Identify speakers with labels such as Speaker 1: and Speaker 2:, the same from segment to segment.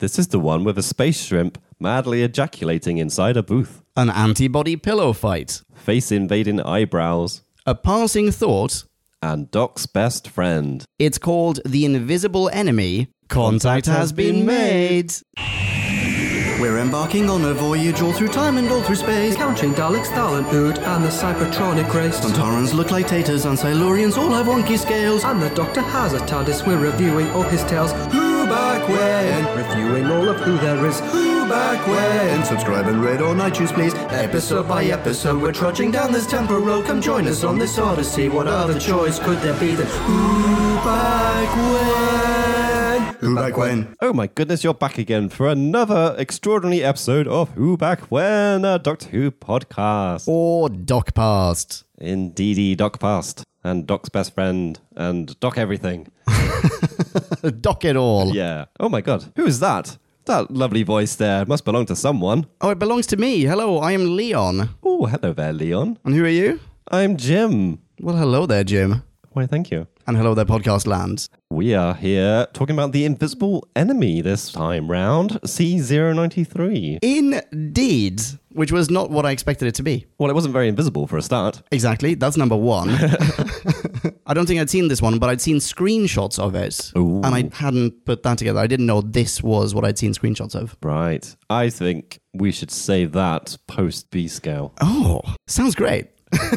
Speaker 1: This is the one with a space shrimp madly ejaculating inside a booth,
Speaker 2: An antibody pillow fight.
Speaker 1: face invading eyebrows,
Speaker 2: A passing thought.
Speaker 1: and Doc's best friend.
Speaker 2: It's called The Invisible Enemy. Contact has been made.
Speaker 3: We're embarking on a voyage all through time and all through space.
Speaker 4: Counting Daleks, Thalan, Ood, and the Cybertronic race.
Speaker 3: Santarans look like taters, and Silurians all have wonky scales.
Speaker 4: And the Doctor has a TARDIS. We're reviewing all his tales. Who back when? Reviewing all of who there is. Who back when?
Speaker 3: And subscribe and rate all night choose please. Episode by episode, we're trudging down this temporal road. Come join us on this odyssey. What other choice could there be than who back when? Who back when?
Speaker 1: Oh my goodness, you're back again for another extraordinary episode of Who Back When, a Doctor Who podcast.
Speaker 2: Or Doc Past.
Speaker 1: Indeedy, Doc Past, and Doc's best friend, and Doc everything.
Speaker 2: Doc it all.
Speaker 1: Yeah. Oh my god, who is that? That lovely voice there must belong to someone.
Speaker 2: Oh, it belongs to me. Hello, I am Leon.
Speaker 1: Oh, hello there, Leon.
Speaker 2: And who are you?
Speaker 1: I'm Jim.
Speaker 2: Well, hello there, Jim.
Speaker 1: Why, thank you.
Speaker 2: And hello there, Podcast Land.
Speaker 1: We are here talking about the invisible enemy this time round, C093.
Speaker 2: Indeed, which was not what I expected it to be.
Speaker 1: Well, it wasn't very invisible for a start.
Speaker 2: Exactly, that's number one. I don't think I'd seen this one, but I'd seen screenshots of it.
Speaker 1: Ooh.
Speaker 2: And I hadn't put that together. I didn't know this was what I'd seen screenshots of.
Speaker 1: Right. I think we should save that post B scale.
Speaker 2: Oh, sounds great.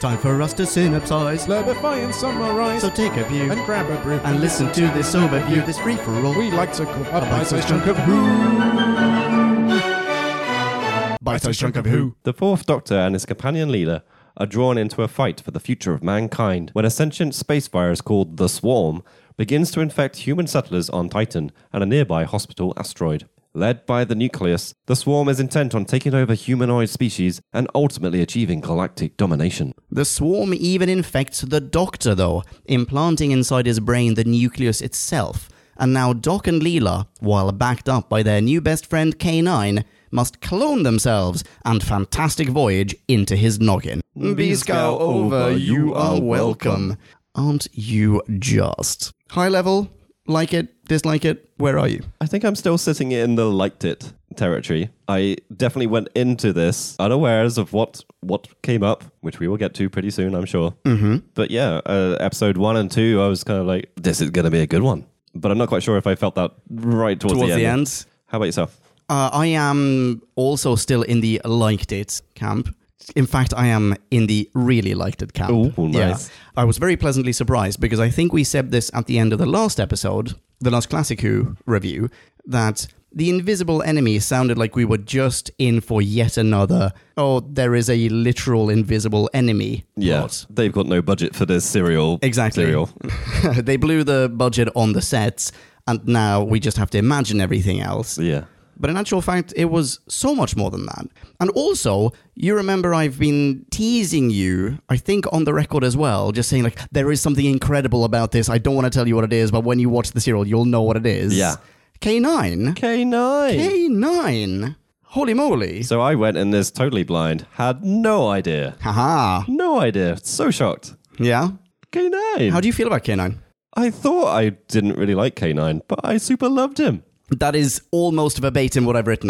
Speaker 2: Time for us to synopsize,
Speaker 5: Lubrify and summarize
Speaker 2: so take a view
Speaker 5: and grab a brew
Speaker 2: and listen to this overview, this free for all.
Speaker 5: we like to call a
Speaker 2: bite-sized
Speaker 5: bite-sized chunk of who
Speaker 2: Bite-sized chunk of who?
Speaker 1: The fourth Doctor and his companion Leela are drawn into a fight for the future of mankind when a sentient space virus called the Swarm begins to infect human settlers on Titan and a nearby hospital asteroid. Led by the nucleus, the Swarm is intent on taking over humanoid species and ultimately achieving galactic domination.
Speaker 2: The swarm even infects the Doctor, though, implanting inside his brain the nucleus itself. And now Doc and Leela, while backed up by their new best friend K9, must clone themselves and fantastic voyage into his noggin.
Speaker 1: Beescow over, you are welcome.
Speaker 2: Aren't you just? High level, like it, dislike it, where are you?
Speaker 1: I think I'm still sitting in the liked it territory. I definitely went into this unawares of what what came up, which we will get to pretty soon, I'm sure. Mm-hmm. But yeah, uh, episode one and two, I was kind of like, this is going to be a good one. But I'm not quite sure if I felt that right towards,
Speaker 2: Towards
Speaker 1: the,
Speaker 2: the
Speaker 1: end.
Speaker 2: end?
Speaker 1: How about yourself?
Speaker 2: Uh, I am also still in the liked it camp. In fact, I am in the really liked it camp.
Speaker 1: Ooh, nice.
Speaker 2: I was very pleasantly surprised because I think we said this at the end of the last episode, the last Classic Who review, that the invisible enemy sounded like we were just in for yet another, oh, there is a literal invisible enemy. plot.
Speaker 1: they've got no budget for this serial.
Speaker 2: Exactly.
Speaker 1: Serial.
Speaker 2: they blew the budget on the sets, and now we just have to imagine everything else.
Speaker 1: Yeah.
Speaker 2: But in actual fact, it was so much more than that. And also, you remember I've been teasing you, I think on the record as well, just saying, like, there is something incredible about this. I don't want to tell you what it is, but when you watch the serial, you'll know what it is.
Speaker 1: Yeah.
Speaker 2: K9.
Speaker 1: K9.
Speaker 2: K9. Holy moly.
Speaker 1: so I went in this totally blind, had no idea.
Speaker 2: Haha.
Speaker 1: No idea. So shocked.
Speaker 2: Yeah.
Speaker 1: K9.
Speaker 2: How do you feel about K9?
Speaker 1: I thought I didn't really like K9, but I super loved him.
Speaker 2: That is almost verbatim what I've written.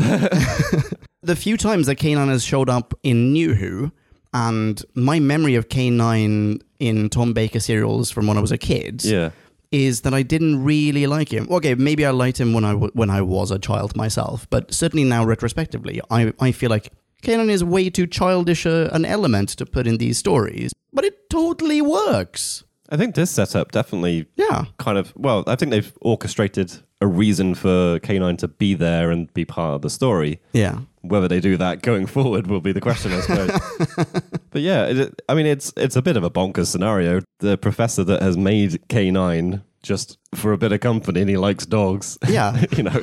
Speaker 2: the few times that K9 has showed up in New Who, and my memory of K9 in Tom Baker serials from when I was a kid
Speaker 1: Yeah.
Speaker 2: is that I didn't really like him. Okay, maybe I liked him when I, w- when I was a child myself, but certainly now retrospectively, I, I feel like K9 is way too childish a, an element to put in these stories, but it totally works.
Speaker 1: I think this setup definitely
Speaker 2: Yeah.
Speaker 1: kind of, well, I think they've orchestrated a reason for K9 to be there and be part of the story.
Speaker 2: Yeah.
Speaker 1: Whether they do that going forward will be the question, I suppose. but yeah, it, I mean, it's it's a bit of a bonkers scenario. The professor that has made K9 just for a bit of company and he likes dogs.
Speaker 2: Yeah.
Speaker 1: you know.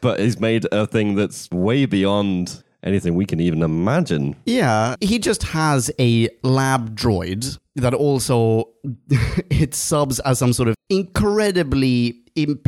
Speaker 1: but he's made a thing that's way beyond anything we can even imagine.
Speaker 2: Yeah, he just has a lab droid that also it subs as some sort of incredibly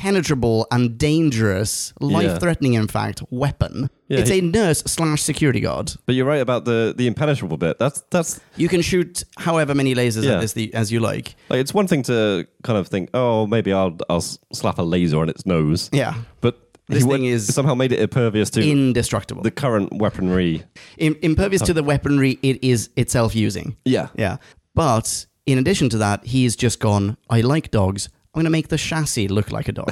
Speaker 2: impenetrable and dangerous, life threatening, in fact, weapon.
Speaker 1: Yeah,
Speaker 2: it's
Speaker 1: he-
Speaker 2: a nurse slash security guard.
Speaker 1: But you're right about the the impenetrable bit. That's that's
Speaker 2: You can shoot however many lasers
Speaker 1: Yeah.
Speaker 2: at this the, as you like.
Speaker 1: like it's one thing to kind of think, oh, maybe I'll I'll s- slap a laser on its nose.
Speaker 2: Yeah.
Speaker 1: But
Speaker 2: This
Speaker 1: this
Speaker 2: thing
Speaker 1: thing
Speaker 2: is
Speaker 1: somehow made it impervious to
Speaker 2: Indestructible.
Speaker 1: the current weaponry.
Speaker 2: Im- impervious to the weaponry it is itself using.
Speaker 1: Yeah.
Speaker 2: Yeah. But in addition to that, he's just gone, I like dogs. I'm going to make the chassis look like a dog.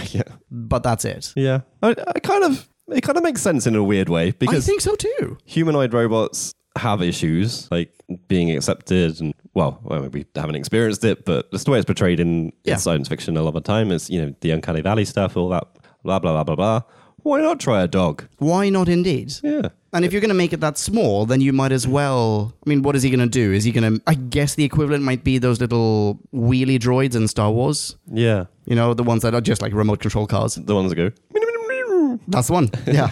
Speaker 2: But that's it.
Speaker 1: Yeah. I, I kind of it kind of makes sense in a weird way
Speaker 2: I
Speaker 1: because
Speaker 2: think so too.
Speaker 1: humanoid robots have issues like being accepted and well, well we haven't experienced it but that's the way it's portrayed in,
Speaker 2: Yeah.
Speaker 1: in science fiction a lot of the time is you know the uncanny valley stuff all that blah blah blah blah blah why not try a dog
Speaker 2: Why not indeed?
Speaker 1: yeah
Speaker 2: And if you're going to make it that small, then you might as well. I mean, what is he going to do? Is he going to. I guess the equivalent might be those little wheelie droids in Star Wars.
Speaker 1: yeah
Speaker 2: You know, the ones that are just like remote control cars.
Speaker 1: the ones that go
Speaker 2: That's the one. Yeah.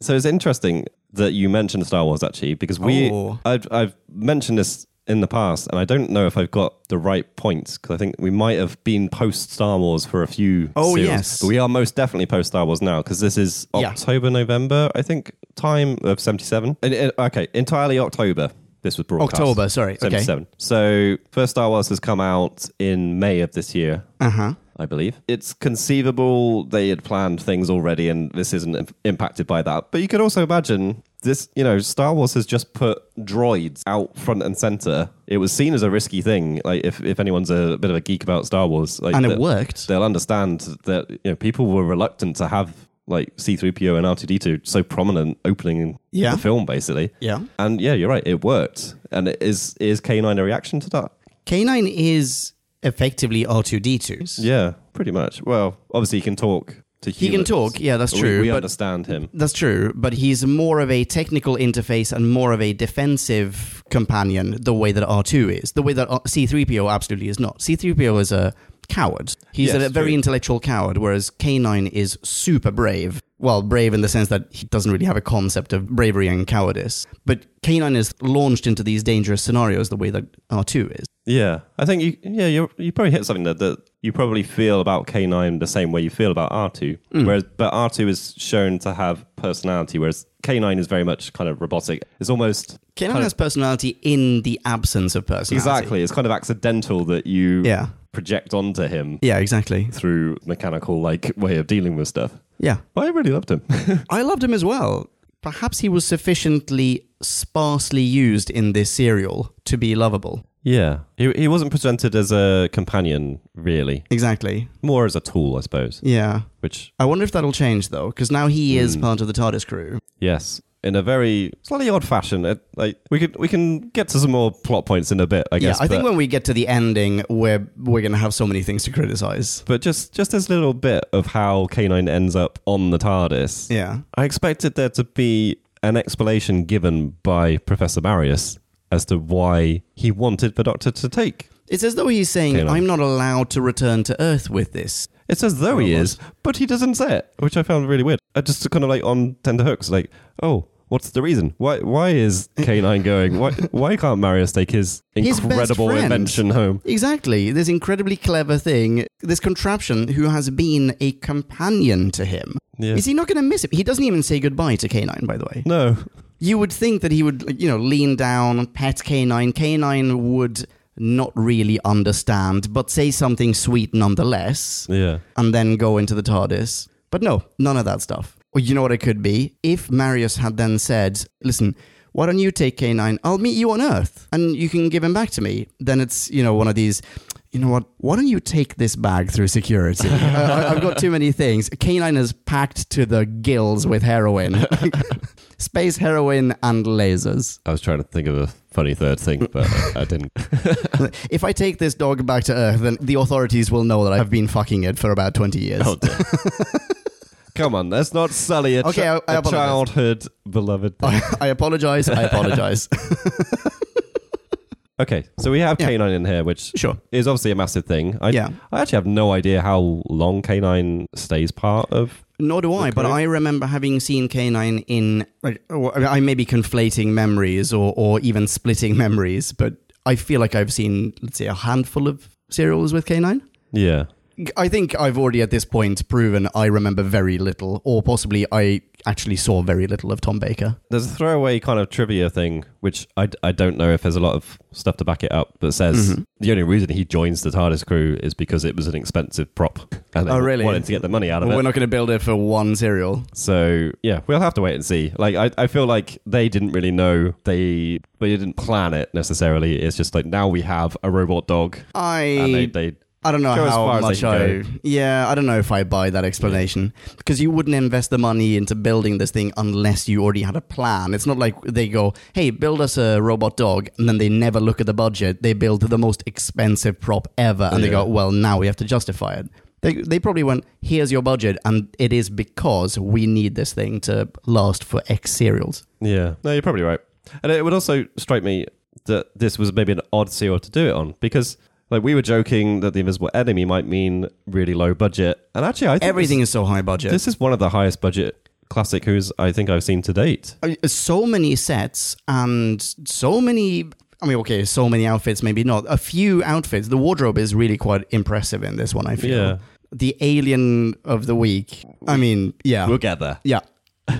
Speaker 1: so it's interesting that you mentioned Star Wars actually because we
Speaker 2: Oh.
Speaker 1: I've, I've mentioned this in the past and I don't know if I've got the right points because I think we might have been post Star Wars for a few
Speaker 2: Oh,
Speaker 1: series,
Speaker 2: yes.
Speaker 1: but we are most definitely post Star Wars now because this is
Speaker 2: Yeah.
Speaker 1: October November I think time of 77 and, and- okay entirely October this was broadcast
Speaker 2: October, sorry. Okay.
Speaker 1: 77 so first Star Wars has come out in May of this year
Speaker 2: Uh huh.
Speaker 1: I believe. It's conceivable they had planned things already and this isn't im- impacted by that. But you could also imagine this, you know, Star Wars has just put droids out front and center. It was seen as a risky thing. Like if, if anyone's a bit of a geek about Star Wars, like
Speaker 2: And it
Speaker 1: they'll-
Speaker 2: worked.
Speaker 1: They'll understand that you know people were reluctant to have like C3PO and R2D2 so prominent opening
Speaker 2: Yeah.
Speaker 1: the film basically.
Speaker 2: Yeah.
Speaker 1: And yeah, you're right, it worked. And it is is K9 a reaction to that?
Speaker 2: K9 is effectively R2D2.
Speaker 1: Yeah, pretty much. Well, obviously he can talk to humans.
Speaker 2: He can talk, yeah, that's
Speaker 1: We-
Speaker 2: true,
Speaker 1: We,
Speaker 2: but-
Speaker 1: understand him.
Speaker 2: That's true, but he's more of a technical interface and more of a defensive companion the way that R2 is, the way that R- C3PO absolutely is not. C3PO is a coward. He's
Speaker 1: Yes,
Speaker 2: a very
Speaker 1: true.
Speaker 2: intellectual coward, whereas K9 is super brave. Well, brave in the sense that he doesn't really have a concept of bravery and cowardice. But K9 is launched into these dangerous scenarios the way that R2 is.
Speaker 1: Yeah, I think you. Yeah, you you probably hit something that that you probably feel about K nine the same way you feel about R two.
Speaker 2: Mm.
Speaker 1: Whereas, but R two is shown to have personality, whereas K nine is very much kind of robotic. It's almost
Speaker 2: K9
Speaker 1: kind of-
Speaker 2: has personality in the absence of personality.
Speaker 1: exactly. It's kind of accidental that you
Speaker 2: Yeah.
Speaker 1: project onto him
Speaker 2: Yeah, exactly.
Speaker 1: through mechanical like way of dealing with stuff.
Speaker 2: Yeah.
Speaker 1: But I really loved him.
Speaker 2: I loved him as well. Perhaps he was sufficiently sparsely used in this serial to be lovable.
Speaker 1: yeah, he he wasn't presented as a companion really,
Speaker 2: Exactly.
Speaker 1: more as a tool, I suppose.
Speaker 2: Yeah.
Speaker 1: Which
Speaker 2: I wonder if that'll change though, because now he is
Speaker 1: Hmm.
Speaker 2: part of the TARDIS crew.
Speaker 1: Yes, in a very slightly odd fashion. It, like we could we can get to some more plot points in a bit, I guess.
Speaker 2: yeah, I think
Speaker 1: but,
Speaker 2: when we get to the ending, we're we're gonna have so many things to criticize.
Speaker 1: but just just this little bit of how K9 ends up on the TARDIS.
Speaker 2: Yeah.
Speaker 1: I expected there to be an explanation given by Professor Marius as to why he wanted the Doctor to take.
Speaker 2: It's as though he's saying,
Speaker 1: Caleb.
Speaker 2: I'm not allowed to return to Earth with this.
Speaker 1: It's as though he
Speaker 2: Robot.
Speaker 1: is, but he doesn't say it, which I found really weird. I just kind of like on tender hooks, like, oh, what's the reason? Why why is K9 going? Why why can't Marius take his
Speaker 2: His best
Speaker 1: incredible
Speaker 2: friend.
Speaker 1: invention home?
Speaker 2: Exactly. This incredibly clever thing, this contraption who has been a companion to him.
Speaker 1: Yeah.
Speaker 2: Is he not gonna miss him? He doesn't even say goodbye to K9, by the way.
Speaker 1: No.
Speaker 2: You would think that he would, like, you know, lean down, pet K9. K9 would not really understand, but say something sweet nonetheless,
Speaker 1: Yeah.
Speaker 2: and then go into the TARDIS. But no, none of that stuff. Or you know what it could be? If Marius had then said, listen, why don't you take K9? I'll meet you on Earth, and you can give him back to me. Then it's, you know, one of these. You know what? Why don't you take this bag through security? I, I- I've got too many things. K9 is packed to the gills with heroin. space heroin and lasers.
Speaker 1: I was trying to think of a funny third thing, but I, I didn't.
Speaker 2: If I take this dog back to Earth, then the authorities will know that I've been fucking it for about 20 years.
Speaker 1: Oh, dear. Come on, let's not sully a, chi-
Speaker 2: Okay, I- I
Speaker 1: a
Speaker 2: apologize.
Speaker 1: childhood beloved. Thing.
Speaker 2: I, I apologize. I apologize.
Speaker 1: okay, so we have
Speaker 2: Yeah.
Speaker 1: K9 in here, which
Speaker 2: Sure.
Speaker 1: is obviously a massive thing. I,
Speaker 2: Yeah.
Speaker 1: I actually have no idea how long K9 stays part of.
Speaker 2: Nor do I, but
Speaker 1: Okay.
Speaker 2: I remember having seen K9 in. Like, oh, I mean, I may be conflating memories or, or even splitting memories, but I feel like I've seen, let's say, a handful of serials with K9.
Speaker 1: Yeah.
Speaker 2: I think I've already at this point proven I remember very little, or possibly I actually saw very little of Tom Baker.
Speaker 1: There's a throwaway kind of trivia thing, which I, I don't know if there's a lot of stuff to back it up, but says
Speaker 2: Mm-hmm.
Speaker 1: the only reason he joins the TARDIS crew is because it was an expensive prop and they
Speaker 2: Oh, really?
Speaker 1: wanted to get the money out of
Speaker 2: Well,
Speaker 1: it.
Speaker 2: we're not going to build it for one serial.
Speaker 1: So yeah, we'll have to wait and see. Like I, I feel like they didn't really know they they didn't plan it necessarily. It's just like now we have a robot dog and they,
Speaker 2: I
Speaker 1: they
Speaker 2: I don't know
Speaker 1: go as far
Speaker 2: how
Speaker 1: as they
Speaker 2: much
Speaker 1: can
Speaker 2: I yeah I don't know if I buy that explanation because you wouldn't invest the money into building this thing unless you already had a plan. It's not like they go hey build us a robot dog and then they never look at the budget. They build the most expensive prop ever and they
Speaker 1: Yeah.
Speaker 2: go well now we have to justify it. They, they probably went here's your budget and it is because we need this thing to last for X serials.
Speaker 1: Yeah. No, you're probably right. And it would also strike me that this was maybe an odd serial to do it on because like we were joking that the invisible enemy might mean really low budget. And actually I think
Speaker 2: Everything
Speaker 1: this,
Speaker 2: is so high budget.
Speaker 1: this is one of the highest budget classic who's I think I've seen to date.
Speaker 2: Uh, so many sets and so many I mean, okay, so many outfits, maybe not. A few outfits. The wardrobe is really quite impressive in this one, I feel.
Speaker 1: Yeah.
Speaker 2: The alien of the week. I mean, yeah.
Speaker 1: get there.
Speaker 2: Yeah.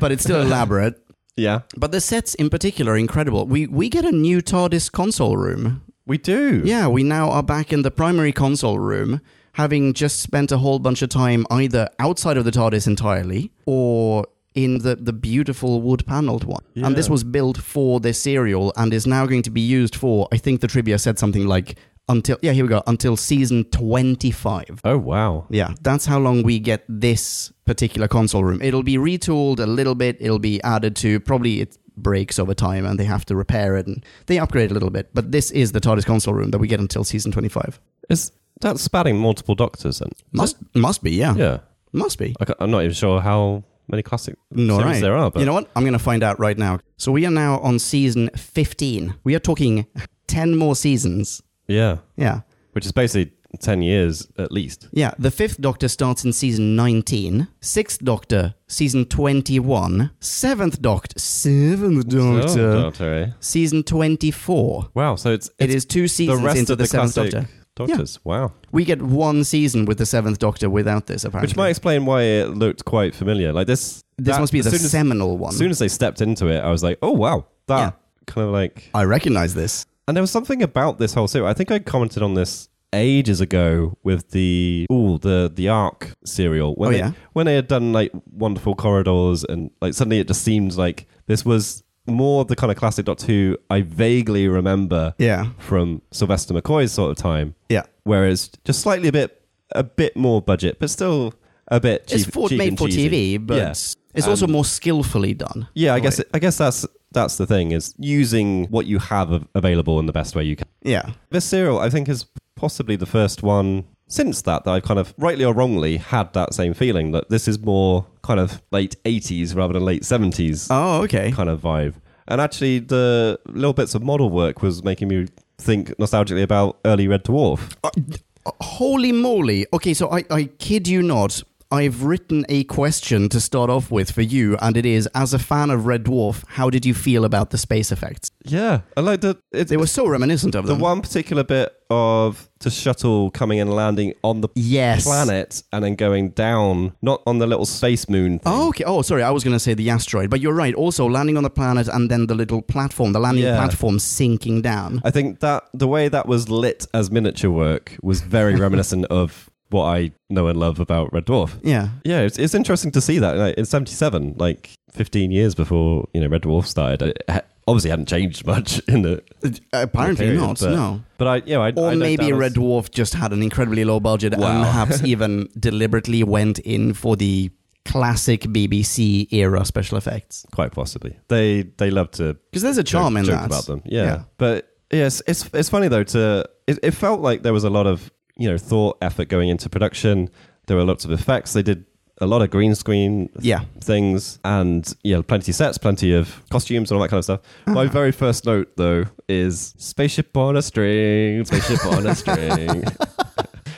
Speaker 2: But it's still elaborate.
Speaker 1: Yeah.
Speaker 2: But the sets in particular are incredible. We we get a new TARDIS console room.
Speaker 1: We do.
Speaker 2: Yeah, we now are back in the primary console room, having just spent a whole bunch of time either outside of the TARDIS entirely or in the, the beautiful wood paneled one. And this
Speaker 1: Yeah.
Speaker 2: was built for this serial and is now going to be used for, I think the trivia said something like, until, yeah, here we go, until season 25.
Speaker 1: Oh wow.
Speaker 2: Yeah, that's how long we get this particular console room. It'll be retooled a little bit, it'll be added to, probably it breaks over time and they have to repair it and they upgrade a little bit. But this is the TARDIS console room that we get until season 25.
Speaker 1: Is that spanning multiple doctors then?
Speaker 2: Must must be, yeah.
Speaker 1: Yeah.
Speaker 2: Must be.
Speaker 1: I ca- I'm not even sure how many classic
Speaker 2: No,
Speaker 1: series
Speaker 2: right.
Speaker 1: there are, but
Speaker 2: You know what? I'm going to find out right now. So we are now on season 15. We are talking 10 more seasons.
Speaker 1: yeah,
Speaker 2: Yeah.
Speaker 1: which is basically ten years at least.
Speaker 2: Yeah, the fifth Doctor starts in season 19. Sixth Doctor, season 21. Seventh Doctor, seventh Doctor,
Speaker 1: Oh, Doctor, eh?
Speaker 2: season 24.
Speaker 1: Wow, so it's,
Speaker 2: uh, It
Speaker 1: it's
Speaker 2: is two seasons
Speaker 1: the rest
Speaker 2: into
Speaker 1: of the,
Speaker 2: seventh
Speaker 1: classic
Speaker 2: Doctor.
Speaker 1: Doctors. Wow,
Speaker 2: We get one season with the seventh Doctor without this, apparently.
Speaker 1: which might explain why it looked quite familiar. Like this,
Speaker 2: this
Speaker 1: that-
Speaker 2: must be the
Speaker 1: as soon as,
Speaker 2: seminal one.
Speaker 1: As soon as they stepped into it, I was like, oh wow, that
Speaker 2: Yeah.
Speaker 1: kind of like.
Speaker 2: I recognize this.
Speaker 1: And there was something about this whole series. I think I commented on this ages ago with the oh the the arc serial when
Speaker 2: Oh,
Speaker 1: they,
Speaker 2: yeah?
Speaker 1: when they had done like wonderful corridors and like suddenly it just seemed like this was more of the kind of classic Doctor Who I vaguely remember
Speaker 2: Yeah.
Speaker 1: from Sylvester McCoy's sort of time.
Speaker 2: Yeah.
Speaker 1: Whereas just slightly a bit a bit more budget, but still a bit
Speaker 2: It's
Speaker 1: cheap-
Speaker 2: for,
Speaker 1: cheap
Speaker 2: made
Speaker 1: and
Speaker 2: for
Speaker 1: cheesy.
Speaker 2: TV, but
Speaker 1: Yeah. Um,
Speaker 2: it's also more skillfully done.
Speaker 1: yeah, I guess I guess that's that's the thing is using what you have av- available in the best way you can.
Speaker 2: Yeah.
Speaker 1: This serial, I think, is possibly the first one since that that I've kind of rightly or wrongly had that same feeling that this is more kind of late '80s rather than late '70s
Speaker 2: Oh, okay.
Speaker 1: kind of vibe. And actually, the little bits of model work was making me think nostalgically about early Red Dwarf.
Speaker 2: Uh, holy moly. Okay, so I, I kid you not. I've written a question to start off with for you, and it is as a fan of Red Dwarf, how did you feel about the space effects?
Speaker 1: Yeah, I like that. It,
Speaker 2: They were so reminiscent of
Speaker 1: the
Speaker 2: them.
Speaker 1: one particular bit of the shuttle coming and landing on the
Speaker 2: Yes.
Speaker 1: planet and then going down, not on the little space moon. Thing.
Speaker 2: Oh, okay. Oh, sorry. I was going to say the asteroid, but you're right. Also, landing on the planet and then the little platform, the landing
Speaker 1: Yeah.
Speaker 2: platform sinking down.
Speaker 1: I think that the way that was lit as miniature work was very reminiscent of what I know and love about Red Dwarf.
Speaker 2: Yeah.
Speaker 1: Yeah, it's, it's interesting to see that like, in '77, like 15 years before you know Red Dwarf started. It ha- obviously hadn't changed much in the
Speaker 2: Apparently
Speaker 1: period,
Speaker 2: not.
Speaker 1: but-
Speaker 2: no.
Speaker 1: But I, yeah, I,
Speaker 2: Or
Speaker 1: I know
Speaker 2: maybe
Speaker 1: Dallas-
Speaker 2: Red Dwarf just had an incredibly low budget
Speaker 1: Wow.
Speaker 2: and perhaps even deliberately went in for the classic BBC era special effects.
Speaker 1: Quite possibly, they they love to
Speaker 2: Because there's a charm
Speaker 1: joke,
Speaker 2: in
Speaker 1: joke
Speaker 2: that.
Speaker 1: about them. Yeah.
Speaker 2: Yeah.
Speaker 1: but yes, it's it's funny though. To it, it felt like there was a lot of you know thought effort going into production. There were lots of effects. They did a lot of green screen
Speaker 2: Yeah.
Speaker 1: things and yeah, plenty of sets, plenty of costumes and all that kind of stuff.
Speaker 2: Ah.
Speaker 1: My very first note though is spaceship on a string, spaceship on a string.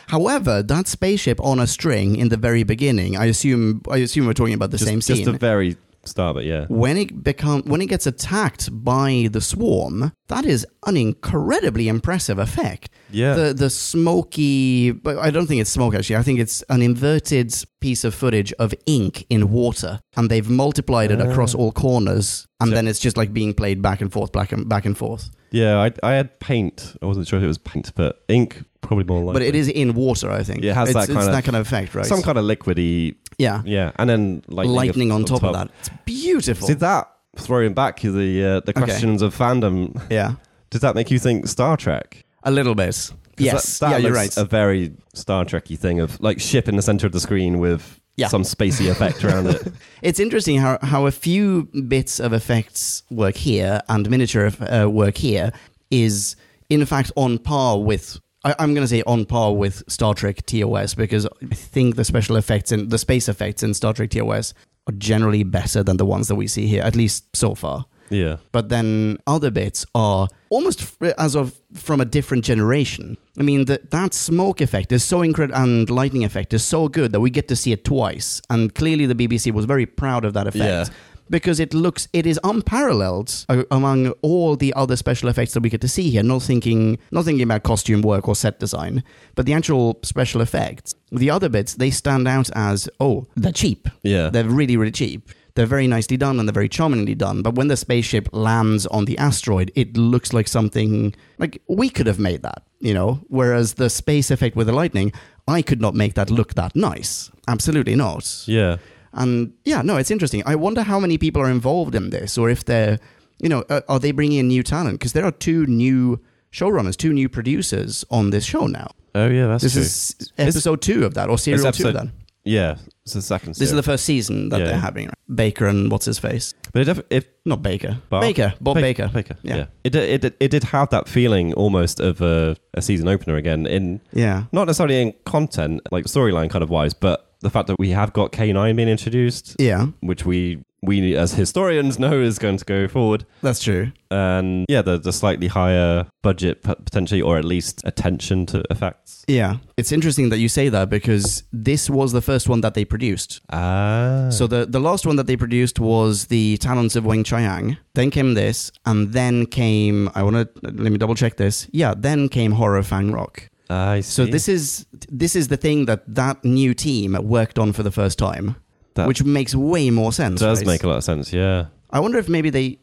Speaker 2: However, that spaceship on a string in the very beginning, I assume I assume we're talking about the
Speaker 1: Just,
Speaker 2: same
Speaker 1: just
Speaker 2: scene.
Speaker 1: a very start, but yeah.
Speaker 2: when it become when it gets attacked by the swarm, that is an incredibly impressive effect.
Speaker 1: Yeah.
Speaker 2: The the smoky but I don't think it's smoke actually. I think it's an inverted piece of footage of ink in water and they've multiplied it across all corners and
Speaker 1: Ah. So-
Speaker 2: then it's just like being played back and forth, back and back and forth.
Speaker 1: Yeah, I, I had paint. I wasn't sure if it was paint, but ink probably more like
Speaker 2: But it is in water, I think.
Speaker 1: Yeah, it has
Speaker 2: it's,
Speaker 1: that
Speaker 2: it's
Speaker 1: kind of-
Speaker 2: that kind of effect, right?
Speaker 1: some kind of liquidy.
Speaker 2: yeah.
Speaker 1: Yeah, and then lightning,
Speaker 2: Lightning on
Speaker 1: up-
Speaker 2: top,
Speaker 1: up
Speaker 2: of that. It's beautiful.
Speaker 1: See that throwing back the uh, the
Speaker 2: Okay.
Speaker 1: questions of fandom.
Speaker 2: yeah.
Speaker 1: Does that make you think Star Trek?
Speaker 2: A little bit.
Speaker 1: 'Cause
Speaker 2: Yes.
Speaker 1: that, that
Speaker 2: yeah, you're right.
Speaker 1: looks A very Star Trekky thing of like ship in the center of the screen with
Speaker 2: Yeah.
Speaker 1: some spacey effect around it.
Speaker 2: It's interesting how, how a few bits of effects work here and miniature uh, work here is, in fact, on par with. I, I'm going to say on par with Star Trek TOS because I think the special effects and the space effects in Star Trek TOS are generally better than the ones that we see here, at least so far.
Speaker 1: Yeah.
Speaker 2: But then other bits are almost f- as of from a different generation. I mean, that that smoke effect is so incredible, and lightning effect is so good that we get to see it twice. And clearly, the BBC was very proud of that effect.
Speaker 1: Yeah.
Speaker 2: Because it looks, it is unparalleled a- among all the other special effects that we get to see here. Not thinking, not thinking about costume work or set design, but the actual special effects. The other bits they stand out as oh, they're cheap.
Speaker 1: Yeah.
Speaker 2: They're really, really cheap. They're very nicely done and they're very charmingly done. But when the spaceship lands on the asteroid, it looks like something like we could have made that, you know? Whereas the space effect with the lightning, I could not make that look that nice. Absolutely not.
Speaker 1: Yeah.
Speaker 2: And yeah, no, it's interesting. I wonder how many people are involved in this or if they're, you know, uh, are they bringing in new talent? Because there are two new showrunners, two new producers on this show now.
Speaker 1: Oh yeah, that's
Speaker 2: This
Speaker 1: true.
Speaker 2: is episode two of that or serial
Speaker 1: It's
Speaker 2: two of
Speaker 1: episode-
Speaker 2: that.
Speaker 1: yeah, it's the second.
Speaker 2: This is
Speaker 1: series.
Speaker 2: the first season that
Speaker 1: Yeah.
Speaker 2: they're having. Right? Baker and what's his face?
Speaker 1: but it, def- it
Speaker 2: Not Baker.
Speaker 1: Bob?
Speaker 2: Baker. Bob
Speaker 1: Ba-
Speaker 2: Baker.
Speaker 1: Baker. Yeah.
Speaker 2: Yeah.
Speaker 1: It, did- it did- it did have that feeling almost of a, a season opener again in
Speaker 2: Yeah.
Speaker 1: not necessarily in content like storyline kind of wise, but the fact that we have got K nine being introduced,
Speaker 2: Yeah.
Speaker 1: which we we as historians know is going to go forward,
Speaker 2: That's true.
Speaker 1: and yeah, the the slightly higher budget p- potentially, or at least attention to effects.
Speaker 2: Yeah. It's interesting that you say that because this was the first one that they produced.
Speaker 1: Ah,
Speaker 2: So the, the last one that they produced was The Talents of Wang Chiang. Then came this, and then came I wanna let me double check this. Yeah, then came Horror Fang Rock.
Speaker 1: I see.
Speaker 2: So this is this is the thing that that new team worked on for the first time,
Speaker 1: That
Speaker 2: which makes way more sense.
Speaker 1: does
Speaker 2: right?
Speaker 1: make a lot of sense. Yeah,
Speaker 2: I wonder if maybe they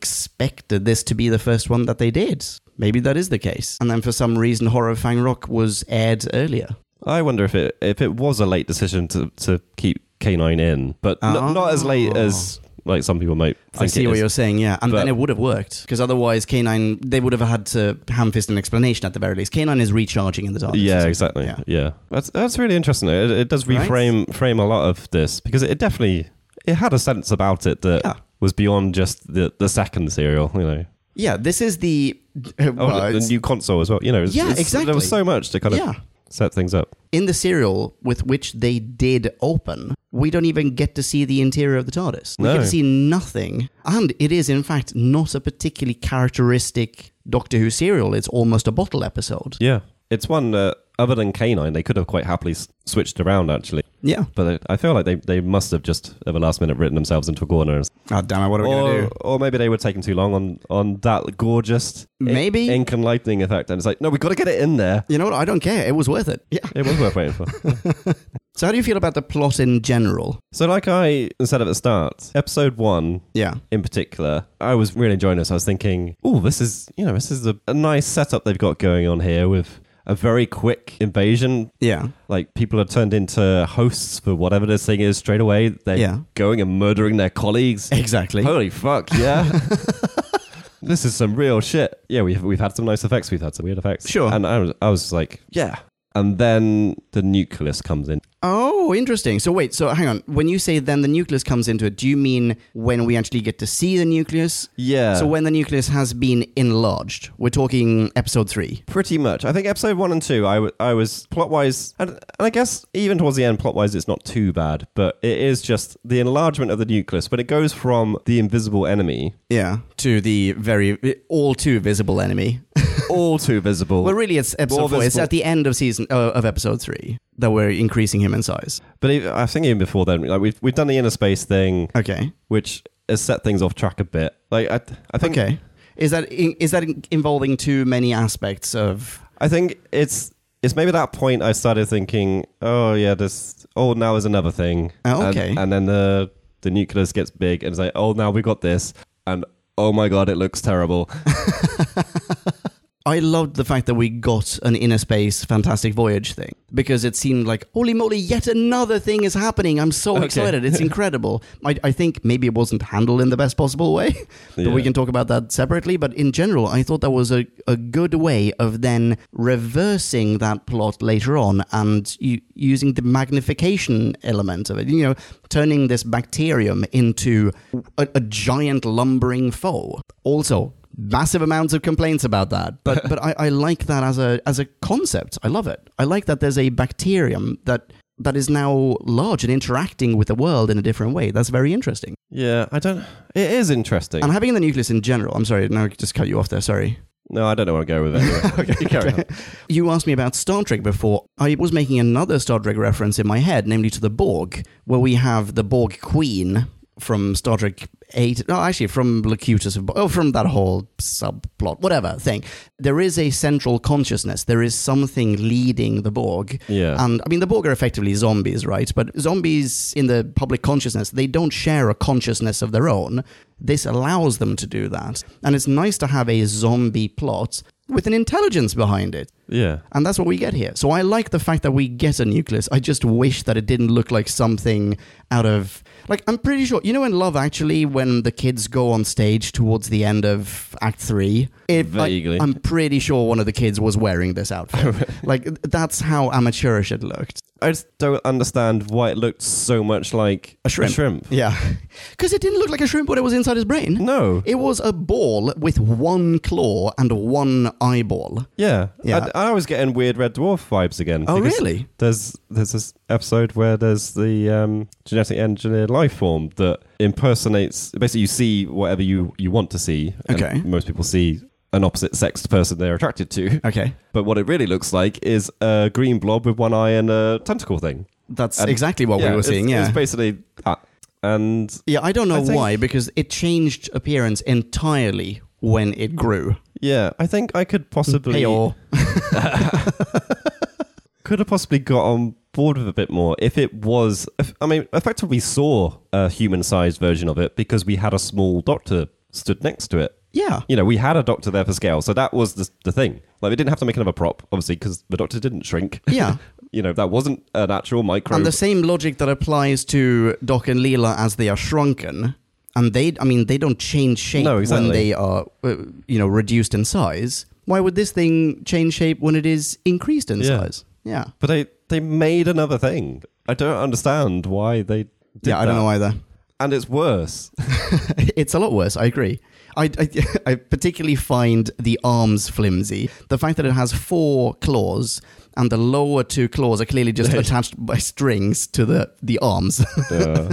Speaker 2: expected this to be the first one that they did. Maybe that is the case. And then for some reason, Horror of Fang Rock was aired earlier.
Speaker 1: I wonder if it if it was a late decision to to keep K nine in, but n-
Speaker 2: Oh.
Speaker 1: not as late as like some people might. Think
Speaker 2: I see
Speaker 1: it
Speaker 2: what
Speaker 1: is.
Speaker 2: you're saying, yeah. And
Speaker 1: But-
Speaker 2: then it would have worked. Because otherwise, K9, they would have had to ham fist an explanation at the very least. K9 is recharging in the darkness.
Speaker 1: Yeah, exactly. Yeah,
Speaker 2: Yeah.
Speaker 1: that's that's really interesting. It, it does
Speaker 2: Right?
Speaker 1: reframe frame a lot of this because it definitely it had a sense about it that
Speaker 2: Yeah.
Speaker 1: was beyond just the the second serial. You know,
Speaker 2: Yeah, this is the. well,
Speaker 1: oh, the, the
Speaker 2: it's-
Speaker 1: new console as well. You know, it's-
Speaker 2: Yeah,
Speaker 1: it's- There
Speaker 2: exactly.
Speaker 1: was so much to kind of
Speaker 2: yeah.
Speaker 1: set things up.
Speaker 2: In the serial with which they did open, we don't even get to see the interior of the TARDIS. We
Speaker 1: No.
Speaker 2: get to see nothing. And it is, in fact, not a particularly characteristic Doctor Who serial. It's almost a bottle episode.
Speaker 1: Yeah, it's one that other than Canine, they could have quite happily s- switched around actually.
Speaker 2: Yeah.
Speaker 1: But I I feel like they, they must have just at the last minute written themselves into a corner.
Speaker 2: Oh, damn it. What are we going to
Speaker 1: Or,
Speaker 2: do?
Speaker 1: or maybe they were taking too long on, on that gorgeous i-
Speaker 2: Maybe.
Speaker 1: ink and lightning effect. And it's like, no, we've got to get it in there.
Speaker 2: You know what? I don't care. It was worth it. Yeah.
Speaker 1: It was worth waiting for.
Speaker 2: So, how do you feel about the plot in general?
Speaker 1: So, like I said at the start, episode one
Speaker 2: Yeah.
Speaker 1: in particular, I was really enjoying this. I was thinking, oh, this is you know, this is a, a nice setup they've got going on here with a very quick invasion.
Speaker 2: Yeah.
Speaker 1: Like people are turned into hosts for whatever this thing is straight away. They're
Speaker 2: Yeah.
Speaker 1: going and murdering their colleagues.
Speaker 2: Exactly.
Speaker 1: Holy fuck, yeah. This is some real shit. Yeah, we've we've had some nice effects. We've had some weird effects.
Speaker 2: Sure.
Speaker 1: And I was I was like, yeah. And then the nucleus comes in.
Speaker 2: Oh, interesting. So wait, so hang on. When you say then the nucleus comes into it, do you mean when we actually get to see the nucleus?
Speaker 1: Yeah.
Speaker 2: So when the nucleus has been enlarged, we're talking episode three.
Speaker 1: Pretty much. I think episode one and two, I, w- I was plot wise, and, and I guess even towards the end, plot wise, it's not too bad, but it is just the enlargement of the nucleus. But it goes from the invisible enemy.
Speaker 2: Yeah. To the very all too visible enemy.
Speaker 1: all too visible.
Speaker 2: Well, really, it's episode
Speaker 1: More
Speaker 2: four. It's
Speaker 1: visible.
Speaker 2: at the end of season uh, of episode three that we're increasing him in size.
Speaker 1: But even, I think even before then, like we've we've done the inner space thing,
Speaker 2: Okay.
Speaker 1: which has set things off track a bit. Like I, I think,
Speaker 2: Okay. Is that in- is that in- involving too many aspects of?
Speaker 1: I think it's it's maybe that point I started thinking, oh yeah, this oh now is another thing.
Speaker 2: Oh,
Speaker 1: And-
Speaker 2: okay.
Speaker 1: and, then the the nucleus gets big, and it's like, oh now we got this, and oh my god, it looks terrible.
Speaker 2: I loved the fact that we got an inner space fantastic voyage thing because it seemed like holy moly, yet another thing is happening. I'm so
Speaker 1: Okay.
Speaker 2: excited! It's incredible. I, I think maybe it wasn't handled in the best possible way, but we
Speaker 1: Yeah.
Speaker 2: can talk about that separately. But in general, I thought that was a, a good way of then reversing that plot later on and u- using the magnification element of it. You know, turning this bacterium into a, a giant lumbering foe. Also, massive amounts of complaints about that, but but I, I like that as a as a concept. I love it. I like that there's a bacterium that. That is now large and interacting with the world in a different way. That's very interesting.
Speaker 1: yeah, I don't. It is interesting.
Speaker 2: And having the nucleus in general, I'm sorry, no, I just cut you off there, sorry.
Speaker 1: no, I don't know where to go with it. Anyway. okay, carry on.
Speaker 2: You asked me about Star Trek before. I was making another Star Trek reference in my head, namely to the Borg, where we have the Borg Queen from Star Trek 8. No, actually, from Locutus of Borg. Oh, from that whole subplot, whatever thing. There is a central consciousness. There is something leading the Borg.
Speaker 1: Yeah.
Speaker 2: And I mean, the Borg are effectively zombies, right? But zombies in the public consciousness, they don't share a consciousness of their own. This allows them to do that. And it's nice to have a zombie plot with an intelligence behind it.
Speaker 1: yeah.
Speaker 2: And that's what we get here. So I like the fact that we get a nucleus. I just wish that it didn't look like something out of. Like, I'm pretty sure. You know, in Love Actually, when the kids go on stage towards the end of Act 3, it,
Speaker 1: Vaguely.
Speaker 2: I, am pretty sure one of the kids was wearing this outfit. like, that's how amateurish it looked.
Speaker 1: I just don't understand why it looked so much like
Speaker 2: A shrimp. Yeah. Because it didn't look like a shrimp when it was inside his brain.
Speaker 1: No.
Speaker 2: It was a ball with one claw and one eyeball.
Speaker 1: Yeah,
Speaker 2: Yeah.
Speaker 1: I, I was getting weird Red Dwarf vibes again.
Speaker 2: Oh,
Speaker 1: because
Speaker 2: really?
Speaker 1: There's there's this episode where there's the um, genetic engineered life form that impersonates. Basically, you see whatever you you want to see. and
Speaker 2: Okay.
Speaker 1: Most people see an opposite sex person they're attracted to,
Speaker 2: Okay.
Speaker 1: but what it really looks like is a green blob with one eye and a tentacle thing.
Speaker 2: That's
Speaker 1: And-
Speaker 2: exactly what we were
Speaker 1: it's-
Speaker 2: seeing. Yeah.
Speaker 1: it's basically that. And
Speaker 2: Yeah, I don't know
Speaker 1: I think-
Speaker 2: why because it changed appearance entirely when it grew.
Speaker 1: yeah, I think I could possibly
Speaker 2: Pale.
Speaker 1: could have possibly got on board with a bit more if it was. If, I mean, effectively, we saw a human-sized version of it because we had a small doctor stood next to it.
Speaker 2: Yeah.
Speaker 1: You know, we had a doctor there for scale, so that was the, the thing. Like, we didn't have to make another prop, obviously, because the doctor didn't shrink.
Speaker 2: Yeah.
Speaker 1: you know, that wasn't an actual micro.
Speaker 2: And the same logic that applies to Doc and Leela as they are shrunken and they I mean they don't change shape
Speaker 1: No, exactly.
Speaker 2: when they are uh, you know reduced in size. Why would this thing change shape when it is increased in
Speaker 1: Yeah.
Speaker 2: size? Yeah.
Speaker 1: but they they made another thing. I don't understand why they. Did
Speaker 2: yeah, I don't
Speaker 1: that.
Speaker 2: know either.
Speaker 1: And it's worse.
Speaker 2: it's a lot worse. I agree. I, I, I particularly find the arms flimsy. The fact that it has four claws and the lower two claws are clearly just attached by strings to the, the arms,
Speaker 1: Yeah.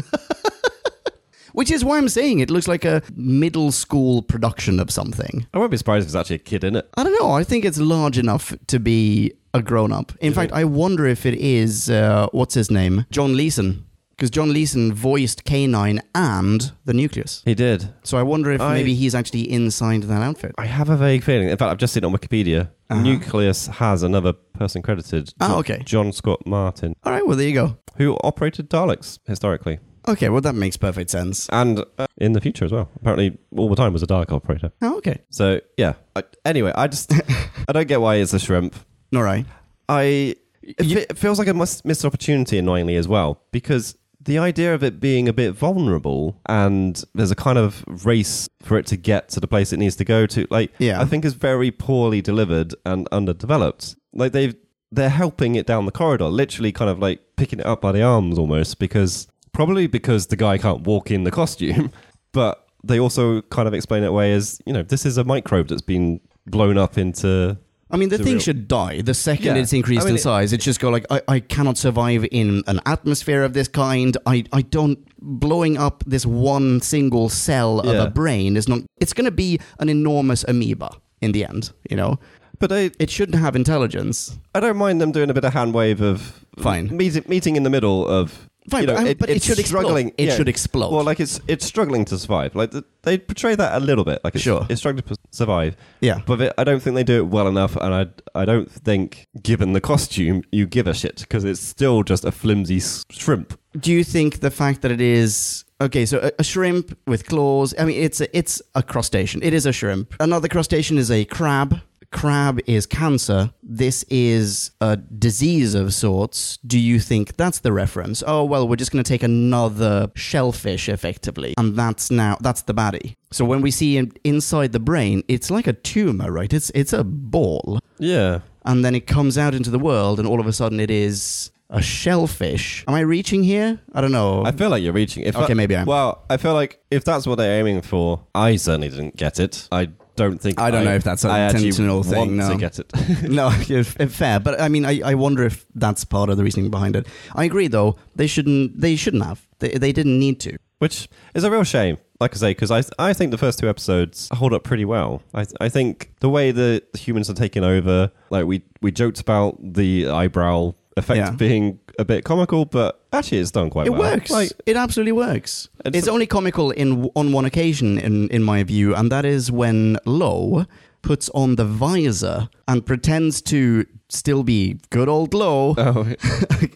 Speaker 2: which is why I'm saying it looks like a middle school production of something.
Speaker 1: I won't be surprised if there's actually a kid in it.
Speaker 2: I don't know. I think it's large enough to be a grown up. In fact, I wonder if it is, uh, what's his name? John Leeson. Because John Leeson voiced Canine and the Nucleus.
Speaker 1: He did.
Speaker 2: So I wonder if
Speaker 1: I-
Speaker 2: maybe he's actually inside that outfit.
Speaker 1: I have a vague feeling. In fact, I've just seen it on Wikipedia. Nucleus has another person credited.
Speaker 2: Ah,
Speaker 1: Jo-
Speaker 2: okay.
Speaker 1: John Scott Martin,
Speaker 2: All right, well, there you go.
Speaker 1: who operated Daleks historically
Speaker 2: Okay, well, that makes perfect sense.
Speaker 1: and uh, in the future as well. Apparently, all the time was a Dalek operator.
Speaker 2: Oh, okay.
Speaker 1: So, yeah. I, anyway, I just I don't get why it's a shrimp.
Speaker 2: All right.
Speaker 1: I it, fe- it feels like a must, missed opportunity, annoyingly as well, because the idea of it being a bit vulnerable and there's a kind of race for it to get to the place it needs to go to, like
Speaker 2: Yeah.
Speaker 1: I think is very poorly delivered and underdeveloped. Like they've they're helping it down the corridor, literally kind of like picking it up by the arms almost, because probably because the guy can't walk in the costume, but they also kind of explain it away as you know this is a microbe that's been blown up into
Speaker 2: I mean, the
Speaker 1: It's a
Speaker 2: thing
Speaker 1: real-
Speaker 2: should die the second
Speaker 1: Yeah.
Speaker 2: it's increased
Speaker 1: I mean,
Speaker 2: in
Speaker 1: it-
Speaker 2: size. It just go like, I, I cannot survive in an atmosphere of this kind. I, I don't. Blowing up this one single cell of
Speaker 1: Yeah.
Speaker 2: a brain is not. It's going to be an enormous amoeba in the end, you know?
Speaker 1: but I,
Speaker 2: It should have intelligence.
Speaker 1: I don't mind them doing a bit of hand wave of
Speaker 2: Fine.
Speaker 1: meeting, meeting in the middle of Mm,
Speaker 2: Fine,
Speaker 1: you know,
Speaker 2: but I'm- but it
Speaker 1: it's
Speaker 2: should explode.
Speaker 1: struggling.
Speaker 2: It should explode.
Speaker 1: Well, like it's it's struggling to survive. Like th- they portray that a little bit. Like it's,
Speaker 2: Sure.
Speaker 1: it's struggling to survive.
Speaker 2: Yeah.
Speaker 1: But it- I don't think they do it well enough, and I I don't think, given the costume, you give a shit because it's still just a flimsy s- shrimp.
Speaker 2: Do you think the fact that it is okay? So a, a shrimp with claws. I mean, it's a, it's a crustacean. It is a shrimp. Another crustacean is a crab. Crab is cancer. This is a disease of sorts. Do you think that's the reference? Oh well, we're just going to take another shellfish, effectively, and that's now that's the baddie. So when we see in, inside the brain, it's like a tumor, right? It's it's a ball
Speaker 1: Yeah.
Speaker 2: and then it comes out into the world, and all of a sudden it is a shellfish. Am I reaching here? I don't know.
Speaker 1: I feel like you're reaching. If
Speaker 2: Okay,
Speaker 1: I-
Speaker 2: maybe I am.
Speaker 1: Well, I feel like if that's what they're aiming for, I certainly didn't get it. I don't think.
Speaker 2: I don't know if that's an
Speaker 1: I actually
Speaker 2: intentional thing,
Speaker 1: want to
Speaker 2: no.
Speaker 1: get it.
Speaker 2: no, if- if fair, but I mean, I, I wonder if that's part of the reasoning behind it. I agree, though. They shouldn't. They shouldn't have. They, they didn't need to.
Speaker 1: which is a real shame. Like I say, because I I think the first two episodes hold up pretty well. I I think the way the humans are taking over, like we we joked about the eyebrow effect
Speaker 2: Yeah.
Speaker 1: being a bit comical, but actually it's done quite
Speaker 2: It
Speaker 1: well.
Speaker 2: works.
Speaker 1: Like
Speaker 2: it absolutely works.
Speaker 1: It's-
Speaker 2: It's, only comical in on one occasion, in in my view, and that is when Low puts on the visor and pretends to still be good old Low.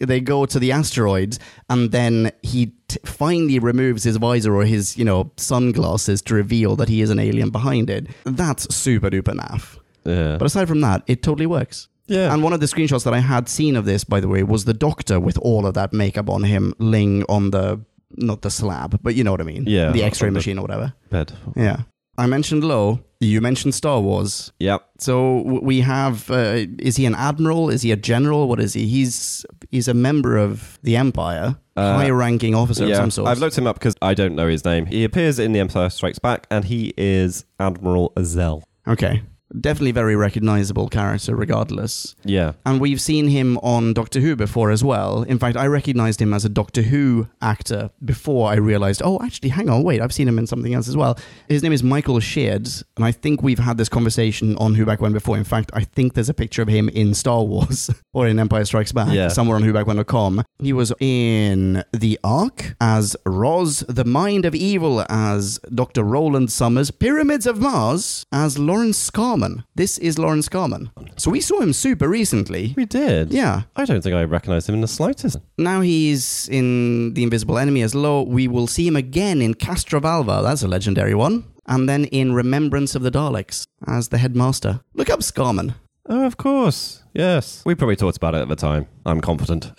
Speaker 2: they go to the asteroid, and then he t- finally removes his visor or his you know sunglasses to reveal that he is an alien behind it. That's super duper naff.
Speaker 1: yeah,
Speaker 2: But aside from that, it totally works.
Speaker 1: yeah.
Speaker 2: And one of the screenshots that I had seen of this, by the way, was the doctor with all of that makeup on him, laying on the not the slab, but you know what I mean.
Speaker 1: Yeah,
Speaker 2: The
Speaker 1: on
Speaker 2: X-ray
Speaker 1: the-
Speaker 2: machine or whatever.
Speaker 1: bed.
Speaker 2: Yeah. I mentioned Low. You mentioned Star Wars.
Speaker 1: Yeah,
Speaker 2: So w- we have. Uh, is he an admiral? Is he a general? What is he? He's he's a member of the Empire,
Speaker 1: Uh,
Speaker 2: high-ranking officer of
Speaker 1: yeah.
Speaker 2: some sort.
Speaker 1: I've looked him up because I don't know his name. He appears in The Empire Strikes Back, and he is Admiral Azel.
Speaker 2: okay. Definitely very recognizable character, regardless.
Speaker 1: Yeah,
Speaker 2: And we've seen him on Doctor Who before as well. In fact, I recognized him as a Doctor Who actor before I realized, oh, actually, hang on, wait, I've seen him in something else as well. His name is Michael Sheard, and I think we've had this conversation on Who Back When before. In fact, I think there's a picture of him in Star Wars or in Empire Strikes Back
Speaker 1: Yeah.
Speaker 2: somewhere on whobackwhen.com. He was in The Ark as Roz, The Mind of Evil as Dr. Roland Summers, Pyramids of Mars as Lawrence Scarman. This is Lawrence Scarman. So we saw him super recently.
Speaker 1: we did.
Speaker 2: Yeah.
Speaker 1: I don't think I recognise him in the slightest.
Speaker 2: Now he's in The Invisible Enemy as Lo. We will see him again in Castrovalva. That's a legendary one. And then in Remembrance of the Daleks as the headmaster. Look up Scarman.
Speaker 1: Oh, of course. Yes. We probably talked about it at the time. I'm confident.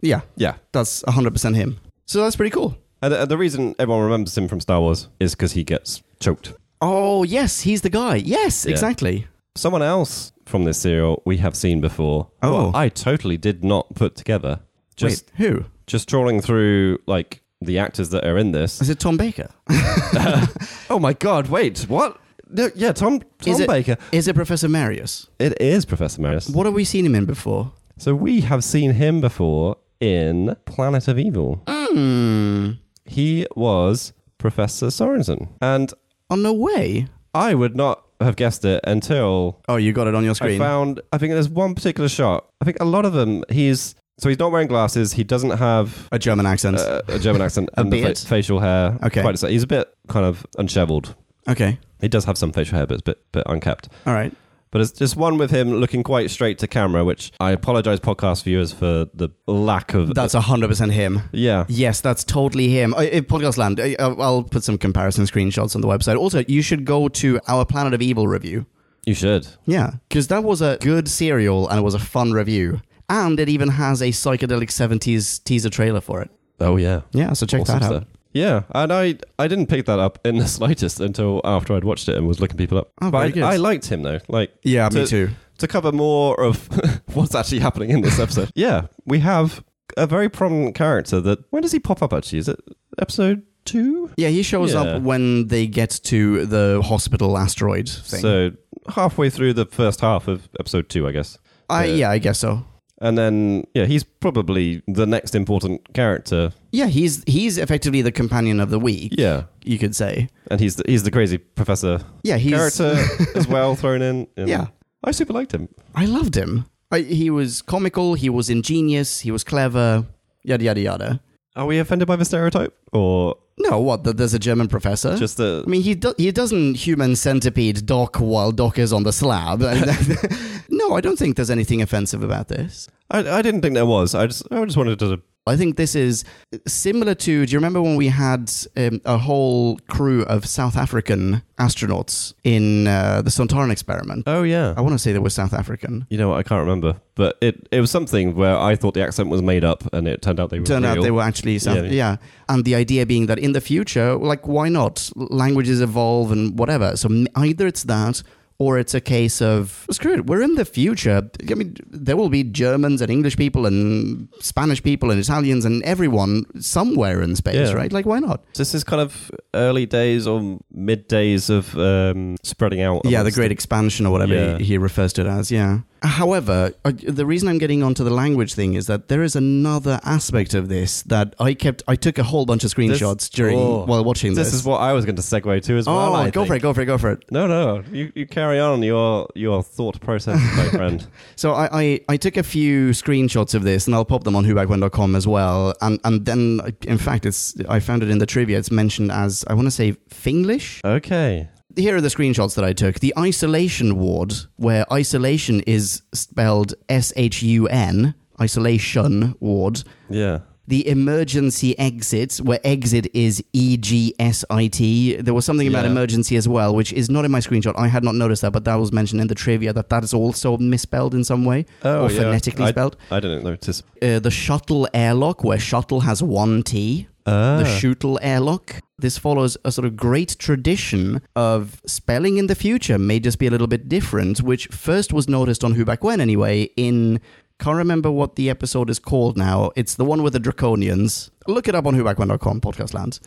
Speaker 2: Yeah,
Speaker 1: yeah.
Speaker 2: that's 100% him. So that's pretty cool.
Speaker 1: And, and the reason everyone remembers him from Star Wars is because he gets choked.
Speaker 2: Oh, yes, he's the guy. Yes,
Speaker 1: Yeah.
Speaker 2: exactly.
Speaker 1: Someone else from this serial we have seen before.
Speaker 2: Oh.
Speaker 1: Well, I totally did not put together. Just
Speaker 2: Wait, who?
Speaker 1: just trawling through like the actors that are in this.
Speaker 2: Is it Tom Baker?
Speaker 1: Oh my god! Wait, what? No, yeah, Tom Tom
Speaker 2: Is it-
Speaker 1: Baker.
Speaker 2: Is it Professor Marius?
Speaker 1: It is Professor Marius.
Speaker 2: What have we seen him in before?
Speaker 1: So we have seen him before in Planet of Evil.
Speaker 2: Hmm.
Speaker 1: He was Professor Sorensen, and
Speaker 2: Oh, no way.
Speaker 1: I would not have guessed it until
Speaker 2: Oh, you got it on your
Speaker 1: I
Speaker 2: screen.
Speaker 1: found. I think there's one particular shot. I think a lot of them. He's so he's not wearing glasses. He doesn't have
Speaker 2: a German accent.
Speaker 1: uh, a German accent
Speaker 2: A
Speaker 1: and the
Speaker 2: beard?
Speaker 1: fa- facial hair.
Speaker 2: Okay.
Speaker 1: quite the same. he's a bit kind of unsheveled.
Speaker 2: okay.
Speaker 1: He does have some facial hair, but it's a bit, bit unkept.
Speaker 2: All right.
Speaker 1: But it's just one with him looking quite straight to camera, which I apologize, podcast viewers, for the lack of.
Speaker 2: That's 100% him.
Speaker 1: yeah.
Speaker 2: Yes, that's totally him. I, I- Podcast Land, I, I- I'll put some comparison screenshots on the website. Also, you should go to our Planet of Evil review.
Speaker 1: You should.
Speaker 2: Yeah, because that was a good serial and it was a fun review. And it even has a psychedelic 70s teaser trailer for it.
Speaker 1: Oh yeah.
Speaker 2: Yeah, so check
Speaker 1: Awesome
Speaker 2: that out.
Speaker 1: stuff. Yeah, and I I didn't pick that up in the slightest until after I'd watched it and was looking people up.
Speaker 2: Oh,
Speaker 1: but
Speaker 2: very
Speaker 1: I,
Speaker 2: good.
Speaker 1: I liked him though. Like
Speaker 2: Yeah,
Speaker 1: me
Speaker 2: me too.
Speaker 1: to cover more of what's actually happening in this episode. yeah, we have a very prominent character that when does he pop up actually? Is it episode two?
Speaker 2: Yeah, he shows
Speaker 1: Yeah.
Speaker 2: up when they get to the hospital asteroid thing.
Speaker 1: So halfway through the first half of episode two, I guess.
Speaker 2: I,
Speaker 1: yeah.
Speaker 2: yeah, I guess so.
Speaker 1: And then yeah, he's probably the next important character.
Speaker 2: Yeah, he's he's effectively the companion of the week,
Speaker 1: Yeah.
Speaker 2: you could say.
Speaker 1: And he's the, he's the crazy professor
Speaker 2: Yeah, he's
Speaker 1: character as well thrown in. in
Speaker 2: yeah.
Speaker 1: I super liked him.
Speaker 2: I loved him. I, he was comical, he was ingenious, he was clever, yada, yada, yada.
Speaker 1: Are we offended by the stereotype? Or
Speaker 2: No, what? That there's a German professor?
Speaker 1: just the.
Speaker 2: I mean, he do- he doesn't human centipede Doc while Doc is on the slab. no, I don't think there's anything offensive about this.
Speaker 1: I, I didn't think there was. I just I just wanted to.
Speaker 2: I think this is similar to. Do you remember when we had um, a whole crew of South African astronauts in uh, the Sontaran experiment?
Speaker 1: Oh, yeah.
Speaker 2: I want to say they were South African.
Speaker 1: You know what? I can't remember. But it, it was something where I thought the accent was made up and it turned out they were.
Speaker 2: Turned out
Speaker 1: real.
Speaker 2: they were actually South.
Speaker 1: Yeah.
Speaker 2: Yeah. and the idea being that in the future, like, why not? Languages evolve and whatever. So m- either it's that. Or it's a case of screw it. We're in the future. I mean, there will be Germans and English people and Spanish people and Italians and everyone somewhere in space,
Speaker 1: Yeah.
Speaker 2: right? Like, why not?
Speaker 1: This is kind of early days or mid days of um, spreading out.
Speaker 2: Yeah, the
Speaker 1: amongst
Speaker 2: Great Expansion or whatever
Speaker 1: Yeah.
Speaker 2: he, he refers to it as. Yeah. However, uh, the reason I'm getting onto the language thing is that there is another aspect of this that I kept. I took a whole bunch of screenshots during
Speaker 1: oh.
Speaker 2: while watching this.
Speaker 1: This is what I was going to segue to as
Speaker 2: oh,
Speaker 1: well. I
Speaker 2: go
Speaker 1: think.
Speaker 2: for it, go for it, go for it.
Speaker 1: No, no, you, you carry on your your thought process, my friend.
Speaker 2: So I, I, I took a few screenshots of this and I'll pop them on whobackwhen.com as well. And and then I- in fact it's I found it in the trivia. It's mentioned as I want to say Finglish.
Speaker 1: Okay.
Speaker 2: Here are the screenshots that I took. The isolation ward, where isolation is spelled S H U N, isolation ward.
Speaker 1: Yeah.
Speaker 2: The emergency exit, where exit is E G S I T. There was something about
Speaker 1: Yeah.
Speaker 2: emergency as well, which is not in my screenshot. I had not noticed that, but that was mentioned in the trivia that that is also misspelled in some way
Speaker 1: Oh,
Speaker 2: or
Speaker 1: yeah.
Speaker 2: phonetically
Speaker 1: I-
Speaker 2: spelled.
Speaker 1: I didn't notice.
Speaker 2: Uh, the shuttle airlock, where shuttle has one T
Speaker 1: Uh,
Speaker 2: the Schutel airlock. This follows a sort of great tradition of spelling in the future may just be a little bit different, which first was noticed on Who Back When anyway, in can't remember what the episode is called now. It's the one with the draconians. Look it up on whobackwhen.com, podcast land.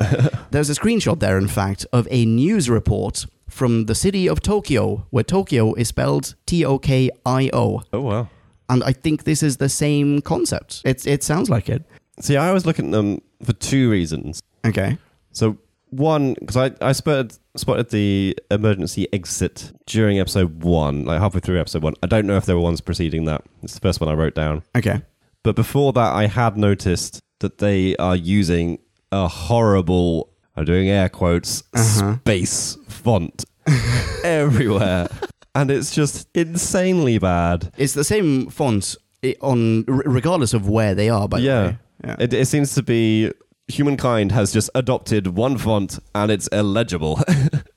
Speaker 2: There's a screenshot there, in fact, of a news report from the city of Tokyo, where Tokyo is spelled T O K I O.
Speaker 1: oh wow.
Speaker 2: And I think this is the same concept. It's, it sounds like it.
Speaker 1: See, I was looking at them for two reasons.
Speaker 2: Okay.
Speaker 1: So one, because I I spotted spotted the emergency exit during episode one, like halfway through episode one. I don't know if there were ones preceding that. It's the first one I wrote down.
Speaker 2: Okay.
Speaker 1: But before that, I had noticed that they are using a horrible, I'm doing air quotes, space font everywhere. And it's just insanely bad.
Speaker 2: It's the same font i- on r- regardless of where they are. By
Speaker 1: Yeah.
Speaker 2: the way, yeah.
Speaker 1: It, it seems to be humankind has just adopted one font and it's illegible.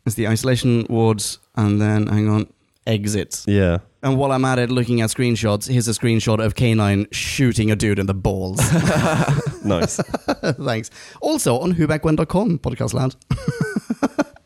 Speaker 2: it's the isolation wards, and then hang on, exit.
Speaker 1: yeah.
Speaker 2: And while I'm at it, looking at screenshots, here's a screenshot of Canine shooting a dude in the balls.
Speaker 1: Nice.
Speaker 2: Thanks. Also on whobackwhen.com podcast land.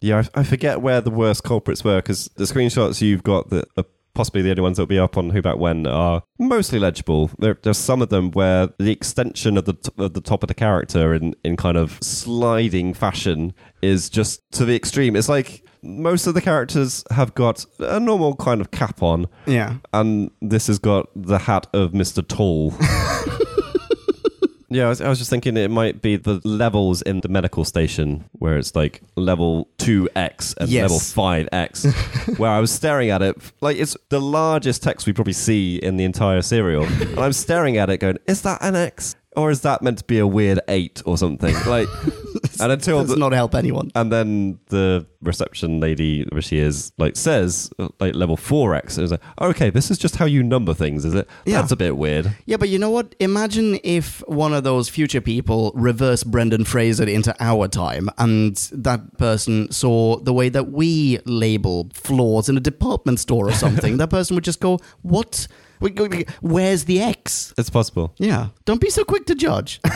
Speaker 1: yeah, I, I forget where the worst culprits were because the screenshots you've got that are possibly the only ones that'll be up on Who Back When are mostly legible. There, there's some of them where the extension of the, t- of the top of the character in, in kind of sliding fashion is just to the extreme. It's like most of the characters have got a normal kind of cap on,
Speaker 2: Yeah.
Speaker 1: and this has got the hat of Mr. Tall. yeah, I was, I was just thinking it might be the levels in the medical station where it's like level 2x and
Speaker 2: Yes.
Speaker 1: level 5x, where I was staring at it. Like, it's the largest text we probably see in the entire serial. and I'm staring at it going, is that an X? Or is that meant to be a weird 8 or something? Like, and until
Speaker 2: Does
Speaker 1: the,
Speaker 2: not help anyone.
Speaker 1: and then the reception lady, where she is, like says, uh, like level 4x. It was like, okay, this is just how you number things, is it?
Speaker 2: Yeah.
Speaker 1: That's a bit weird.
Speaker 2: Yeah, but you know what? Imagine if one of those future people reversed Brendan Fraser into our time, and that person saw the way that we label flaws in a department store or something. that person would just go, "What? Wait, wait, wait, Where's the X?"
Speaker 1: It's possible.
Speaker 2: Yeah, don't be so quick to judge.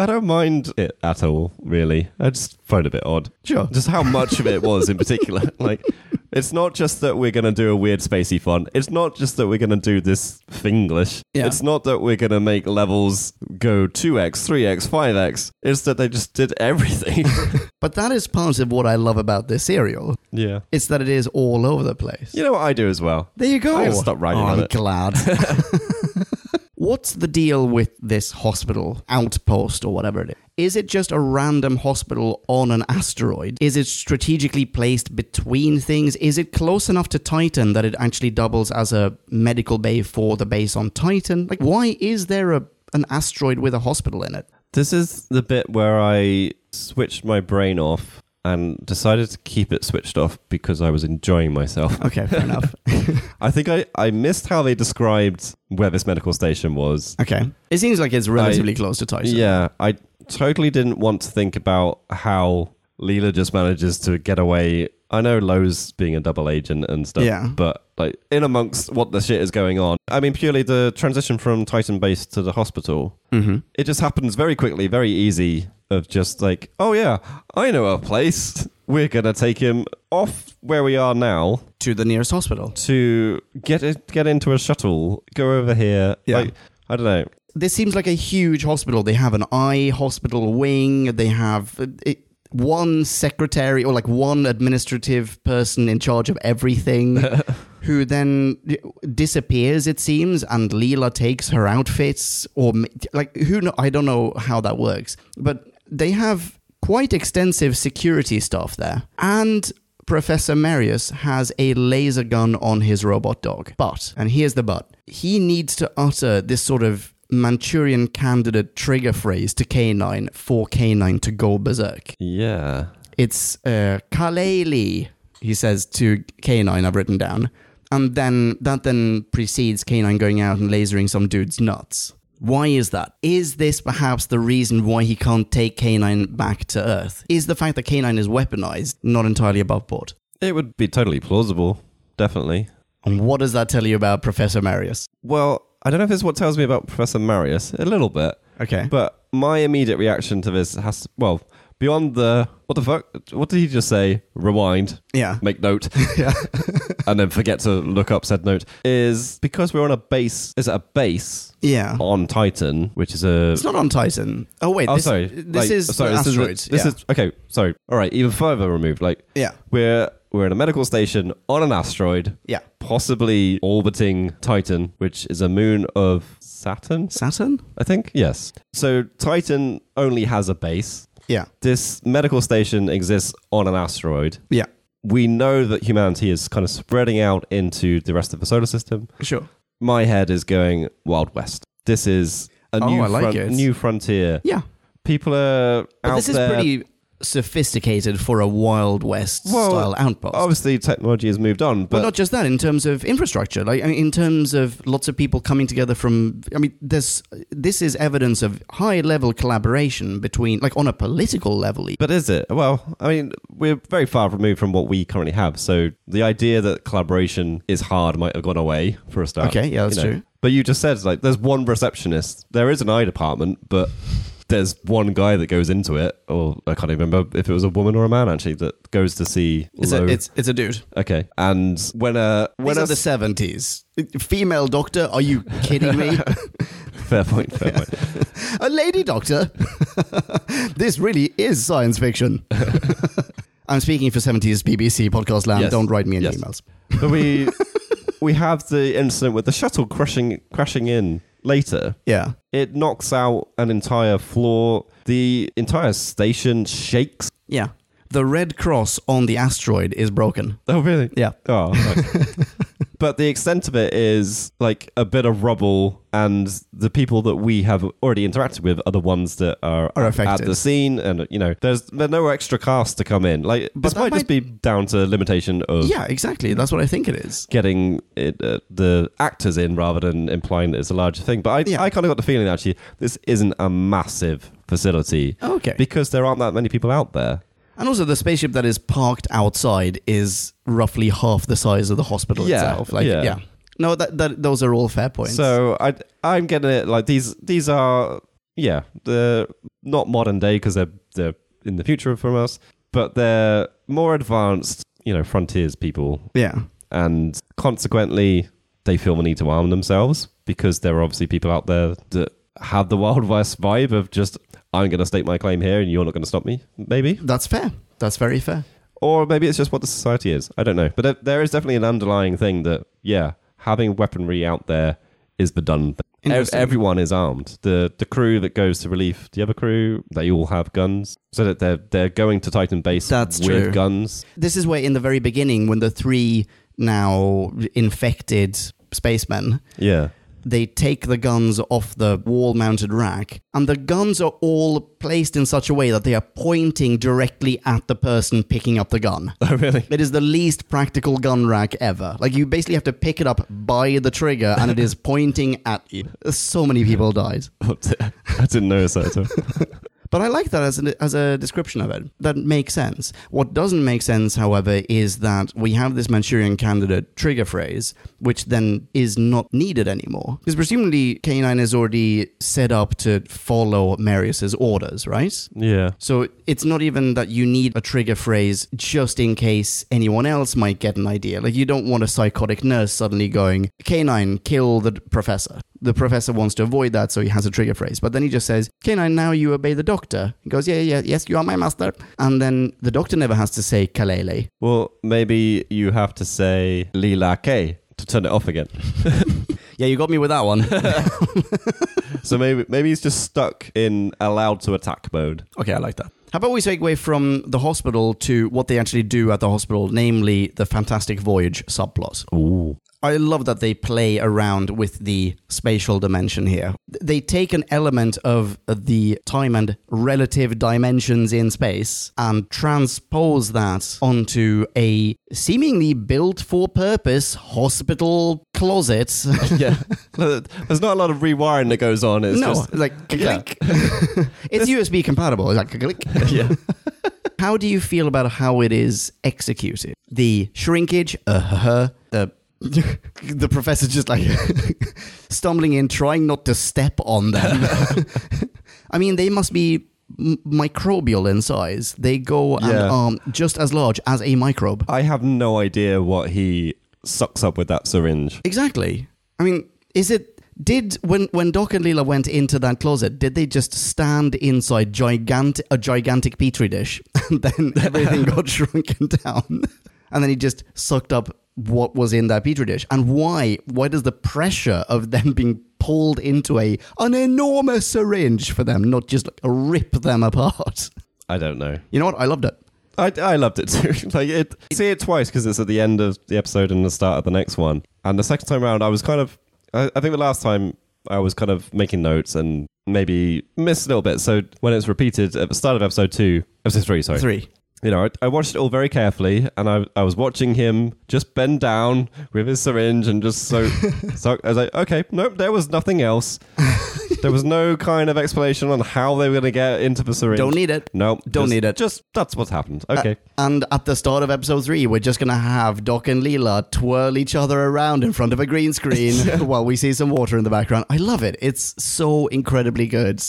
Speaker 1: I don't mind it at all, really. I just find it a bit odd.
Speaker 2: Sure.
Speaker 1: Just how much of it was in particular. like, it's not just that we're going to do a weird spacey font. It's not just that we're going to do this Finglish.
Speaker 2: Yeah.
Speaker 1: It's not that we're going to make levels go 2x, 3x, 5x. It's that they just did everything.
Speaker 2: but that is part of what I love about this serial.
Speaker 1: yeah.
Speaker 2: It's that it is all over the place.
Speaker 1: You know what I do as well?
Speaker 2: There you go.
Speaker 1: I'm gonna stop writing
Speaker 2: Oh,
Speaker 1: on
Speaker 2: I'm
Speaker 1: it.
Speaker 2: glad. What's the deal with this hospital outpost or whatever it is? Is it just a random hospital on an asteroid? Is it strategically placed between things? Is it close enough to Titan that it actually doubles as a medical bay for the base on Titan? Like, why is there a an asteroid with a hospital in it?
Speaker 1: This is the bit where I switched my brain off and decided to keep it switched off because I was enjoying myself.
Speaker 2: Okay, fair enough.
Speaker 1: I think I, I missed how they described where this medical station was.
Speaker 2: Okay, it seems like it's relatively close to Titan.
Speaker 1: Yeah, I totally didn't want to think about how Leela just manages to get away. I know Lowe's being a double agent and stuff,
Speaker 2: Yeah.
Speaker 1: but like in amongst what the shit is going on. I mean, purely the transition from Titan base to the hospital,
Speaker 2: Mm-hmm.
Speaker 1: it just happens very quickly, very easy. Of just like, oh yeah, I know a place. We're gonna take him off where we are now
Speaker 2: To the nearest hospital.
Speaker 1: to get it, get into a shuttle, go over here.
Speaker 2: Yeah.
Speaker 1: Like, I don't know.
Speaker 2: this seems like a huge hospital. They have an eye hospital wing. They have uh, it, one secretary or like one administrative person in charge of everything, who then disappears. It seems, and Leela takes her outfits, or ma- like who? Know, I don't know how that works, but they have quite extensive security staff there, and. Professor Marius has a laser gun on his robot dog. But, and here's the but, he needs to utter this sort of Manchurian candidate trigger phrase to K9 for K9 to go berserk.
Speaker 1: Yeah.
Speaker 2: It's uh, Kaleli, he says to K9, I've written down. And then that then precedes K9 going out and lasering some dude's nuts. Why is that? Is this perhaps the reason why he can't take K9 back to Earth? Is the fact that K9 is weaponized not entirely above board?
Speaker 1: It would be totally plausible, definitely.
Speaker 2: And what does that tell you about Professor Marius?
Speaker 1: Well, I don't know if it's what tells me about Professor Marius, a little bit,
Speaker 2: Okay.
Speaker 1: but my immediate reaction to this has to, well, beyond the, what the fuck? What did he just say? Rewind,
Speaker 2: yeah.
Speaker 1: make note,
Speaker 2: Yeah.
Speaker 1: and then forget to look up said note, is because we're on a base, is it a base
Speaker 2: Yeah.
Speaker 1: on Titan, which is a.
Speaker 2: Uh-huh. It's not on Titan. Oh wait,
Speaker 1: Oh,
Speaker 2: this,
Speaker 1: sorry.
Speaker 2: this
Speaker 1: like,
Speaker 2: is
Speaker 1: sorry,
Speaker 2: the
Speaker 1: this
Speaker 2: asteroids.
Speaker 1: Is, this
Speaker 2: yeah.
Speaker 1: is okay. Sorry. All right. Even further removed. Like
Speaker 2: yeah,
Speaker 1: we're we're in a medical station on an asteroid.
Speaker 2: yeah.
Speaker 1: possibly orbiting Titan, which is a moon of Saturn,
Speaker 2: Saturn.
Speaker 1: I think. Yes. So Titan only has a base.
Speaker 2: Yeah,
Speaker 1: This medical station exists on an asteroid.
Speaker 2: yeah.
Speaker 1: We know that humanity is kind of spreading out into the rest of the solar system.
Speaker 2: Sure.
Speaker 1: My head is going Wild West. This is a
Speaker 2: Oh,
Speaker 1: new,
Speaker 2: I like
Speaker 1: fron-
Speaker 2: it.
Speaker 1: new frontier.
Speaker 2: Yeah,
Speaker 1: People are
Speaker 2: but
Speaker 1: out
Speaker 2: this is
Speaker 1: there.
Speaker 2: pretty sophisticated for a Wild West
Speaker 1: Well,
Speaker 2: style outpost.
Speaker 1: Obviously, technology has moved on, but
Speaker 2: well, not just that. In terms of infrastructure, like I mean, in terms of lots of people coming together from, I mean, this this is evidence of high level collaboration between, like, on a political level. even.
Speaker 1: But is it? Well, I mean, we're very far removed from what we currently have. So the idea that collaboration is hard might have gone away for a start.
Speaker 2: Okay, yeah, that's
Speaker 1: You know.
Speaker 2: true.
Speaker 1: But you just said like there's one receptionist. There is an eye department, but there's one guy that goes into it, or I can't even remember if it was a woman or a man actually that goes to see.
Speaker 2: It's
Speaker 1: Lo-
Speaker 2: a, it's, it's a dude.
Speaker 1: okay, and when a when
Speaker 2: These
Speaker 1: a
Speaker 2: are the 70s. Female doctor? Are you kidding me?
Speaker 1: fair point, fair point.
Speaker 2: A lady doctor? this really is science fiction. I'm speaking for 70s BBC podcast land.
Speaker 1: Yes.
Speaker 2: Don't write me any
Speaker 1: Yes.
Speaker 2: emails.
Speaker 1: But we we have the incident with the shuttle crashing crashing in later.
Speaker 2: Yeah.
Speaker 1: It knocks out an entire floor. The entire station shakes.
Speaker 2: Yeah. The red cross on the asteroid is broken.
Speaker 1: Oh, really?
Speaker 2: Yeah.
Speaker 1: Oh. okay. but the extent of it is like a bit of rubble, and the people that we have already interacted with are the ones that are,
Speaker 2: Are
Speaker 1: at
Speaker 2: affected.
Speaker 1: the scene. And, you know, there's, there's no extra cast to come in. Like,
Speaker 2: But
Speaker 1: this
Speaker 2: that
Speaker 1: might, just be
Speaker 2: might-
Speaker 1: down to limitation of.
Speaker 2: Yeah, exactly. That's what I think it is.
Speaker 1: Getting it, uh, the actors in rather than implying that it's a larger thing. But I,
Speaker 2: Yeah.
Speaker 1: I kind of got the feeling actually this isn't a massive facility
Speaker 2: Okay.
Speaker 1: because there aren't that many people out there.
Speaker 2: and also, the spaceship that is parked outside is roughly half the size of the hospital
Speaker 1: Yeah,
Speaker 2: itself. Like,
Speaker 1: yeah.
Speaker 2: yeah. No, that, that those are all fair points.
Speaker 1: So I I'm getting it like these these are yeah they're not modern day because they're they're in the future from us, but they're more advanced you know frontiers people,
Speaker 2: yeah.
Speaker 1: and consequently they feel the need to arm themselves because there are obviously people out there that have the Wild West vibe of just I'm going to state my claim here and you're not going to stop me maybe
Speaker 2: That's fair. That's very fair.
Speaker 1: or maybe it's just what the society is. I don't know. But there, there is definitely an underlying thing that, yeah, having weaponry out there is the done thing. Ev-
Speaker 2: Interesting.
Speaker 1: everyone is armed. The the crew that goes to relief, the other crew, they all have guns, so that they're they're going to Titan base
Speaker 2: That's
Speaker 1: with
Speaker 2: true.
Speaker 1: guns.
Speaker 2: this is where, in the very beginning, when the three now infected spacemen
Speaker 1: Yeah,
Speaker 2: they take the guns off the wall mounted rack, and the guns are all placed in such a way that they are pointing directly at the person picking up the gun.
Speaker 1: oh really?
Speaker 2: It is the least practical gun rack ever. Like, you basically have to pick it up by the trigger, and it is pointing at you. So many people died.
Speaker 1: I didn't notice that. At all.
Speaker 2: But I like that as a, as a description of it. That makes sense. What doesn't make sense, however, is that we have this Manchurian candidate trigger phrase, which then is not needed anymore. Because presumably K9 is already set up to follow Marius's orders, right?
Speaker 1: yeah,
Speaker 2: So it's not even that you need a trigger phrase just in case anyone else might get an idea. Like you don't want a psychotic nurse suddenly going, "Canine, kill the professor." The professor wants to avoid that, so he has a trigger phrase. But then he just says, "Canine, now you obey the doctor." He goes, "Yeah, yeah, yes, you are my master." And then the doctor never has to say "Kalele."
Speaker 1: Well, maybe you have to say Lila K to turn it off again.
Speaker 2: Yeah, you got me with that one.
Speaker 1: so maybe maybe he's just stuck in allowed to attack mode.
Speaker 2: okay, I like that. How about we segue from the hospital to what they actually do at the hospital, namely the Fantastic Voyage subplot?
Speaker 1: Ooh.
Speaker 2: I love that they play around with the spatial dimension here. They take an element of the time and relative dimensions in space and transpose that onto a seemingly built for purpose hospital closet.
Speaker 1: Yeah. There's not a lot of rewiring that goes on. It's
Speaker 2: no,
Speaker 1: just
Speaker 2: like
Speaker 1: Yeah.
Speaker 2: click. it's USB compatible. It's like click.
Speaker 1: yeah.
Speaker 2: How do you feel about how it is executed? The shrinkage, uh huh, the the professor just like stumbling in, trying not to step on them. I mean, they must be m- microbial in size. They go and
Speaker 1: Yeah.
Speaker 2: um, just as large as a microbe.
Speaker 1: I have no idea what he sucks up with that syringe.
Speaker 2: Exactly. I mean, is it? Did when when Doc and Leela went into that closet, did they just stand inside gigantic a gigantic petri dish, and then everything got shrunken down, and then he just sucked up what was in that petri dish? And why? Why does the pressure of them being pulled into a an enormous syringe for them not just like, rip them apart?
Speaker 1: I don't know.
Speaker 2: You know what? I loved it.
Speaker 1: I, I loved it too. like it, see it twice because it's at the end of the episode and the start of the next one. And the second time around, I was kind of, I, I think the last time I was kind of making notes and maybe missed a little bit. So when it's repeated at the start of episode two, episode three, sorry,
Speaker 2: Three.
Speaker 1: you know, I, I watched it all very carefully, and I, I was watching him just bend down with his syringe and just so, so I was like, okay, nope, there was nothing else. there was no kind of explanation on how they were going to get into the syringe.
Speaker 2: Don't need it.
Speaker 1: No,
Speaker 2: Don't
Speaker 1: just-
Speaker 2: need it. Uh,
Speaker 1: Just that's what's happened. Okay.
Speaker 2: And at the start of episode three, we're just going to have Doc and Leela twirl each other around in front of a green screen while we see some water in the background. I love it. It's so incredibly good.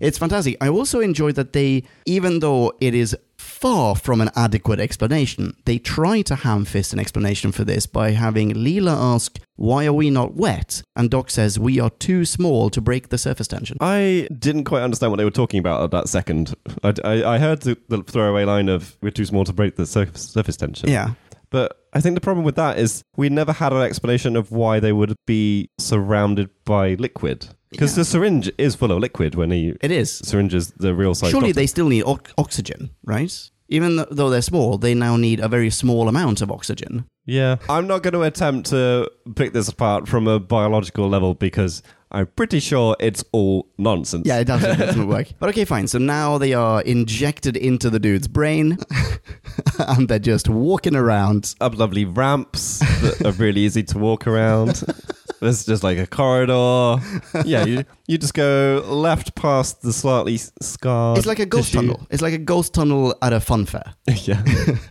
Speaker 2: it's fantastic. I also enjoyed that they, even though it is far from an adequate explanation, they try to ham fist an explanation for this by having Leela ask, Why are we not wet? And Doc says, We are too small to break the surface tension.
Speaker 1: I didn't quite understand what they were talking about at that second. I, I, I heard the, the throwaway line of "We're too small to break the surface, surface tension."
Speaker 2: Yeah.
Speaker 1: But I think the problem with that is we never had an explanation of why they would be surrounded by liquid. Because
Speaker 2: Yeah.
Speaker 1: the syringe is full of liquid when he
Speaker 2: It is.
Speaker 1: syringes the real size.
Speaker 2: Surely
Speaker 1: doctor.
Speaker 2: they still need ox- oxygen, right? Even th- though they're small, they now need a very small amount of oxygen.
Speaker 1: Yeah. I'm not going to attempt to pick this apart from a biological level because I'm pretty sure it's all nonsense.
Speaker 2: Yeah, it doesn't, it doesn't work. But okay, fine. So now they are injected into the dude's brain and they're just walking around.
Speaker 1: Up lovely ramps that are really easy to walk around. There's just like a corridor. Yeah, you, you just go left past the slightly s- scarred.
Speaker 2: It's like a ghost
Speaker 1: tissue.
Speaker 2: tunnel. It's like a ghost tunnel at a fun fair.
Speaker 1: yeah.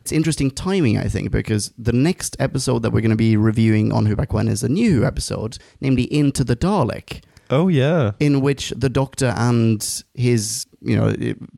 Speaker 2: It's interesting timing, I think, because the next episode that we're going to be reviewing on Who Back When is a new Who episode, namely Into the Dalek.
Speaker 1: Oh, yeah.
Speaker 2: in which the Doctor and his, you know,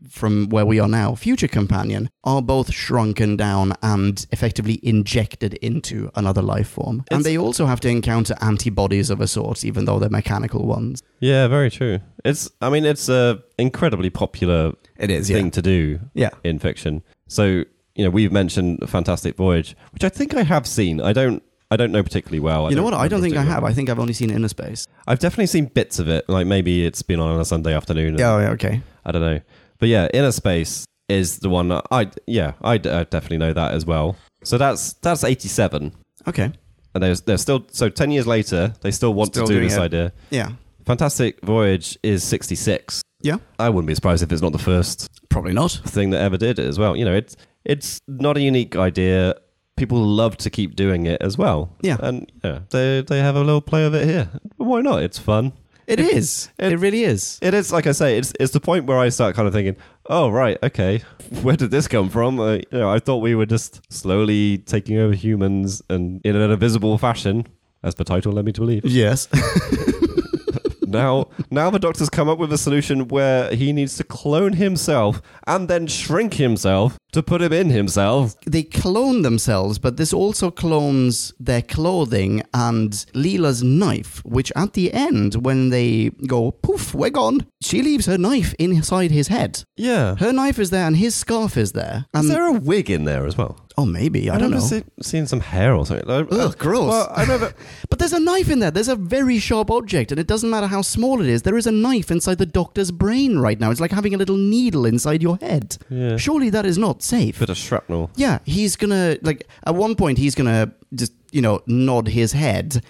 Speaker 2: from where we are now, future companion are both shrunken down and effectively injected into another life form. and
Speaker 1: It's-
Speaker 2: they also have to encounter antibodies of a sort, even though they're mechanical ones.
Speaker 1: Yeah, very true. It's I mean it's a incredibly popular
Speaker 2: It is,
Speaker 1: thing to do
Speaker 2: Yeah.
Speaker 1: in fiction. So, you know, we've mentioned Fantastic Voyage, which I think I have seen. I don't I don't know particularly well.
Speaker 2: you know what? I don't
Speaker 1: remember
Speaker 2: think I have.
Speaker 1: particularly
Speaker 2: I think I've only seen Inner Space.
Speaker 1: well. I've definitely seen bits of it. Like maybe it's been on on a Sunday afternoon. and-
Speaker 2: Oh, yeah, okay.
Speaker 1: I don't know. But yeah, Inner Space is the one. that I yeah, I, d- I definitely know that as well. So that's that's eighty seven,
Speaker 2: Okay.
Speaker 1: and there's they're still so ten years later they still want
Speaker 2: Still
Speaker 1: to do
Speaker 2: doing
Speaker 1: this
Speaker 2: it.
Speaker 1: idea.
Speaker 2: Yeah.
Speaker 1: Fantastic Voyage is sixty six.
Speaker 2: Yeah.
Speaker 1: I wouldn't be surprised if it's not the first
Speaker 2: Probably not.
Speaker 1: thing that ever did it as well. You know, it's it's not a unique idea. People love to keep doing it as well.
Speaker 2: Yeah.
Speaker 1: and yeah, they they have a little play of it here. Why not? It's fun.
Speaker 2: It is. It, really is.
Speaker 1: It is like I say. It's it's the point where I start kind of thinking, oh right, okay, where did this come from? Uh, you know, I thought we were just slowly taking over humans and in an invisible fashion, as the title led me to believe.
Speaker 2: Yes.
Speaker 1: now, now the doctor's come up with a solution where he needs to clone himself and then shrink himself to put him in himself.
Speaker 2: they clone themselves, but this also clones their clothing and Leela's knife, which at the end, when they go poof, we're gone, she leaves her knife inside his head.
Speaker 1: Yeah.
Speaker 2: Her knife is there and his scarf is there. And
Speaker 1: Is there a wig in there as well?
Speaker 2: oh, maybe um, I, don't know.
Speaker 1: remember see- seeing some hair or something. Ugh,
Speaker 2: Ugh, gross.
Speaker 1: Well, I never.
Speaker 2: But there's a knife in there. There's a very sharp object, and it doesn't matter how small it is. There is a knife inside the doctor's brain right now. It's like having a little needle inside your head.
Speaker 1: Yeah.
Speaker 2: Surely that is not safe.
Speaker 1: Bit of shrapnel.
Speaker 2: Yeah, he's gonna like at one point he's gonna just you know nod his head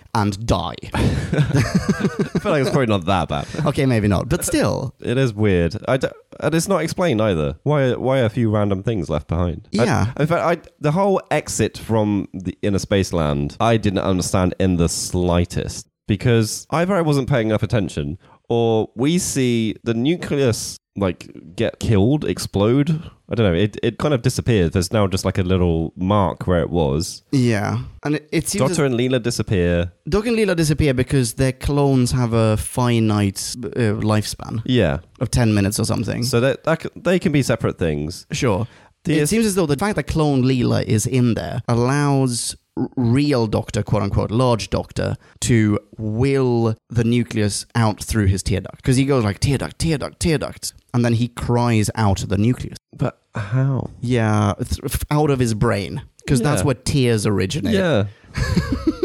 Speaker 2: and die.
Speaker 1: I feel like it's probably not that bad.
Speaker 2: okay, maybe not, but still,
Speaker 1: It is weird. I d- and it's not explained either. Why? Why a few random things left behind? I-
Speaker 2: Yeah.
Speaker 1: in fact, I, the whole exit from the inner space land, I didn't understand in the slightest because either I wasn't paying enough attention, or we see the nucleus like get killed, explode. I don't know. It it kind of disappears. There's now just like a little mark where it was.
Speaker 2: yeah. And it, it seems
Speaker 1: Doctor and Leela disappear.
Speaker 2: that Doug and Leela disappear because their clones have a finite uh, lifespan
Speaker 1: Yeah.
Speaker 2: of ten minutes or something.
Speaker 1: So that, that c- they can be separate things.
Speaker 2: sure,
Speaker 1: The-
Speaker 2: Mm. it seems as though the fact that clone Leela is in there allows r- real Doctor, quote unquote, large Doctor, to will the nucleus out through his tear duct because he goes like tear duct, tear duct, tear duct, and then he cries out the nucleus.
Speaker 1: But how?
Speaker 2: Yeah, th- f- out of his brain because that's
Speaker 1: Yeah.
Speaker 2: where tears originate.
Speaker 1: Yeah.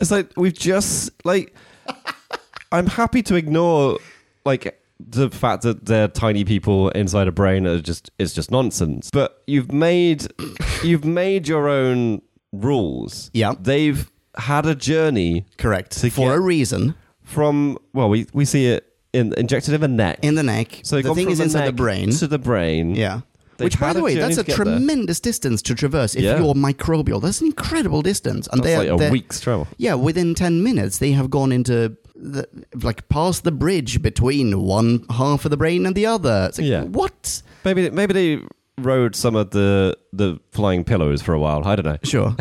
Speaker 1: it's like we've just like I'm happy to ignore like the fact that they're tiny people inside a brain are just it's just nonsense. But you've made you've made your own rules.
Speaker 2: Yeah.
Speaker 1: They've had a journey
Speaker 2: Correct.
Speaker 1: To
Speaker 2: For
Speaker 1: get-
Speaker 2: a reason,
Speaker 1: from well, we, we see it in injected in the neck.
Speaker 2: in the neck.
Speaker 1: so they've
Speaker 2: the
Speaker 1: gone
Speaker 2: thing
Speaker 1: from
Speaker 2: is inside the
Speaker 1: neck
Speaker 2: brain.
Speaker 1: To the brain.
Speaker 2: yeah.
Speaker 1: They've
Speaker 2: Which, by
Speaker 1: had
Speaker 2: the
Speaker 1: a
Speaker 2: way,
Speaker 1: journey
Speaker 2: that's
Speaker 1: to
Speaker 2: a
Speaker 1: get there.
Speaker 2: tremendous distance to traverse if
Speaker 1: Yeah.
Speaker 2: you're microbial. That's an incredible distance, and
Speaker 1: That's
Speaker 2: they're,
Speaker 1: like a
Speaker 2: they're-
Speaker 1: week's travel.
Speaker 2: Yeah, within 10 minutes, they have gone into, the, like, past the bridge between one half of the brain and the other. It's like,
Speaker 1: Yeah.
Speaker 2: what?
Speaker 1: Maybe maybe they rode some of the the flying pillows for a while. I don't know.
Speaker 2: Sure.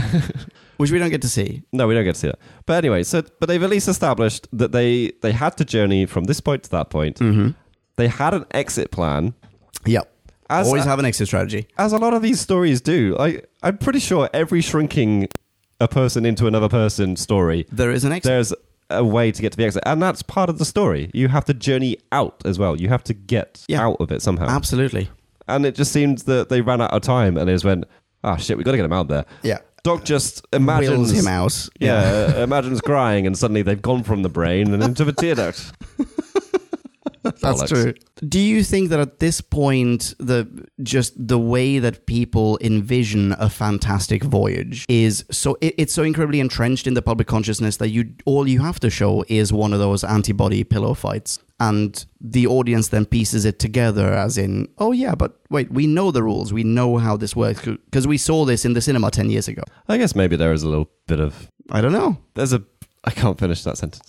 Speaker 2: Which we don't get to see.
Speaker 1: No, we don't get to see that. But anyway, so but they've at least established that they they had to journey from this point to that point.
Speaker 2: Mm-hmm.
Speaker 1: They had an exit plan,
Speaker 2: Yep.
Speaker 1: As
Speaker 2: Always
Speaker 1: a-
Speaker 2: have an exit strategy.
Speaker 1: as a lot of these stories do. I I'm pretty sure every shrinking a person into another person story,
Speaker 2: There is an exit.
Speaker 1: there's a way to get to the exit, and that's part of the story. You have to journey out as well. You have to get
Speaker 2: Yeah.
Speaker 1: out of it somehow.
Speaker 2: Absolutely.
Speaker 1: and it just seemed that they ran out of time, and it just went, ah shit, we got to get him out there.
Speaker 2: Yeah.
Speaker 1: Doc just imagines
Speaker 2: Wills him out.
Speaker 1: Yeah, uh, imagines crying and suddenly they've gone from the brain and into the tear duct.
Speaker 2: That's
Speaker 1: Bollocks.
Speaker 2: true. Do you think that at this point, the just the way that people envision a fantastic voyage is so it, it's so incredibly entrenched in the public consciousness that you all you have to show is one of those antibody pillow fights, and the audience then pieces it together as in, oh yeah, but wait, we know the rules, we know how this works because we saw this in the cinema ten years ago.
Speaker 1: I guess maybe there is a little bit of
Speaker 2: I don't know.
Speaker 1: there's a I can't finish that sentence.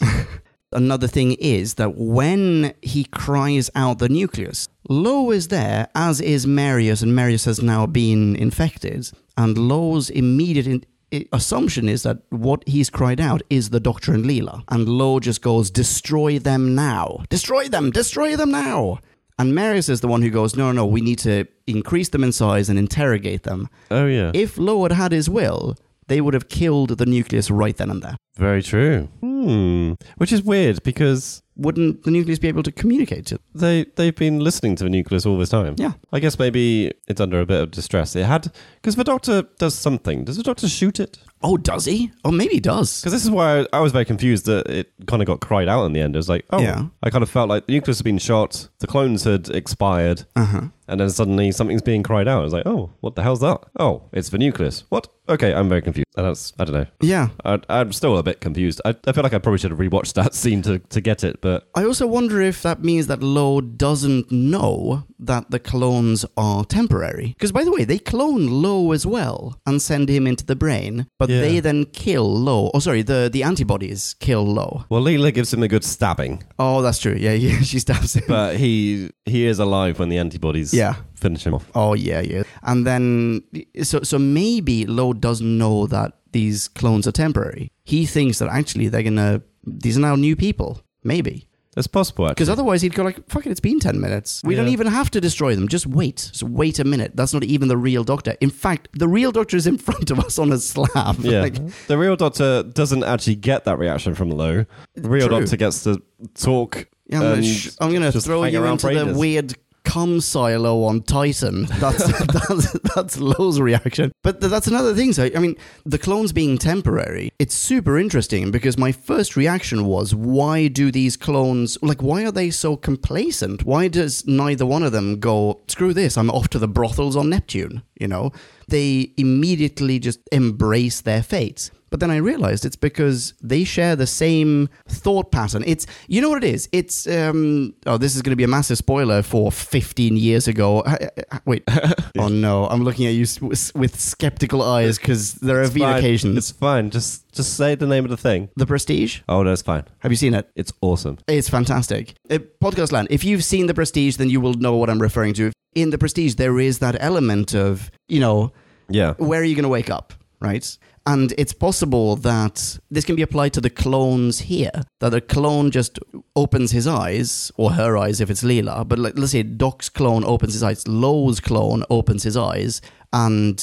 Speaker 2: Another thing is that when he cries out the nucleus, Lo is there, as is Marius, and Marius has now been infected. And Lo's immediate in- i- assumption is that what he's cried out is the Doctor and Leela. And Lo just goes, Destroy them now! Destroy them! Destroy them now! And Marius is the one who goes, No, no, no, we need to increase them in size and interrogate them.
Speaker 1: Oh yeah,
Speaker 2: If Lo had had his will, they would have killed the nucleus right then and there.
Speaker 1: very true. Hmm, which is weird because
Speaker 2: Wouldn't the nucleus be able to communicate to
Speaker 1: they they've been listening to the nucleus all this time.
Speaker 2: Yeah.
Speaker 1: I guess maybe it's under a bit of distress. It had because the doctor does something. Does the doctor shoot it?
Speaker 2: Oh, does he? Oh, maybe he does.
Speaker 1: Because this is why I, I was very confused that it kind of got cried out in the end. It was like, oh,
Speaker 2: Yeah.
Speaker 1: I kind of felt like the nucleus had been shot, the clones had expired,
Speaker 2: Uh-huh.
Speaker 1: and then suddenly something's being cried out. I was like, oh, what the hell's that? Oh, it's the nucleus. What? Okay, I'm very confused. And that's, I don't know.
Speaker 2: Yeah.
Speaker 1: I, I'm still a bit confused. I, I feel like I probably should have rewatched that scene to, to get it, but
Speaker 2: I also wonder if that means that Lo doesn't know that the clones are temporary. Because, by the way, they clone Lo as well and send him into the brain, but
Speaker 1: Yeah.
Speaker 2: they then kill Lo. Oh, sorry, the, the antibodies kill Lo.
Speaker 1: well, Leela gives him a good stabbing,
Speaker 2: Oh, that's true. Yeah, yeah she stabs him.
Speaker 1: but he he is alive when the antibodies
Speaker 2: Yeah.
Speaker 1: finish him off.
Speaker 2: Oh yeah, yeah. And then so so maybe Lo doesn't know that these clones are temporary. He thinks that actually they're gonna these are now new people. Maybe.
Speaker 1: It's possible,
Speaker 2: Because
Speaker 1: actually.
Speaker 2: otherwise he'd go like, fuck it, it's been ten minutes. We don't
Speaker 1: Yeah.
Speaker 2: even have to destroy them. Just wait. So wait a minute. That's not even the real doctor. In fact, the real doctor is in front of us on a slab.
Speaker 1: Yeah,
Speaker 2: Like,
Speaker 1: the real doctor doesn't actually get that reaction from Lo. The real
Speaker 2: True.
Speaker 1: doctor gets to talk.
Speaker 2: yeah, I'm gonna,
Speaker 1: and
Speaker 2: sh- I'm gonna
Speaker 1: just
Speaker 2: throw
Speaker 1: hang
Speaker 2: you
Speaker 1: around
Speaker 2: into the
Speaker 1: Raiders.
Speaker 2: weird cum silo on Titan. That's that's, that's Lowe's reaction. But th- that's another thing. So I mean, the clones being temporary, it's super interesting because my first reaction was, why do these clones like? Why are they so complacent? Why does neither one of them go screw this? I'm off to the brothels on Neptune. You know, they immediately just embrace their fates. But then I realized it's because they share the same thought pattern. It's you know what it is. It's um oh this is going to be a massive spoiler for 15 years ago. I- I- I- Wait. oh no, I'm looking at you s- with- with skeptical eyes cuz there have
Speaker 1: It's
Speaker 2: been
Speaker 1: fine.
Speaker 2: occasions.
Speaker 1: It's fine. Just just say the name of the thing.
Speaker 2: the Prestige?
Speaker 1: Oh no, it's fine.
Speaker 2: Have you seen it?
Speaker 1: It's awesome.
Speaker 2: It's fantastic. Uh, Podcast Land, if you've seen The Prestige, then you will know what I'm referring to. In The Prestige, there is that element of, you know,
Speaker 1: Yeah.
Speaker 2: where are you going to wake up, right? And it's possible that this can be applied to the clones here. That the clone just opens his eyes, or her eyes if it's Leela, but like, let's say Doc's clone opens his eyes, Lowe's clone opens his eyes, and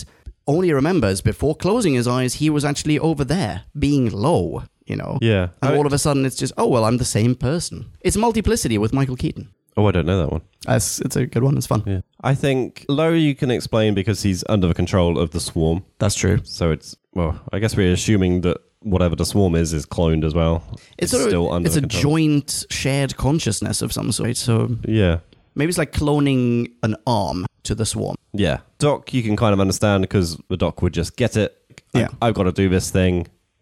Speaker 2: only remembers before closing his eyes he was actually over there being low, you know?
Speaker 1: Yeah.
Speaker 2: And
Speaker 1: I-
Speaker 2: all of a sudden it's just, oh, well, I'm the same person. It's multiplicity with Michael Keaton.
Speaker 1: oh, I don't know that one.
Speaker 2: That's, it's a good one. It's fun.
Speaker 1: Yeah. I think Lo you can explain because he's under the control of the swarm.
Speaker 2: That's true.
Speaker 1: So it's well, I guess we're assuming that whatever the swarm is is cloned as well.
Speaker 2: It's, sort of,
Speaker 1: still under
Speaker 2: it's
Speaker 1: the
Speaker 2: a
Speaker 1: control.
Speaker 2: joint shared consciousness of some sort. So
Speaker 1: Yeah.
Speaker 2: Maybe it's like cloning an arm to the swarm.
Speaker 1: Yeah. Doc, you can kind of understand because the doc would just get it. I-
Speaker 2: Yeah.
Speaker 1: I've got to do this thing.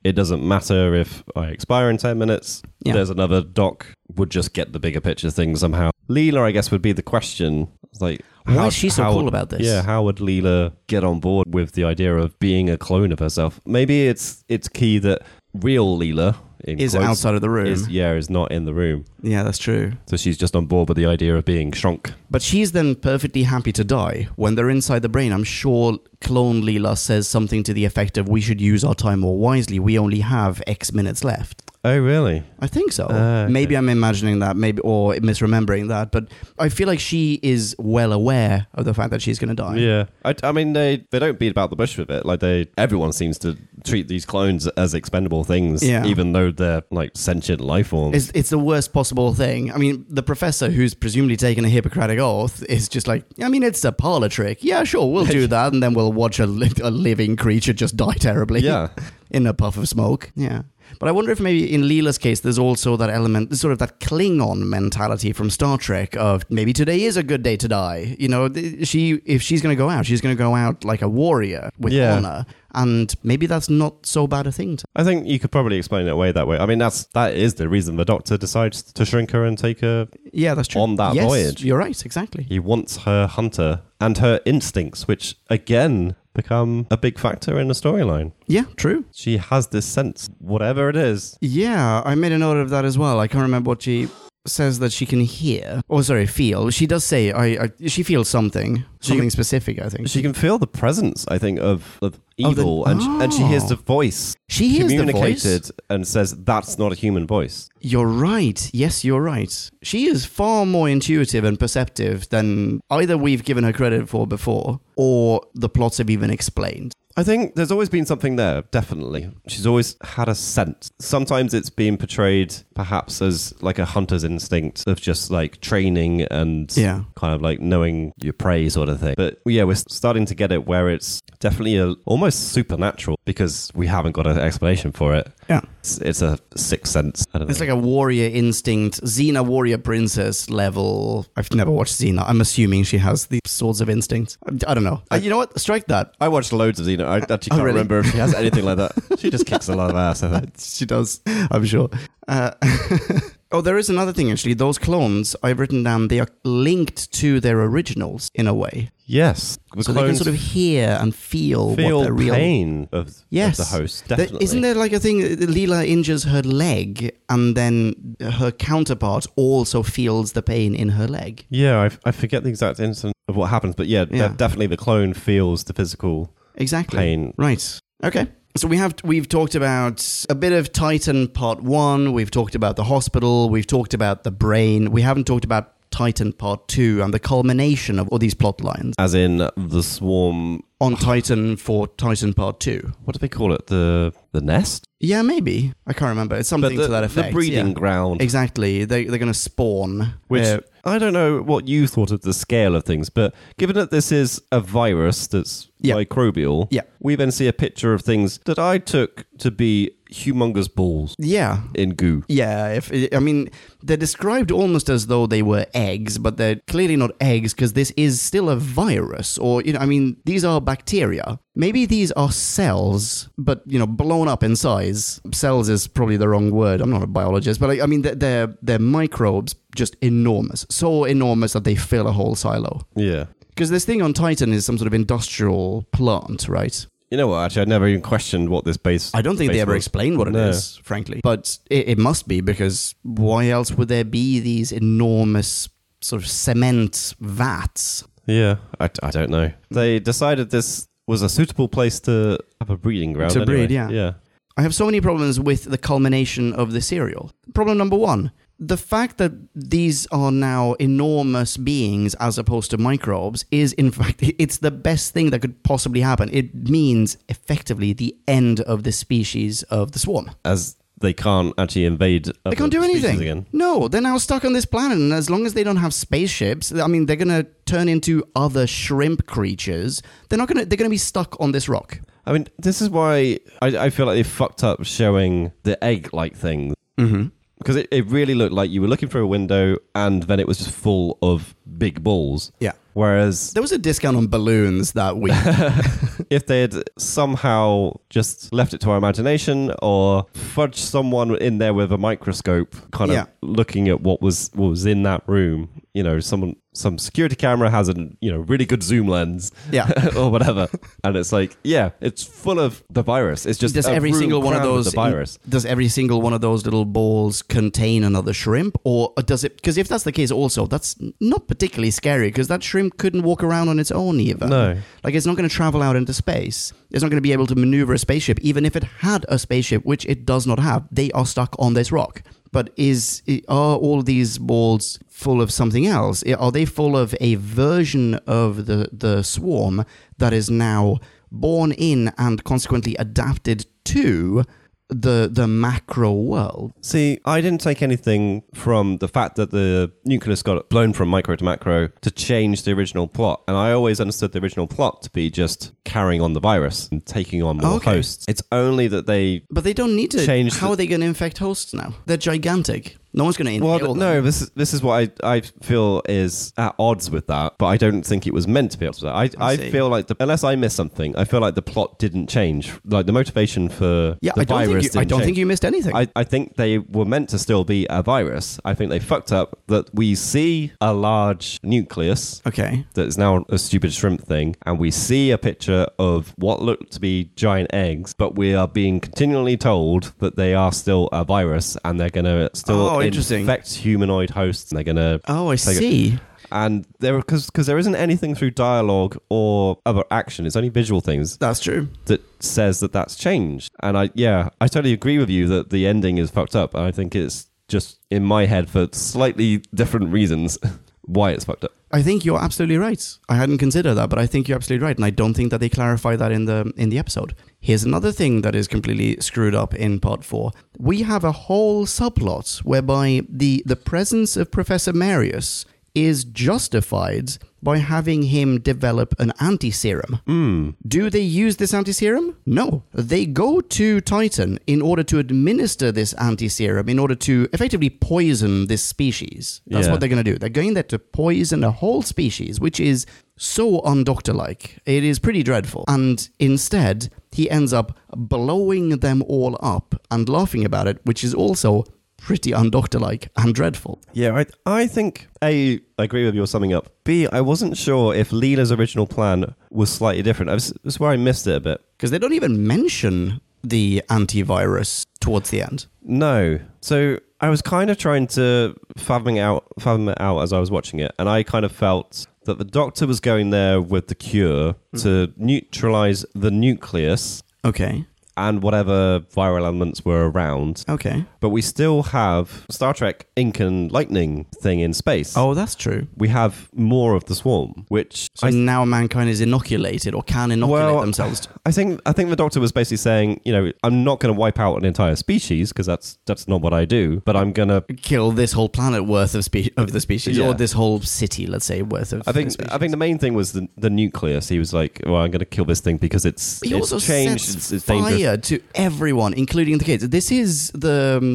Speaker 1: It doesn't matter if I expire in 10 minutes.
Speaker 2: Yeah.
Speaker 1: There's another doc would just get the bigger picture thing somehow. Leela, I guess, would be the question. It's Like,
Speaker 2: Why is she so cool about this?
Speaker 1: Yeah, how would Leela get on board with the idea of being a clone of herself? Maybe it's it's key that real Leela in
Speaker 2: Is
Speaker 1: quotes,
Speaker 2: outside of the room.
Speaker 1: Is, yeah, is not in the room.
Speaker 2: yeah, that's true.
Speaker 1: So she's just on board with the idea of being shrunk.
Speaker 2: But she's then perfectly happy to die when they're inside the brain. I'm sure clone Leela says something to the effect of, "We should use our time more wisely. We only have X minutes left."
Speaker 1: Oh, really?
Speaker 2: I think so.
Speaker 1: Ah, okay.
Speaker 2: Maybe I'm imagining that, maybe or misremembering that. But I feel like she is well aware of the fact that she's going to die.
Speaker 1: Yeah, I, I mean they they don't beat about the bush with it. Like they, everyone seems to treat these clones as expendable things,
Speaker 2: Yeah.
Speaker 1: even though they're like sentient life forms.
Speaker 2: It's, it's the worst possible thing. I mean, the professor who's presumably taken a Hippocratic oath is just like, I mean, it's a parlor trick. Yeah, sure, we'll do that. And then we'll watch a, li- a living creature just die terribly
Speaker 1: yeah,
Speaker 2: in a puff of smoke. Yeah. But I wonder if maybe in Leela's case, there's also that element, sort of that Klingon mentality from Star Trek of maybe today is a good day to die. You know, th- she if she's going to go out, she's going to go out like a warrior with
Speaker 1: Yeah.
Speaker 2: honor. And maybe that's not so bad a thing. To-
Speaker 1: I think you could probably explain it away that way. I mean that's that is the reason the Doctor decides to shrink her and take her.
Speaker 2: yeah, that's true.
Speaker 1: On that
Speaker 2: Yes,
Speaker 1: voyage.
Speaker 2: You're right, exactly.
Speaker 1: He wants her hunter and her instincts, which again become a big factor in the storyline.
Speaker 2: Yeah, true.
Speaker 1: She has this sense, whatever it is.
Speaker 2: Yeah, I made a note of that as well. I can't remember what she says that she can hear. Oh, sorry, feel. She does say I. I she feels something,
Speaker 1: She-
Speaker 2: something specific. I think
Speaker 1: She can feel the presence, I think, of, of
Speaker 2: Oh, the-
Speaker 1: evil, and, and she hears the voice
Speaker 2: she hears the
Speaker 1: communicated
Speaker 2: voice.
Speaker 1: and says that's not a human voice.
Speaker 2: You're right. Yes, you're right. She is far more intuitive and perceptive than either we've given her credit for before, or the plots have even explained.
Speaker 1: I think there's always been something there, definitely. She's always had a sense. Sometimes it's been portrayed perhaps as like a hunter's instinct of just like training and
Speaker 2: Yeah.
Speaker 1: kind of like knowing your prey sort of thing. But yeah, we're starting to get it where it's definitely a, almost supernatural because we haven't got an explanation for it.
Speaker 2: Yeah.
Speaker 1: It's, it's a sixth sense. I don't know.
Speaker 2: It's like a warrior instinct, Xena warrior princess level. I've never watched Xena. I'm assuming she has the swords of instinct. I, I don't know. Uh, you know what? Strike that.
Speaker 1: I watched loads of Xena. I actually can't
Speaker 2: really?
Speaker 1: remember if she has anything like that. She just kicks a lot of ass, I think.
Speaker 2: She does, I'm sure. Uh, oh, there is another thing actually. Those clones I've written down, they are linked to their originals in a way,
Speaker 1: Yes. The
Speaker 2: so they can
Speaker 1: clones
Speaker 2: sort of hear and feel,
Speaker 1: feel
Speaker 2: what their real
Speaker 1: pain of, of
Speaker 2: Yes.
Speaker 1: the host.
Speaker 2: There-
Speaker 1: Definitely.
Speaker 2: isn't there like a thing? uh, Leela injures her leg, and then her counterpart also feels the pain in her leg.
Speaker 1: Yeah, I, I forget the exact instant of what happens, but yeah, de-
Speaker 2: Yeah.
Speaker 1: definitely the clone feels the physical
Speaker 2: Exactly.
Speaker 1: pain.
Speaker 2: Right. Okay. So we have we've talked about a bit of Titan Part One. We've talked about the hospital. We've talked about the brain. We haven't talked about Titan Part Two and the culmination of all these plot lines
Speaker 1: As in the swarm.
Speaker 2: on Titan for Titan Part Two.
Speaker 1: What do they call it? The the nest,
Speaker 2: Yeah, maybe I can't remember. It's something
Speaker 1: the,
Speaker 2: to that effect.
Speaker 1: the breeding
Speaker 2: yeah.
Speaker 1: ground.
Speaker 2: Exactly. They they're going to spawn.
Speaker 1: Which
Speaker 2: uh,
Speaker 1: I don't know what you thought of the scale of things, but given that this is a virus that's
Speaker 2: Yeah.
Speaker 1: microbial,
Speaker 2: Yeah.
Speaker 1: we then see a picture of things that I took to be humongous balls
Speaker 2: yeah.
Speaker 1: in goo.
Speaker 2: Yeah, if I mean they're described almost as though they were eggs, but they're clearly not eggs because this is still a virus or you know I mean these are bacteria. Maybe these are cells, but you know blown up in size. Cells is probably the wrong word. I'm not a biologist, but I, I mean they're, they're they're microbes just enormous, so enormous that they fill a whole silo.
Speaker 1: Yeah.
Speaker 2: Because this thing on Titan is some sort of industrial plant, right?
Speaker 1: You know what? Actually, I never even questioned what this base.
Speaker 2: I don't think they
Speaker 1: base
Speaker 2: ever
Speaker 1: was.
Speaker 2: explain what it is,
Speaker 1: No.
Speaker 2: frankly. But it, it must be because why else would there be these enormous sort of cement vats?
Speaker 1: Yeah, I, I don't know. They decided this was a suitable place to have a breeding ground.
Speaker 2: To
Speaker 1: anyway.
Speaker 2: breed, yeah.
Speaker 1: Yeah.
Speaker 2: I have so many problems with the culmination of the serial. Problem number one the fact that these are now enormous beings as opposed to microbes is, in fact, it's the best thing that could possibly happen. It means effectively the end of the species of the swarm.
Speaker 1: As they can't actually invade.
Speaker 2: They can't do anything.
Speaker 1: Again.
Speaker 2: No, they're now stuck on this planet, and as long as they don't have spaceships, I mean, they're gonna turn into other shrimp creatures. They're not gonna. They're gonna be stuck on this rock.
Speaker 1: I mean, this is why I, I feel like they fucked up showing the egg like thing.
Speaker 2: Mm-hmm.
Speaker 1: Because it, it really looked like you were looking through a window and then it was just full of big balls.
Speaker 2: Yeah.
Speaker 1: Whereas
Speaker 2: There was a discount on balloons that week.
Speaker 1: if they had somehow just left it to our imagination or fudged someone in there with a microscope kind
Speaker 2: Yeah.
Speaker 1: of looking at what was what was in that room you know someone some security camera has a you know really good zoom lens
Speaker 2: yeah.
Speaker 1: or whatever and it's like yeah it's full of the virus it's just
Speaker 2: Does
Speaker 1: a
Speaker 2: every
Speaker 1: room
Speaker 2: single one of
Speaker 1: crammed with
Speaker 2: those
Speaker 1: the virus
Speaker 2: Does every single one of those little balls contain another shrimp, or does it? Because if that's the case, also that's not particularly scary because that shrimp couldn't walk around on its own either.
Speaker 1: No.
Speaker 2: like it's not going to travel out into space. It's not going to be able to maneuver a spaceship, even if it had a spaceship, which it does not have. They are stuck on this rock. But is are all these balls full of something else? Are they full of a version of the the swarm that is now born in and consequently adapted to the the macro world.
Speaker 1: See, I didn't take anything from the fact that the nucleus got blown from micro to macro to change the original plot. And I always understood the original plot to be just carrying on the virus and taking on more
Speaker 2: Okay.
Speaker 1: hosts. It's only that they.
Speaker 2: But they don't need to
Speaker 1: Change
Speaker 2: How
Speaker 1: the-
Speaker 2: are they going to infect hosts now? They're gigantic. No one's going to
Speaker 1: Well,
Speaker 2: infect them.
Speaker 1: no, this is, this is what I, I feel is at odds with that, but I don't think it was meant to be odds with that. I, I,
Speaker 2: I see.
Speaker 1: feel like, the, unless I miss something, I feel like the plot didn't change. Like the motivation for
Speaker 2: Yeah,
Speaker 1: the
Speaker 2: I don't,
Speaker 1: virus
Speaker 2: think you, I
Speaker 1: didn't
Speaker 2: don't
Speaker 1: change.
Speaker 2: think you missed anything.
Speaker 1: I, I think they were meant to still be a virus. I think they fucked up that we see a large nucleus
Speaker 2: okay.
Speaker 1: that is now a stupid shrimp thing, and we see a picture of what looked to be giant eggs, but we are being continually told that they are still a virus and they're going to still
Speaker 2: Oh, interesting.
Speaker 1: infect humanoid hosts. And they're going to.
Speaker 2: Oh, I
Speaker 1: Take it.
Speaker 2: see.
Speaker 1: And there, because there isn't anything through dialogue or other action, it's only visual things
Speaker 2: That's true.
Speaker 1: that says that that's changed. And I, yeah, I totally agree with you that the ending is fucked up. I think it's just in my head for slightly different reasons. why it's fucked up.
Speaker 2: I think you're absolutely right. I hadn't considered that, but I think you're absolutely right, and I don't think that they clarify that in the in the episode. Here's another thing that is completely screwed up in part four. We have a whole subplot whereby the the presence of Professor Marius is justified by having him develop an anti-serum. Do they use this anti serum? No. They go to Titan in order to administer this anti serum, in order to effectively poison this species. That's
Speaker 1: Yeah.
Speaker 2: what they're going to do. They're going there to poison a whole species, which is so undoctor like. It is pretty dreadful. And instead, he ends up blowing them all up and laughing about it, which is also pretty undoctor like and dreadful.
Speaker 1: Yeah, I I think A, I agree with your summing up. B, I wasn't sure if Leela's original plan was slightly different. I was, that's where I missed it a bit.
Speaker 2: Because they don't even mention the antivirus towards the end.
Speaker 1: No. So I was kind of trying to fathom it out, fathom it out as I was watching it, and I kind of felt that the doctor was going there with the cure to neutralize the nucleus
Speaker 2: Okay.
Speaker 1: and whatever viral elements were around.
Speaker 2: Okay.
Speaker 1: But we still have Star Trek ink and lightning thing in space.
Speaker 2: Oh, that's true.
Speaker 1: We have more of the swarm, which
Speaker 2: So
Speaker 1: I
Speaker 2: now mankind is inoculated or can inoculate
Speaker 1: Well, uh,
Speaker 2: themselves.
Speaker 1: I think I think the doctor was basically saying, you know, I'm not going to wipe out an entire species because that's that's not what I do, but I'm going to
Speaker 2: Kill this whole planet worth of, spe- of the species,
Speaker 1: Yeah.
Speaker 2: or this whole city, let's say, worth of.
Speaker 1: I think
Speaker 2: of species.
Speaker 1: I think the main thing was the, the nucleus. He was like, "Well, I'm going to kill this thing because it's
Speaker 2: He
Speaker 1: it's
Speaker 2: also
Speaker 1: changed. It's,
Speaker 2: sets
Speaker 1: it's
Speaker 2: fire
Speaker 1: dangerous."
Speaker 2: to everyone, including the kids. This is the um,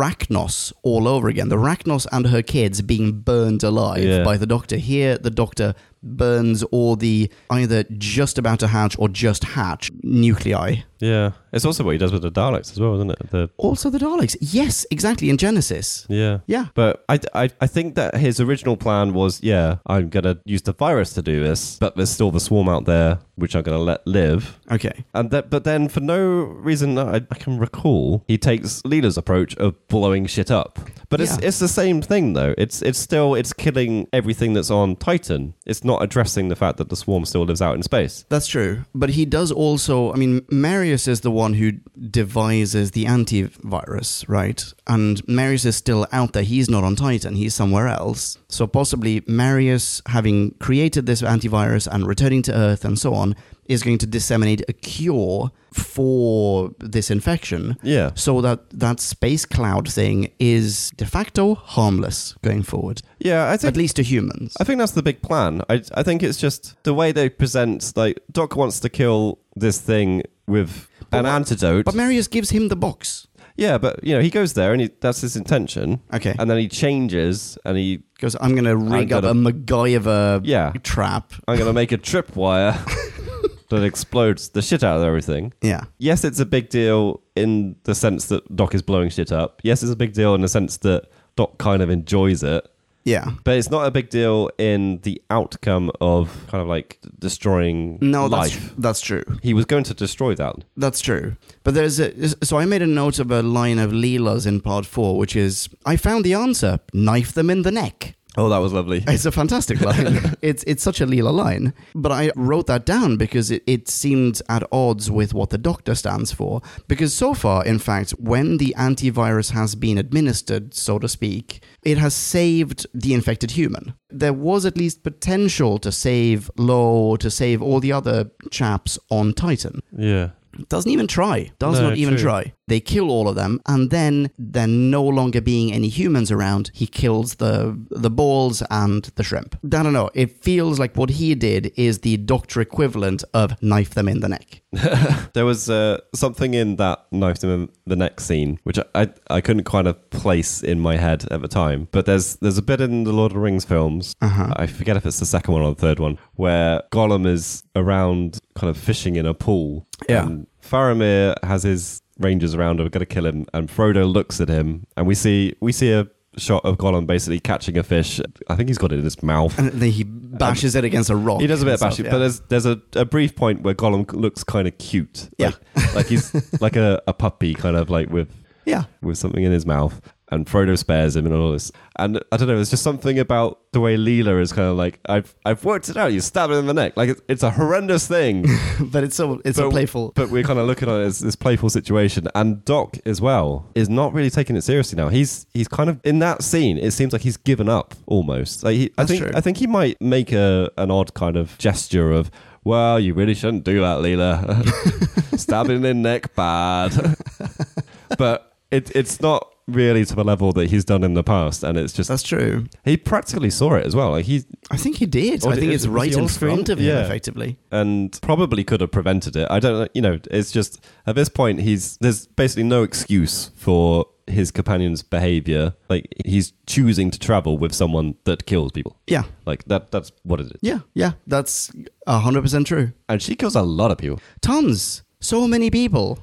Speaker 2: Arachnos all over again. The Arachnos and her kids being burned alive
Speaker 1: Yeah.
Speaker 2: by the Doctor. Here, the Doctor burns all the either just about to hatch or just hatch nuclei
Speaker 1: Yeah, it's also what he does with the Daleks as well, isn't it? The
Speaker 2: Also, the Daleks. Yes, exactly. In Genesis.
Speaker 1: yeah.
Speaker 2: Yeah.
Speaker 1: But I, I, I think that his original plan was, yeah, I'm going to use the virus to do this, but there's still the swarm out there, which I'm going to let live.
Speaker 2: Okay.
Speaker 1: And that, but then for no reason that I, I can recall, he takes Leela's approach of blowing shit up. But it's
Speaker 2: Yeah.
Speaker 1: it's the same thing though. It's it's still it's killing everything that's on Titan. It's not addressing the fact that the swarm still lives out in space.
Speaker 2: That's true. But he does also, I mean, Marius is the one who devises the antivirus, right? And Marius is still out there. He's not on Titan, he's somewhere else. So possibly Marius, having created this antivirus and returning to Earth and so on, is going to disseminate a cure for this infection.
Speaker 1: Yeah.
Speaker 2: So that that space cloud thing is de facto harmless going forward,
Speaker 1: Yeah, I think
Speaker 2: at least to humans.
Speaker 1: I think that's the big plan. I I think it's just the way they present like Doc wants to kill this thing with an antidote.
Speaker 2: But Marius gives him the box.
Speaker 1: yeah, but you know, he goes there and he, that's his intention.
Speaker 2: Okay.
Speaker 1: And then he changes and he
Speaker 2: Because I'm going to rig
Speaker 1: gotta-
Speaker 2: up a MacGyver
Speaker 1: Yeah.
Speaker 2: trap.
Speaker 1: I'm going to make a tripwire that explodes the shit out of everything.
Speaker 2: Yeah.
Speaker 1: Yes, it's a big deal in the sense that Doc is blowing shit up. Yes, it's a big deal in the sense that Doc kind of enjoys it.
Speaker 2: Yeah.
Speaker 1: But it's not a big deal in the outcome of kind of like destroying
Speaker 2: No, that's,
Speaker 1: life.
Speaker 2: that's true.
Speaker 1: He was going to destroy that.
Speaker 2: That's true. But there's a. So I made a note of a line of Leela's in part four, which is I found the answer knife them in the neck.
Speaker 1: Oh, that was lovely.
Speaker 2: It's a fantastic line. it's it's such a Leela line. But I wrote that down because it, it seemed at odds with what the doctor stands for. Because so far, in fact, when the antivirus has been administered, so to speak, it has saved the infected human. There was at least potential to save Lo, to save all the other chaps on Titan.
Speaker 1: Yeah.
Speaker 2: Doesn't even try. Does
Speaker 1: No,
Speaker 2: not even
Speaker 1: true.
Speaker 2: try. They kill all of them, and then there no longer being any humans around, he kills the the balls and the shrimp. I don't know. It feels like what he did is the doctor equivalent of knife them in the neck.
Speaker 1: There was uh, something in that knife in the next scene, which I, I I couldn't kind of place in my head at the time. But there's there's a bit in the Lord of the Rings films. I forget if it's the second one or the third one where Gollum is around, kind of fishing in a pool.
Speaker 2: Yeah.
Speaker 1: And Faramir has his rangers around, who are going to kill him, and Frodo looks at him, and we see we see a shot of Gollum basically catching a fish. I think he's got it in his mouth.
Speaker 2: And then he bashes it against a rock.
Speaker 1: He does a bit of
Speaker 2: and
Speaker 1: bashing,
Speaker 2: stuff,
Speaker 1: but
Speaker 2: yeah.
Speaker 1: there's there's a, a brief point where Gollum looks kind of cute, like, like he's like a, a puppy, kind of like with
Speaker 2: yeah.
Speaker 1: with something in his mouth, And Frodo spares him and all this. And I don't know, there's just something about the way Leela is kind of like, I've I've worked it out. You stab him in the neck. Like, it's, it's a horrendous thing.
Speaker 2: but it's so it's so
Speaker 1: But-
Speaker 2: playful.
Speaker 1: But we're kind of looking at it as this playful situation, and Doc as well is not really taking it seriously now. He's he's kind of in that scene. It seems like he's given up almost. Like he, I
Speaker 2: That's
Speaker 1: think
Speaker 2: true.
Speaker 1: I think he might make a an odd kind of gesture of. Well, you really shouldn't do that, Leela. Stabbing in neck, bad. but it, it's not really to the level that he's done in the past, and it's just
Speaker 2: That's true.
Speaker 1: he practically saw it as well. Like he
Speaker 2: I think he did.
Speaker 1: Oh,
Speaker 2: I think
Speaker 1: did-
Speaker 2: it's
Speaker 1: was
Speaker 2: right
Speaker 1: he on
Speaker 2: in
Speaker 1: screen?
Speaker 2: front of him,
Speaker 1: Yeah.
Speaker 2: effectively.
Speaker 1: and probably could have prevented it. I don't know. You know, it's just at this point he's there's basically no excuse for his companion's behavior. Like he's choosing to travel with someone that kills people.
Speaker 2: Yeah.
Speaker 1: Like that. That's what it is.
Speaker 2: Yeah, yeah. That's hundred percent true.
Speaker 1: And she kills a lot of people.
Speaker 2: Tons. So many people.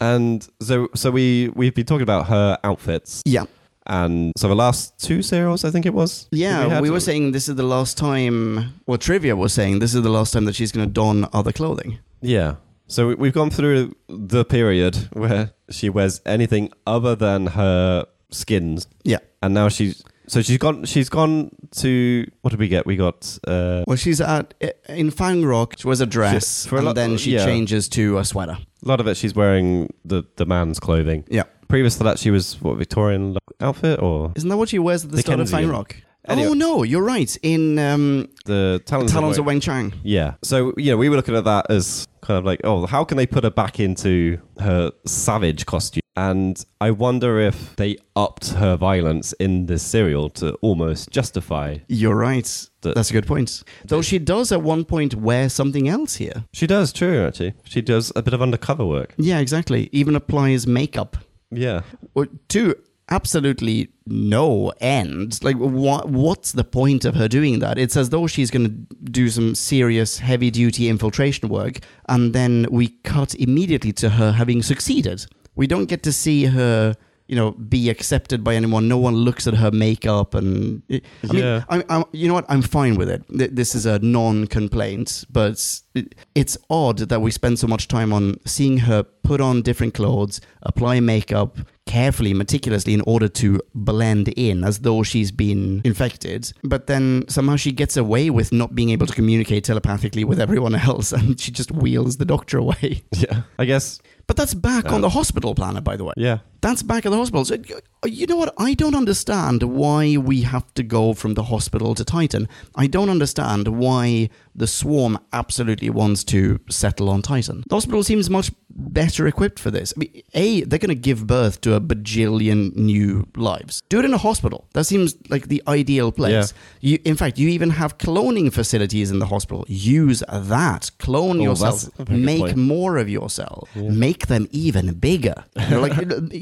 Speaker 1: And so so we we've been talking about her outfits.
Speaker 2: yeah.
Speaker 1: And so the last two serials, I think it was.
Speaker 2: Yeah,
Speaker 1: had-
Speaker 2: we were saying this is the last time, well, Trivia was saying this is the last time that she's going to don other clothing.
Speaker 1: Yeah. So we- we've gone through the period where she wears anything other than her skins.
Speaker 2: Yeah.
Speaker 1: and now she's so she's gone she's gone to what did we get we got uh
Speaker 2: Well, she's at, in Fang Rock, she wears a dress,
Speaker 1: She- for a
Speaker 2: and
Speaker 1: lot-
Speaker 2: then she
Speaker 1: yeah.
Speaker 2: changes to a sweater.
Speaker 1: a lot of it she's wearing the the man's clothing
Speaker 2: Yeah.
Speaker 1: previous to that she was what victorian outfit or
Speaker 2: Isn't that what she wears at the
Speaker 1: The
Speaker 2: start of
Speaker 1: Kenzie.
Speaker 2: Fang Rock?
Speaker 1: Anyway.
Speaker 2: Oh, no, you're right. In um,
Speaker 1: the talons,
Speaker 2: Talons
Speaker 1: of
Speaker 2: of
Speaker 1: Wei-
Speaker 2: Wang Chang.
Speaker 1: yeah so yeah we were looking at that as kind of like oh how can they put her back into her savage costume and i wonder if they upped her violence in this serial to almost justify
Speaker 2: You're right.
Speaker 1: The-
Speaker 2: That's a good point. Though she does at one point wear something else here.
Speaker 1: she does true actually she does a bit of undercover work
Speaker 2: Yeah, exactly. Even applies makeup.
Speaker 1: yeah
Speaker 2: Or to absolutely no end. Like, what? What's the point of her doing that? It's as though she's going to do some serious, heavy-duty infiltration work, and then we cut immediately to her having succeeded. We don't get to see her. You know, be accepted by anyone. No one looks at her makeup, and I
Speaker 1: Yeah.
Speaker 2: mean, I, I, you know what? I'm fine with it. Th- This is a non-complaint, but it- it's odd that we spend so much time on seeing her put on different clothes, apply makeup carefully, meticulously in order to blend in as though she's been infected. But then somehow she gets away with not being able to communicate telepathically with everyone else, and she just wheels the doctor away.
Speaker 1: yeah i guess
Speaker 2: But that's back on the hospital planet, by the way.
Speaker 1: yeah
Speaker 2: That's back at the hospital. So, you know what? I don't understand why we have to go from the hospital to Titan. I don't understand why the swarm absolutely wants to settle on Titan. The hospital seems much better equipped for this. I mean, a, they're going to give birth to a bajillion new lives. Do it in a hospital. That seems like the ideal place. You, in fact, you even have cloning facilities in the hospital. Use that. Clone
Speaker 1: Oh,
Speaker 2: yourself.
Speaker 1: that's a very good
Speaker 2: Make
Speaker 1: point.
Speaker 2: more of yourself. Make them even bigger. You know, like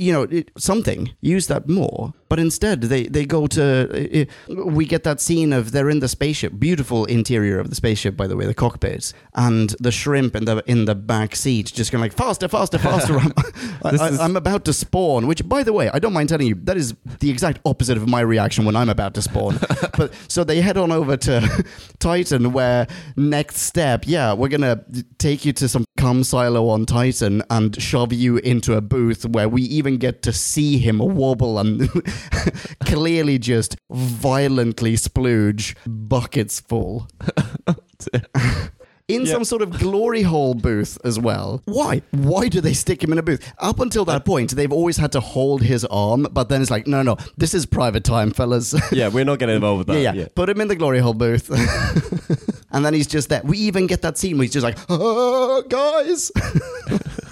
Speaker 2: you know, it- something. Use that more. But instead, they they go to. uh, uh, We get that scene of they're in the spaceship. Beautiful interior of the spaceship, by the way, the cockpit, and the shrimp in the in the back seat, just going like faster, faster, faster. I'm, I,
Speaker 1: This
Speaker 2: I,
Speaker 1: is-
Speaker 2: I'm about to spawn. Which, by the way, I don't mind telling you, that is the exact opposite of my reaction when I'm about to spawn. but so they head on over to Titan, where next step, yeah, we're gonna take you to some cum silo on Titan and shove you into a booth where we even get to see him wobble and clearly just violently splooge buckets full. In
Speaker 1: Yeah.
Speaker 2: some sort of glory hole booth as well. Why? Why do they stick him in a booth? Up until that point, they've always had to hold his arm, but then it's like, no, no, this is private time, fellas.
Speaker 1: yeah we're not getting involved with
Speaker 2: Yeah,
Speaker 1: that
Speaker 2: yeah. Put him in the glory hole booth. and then he's just there. We even get that scene where he's just like, oh, guys.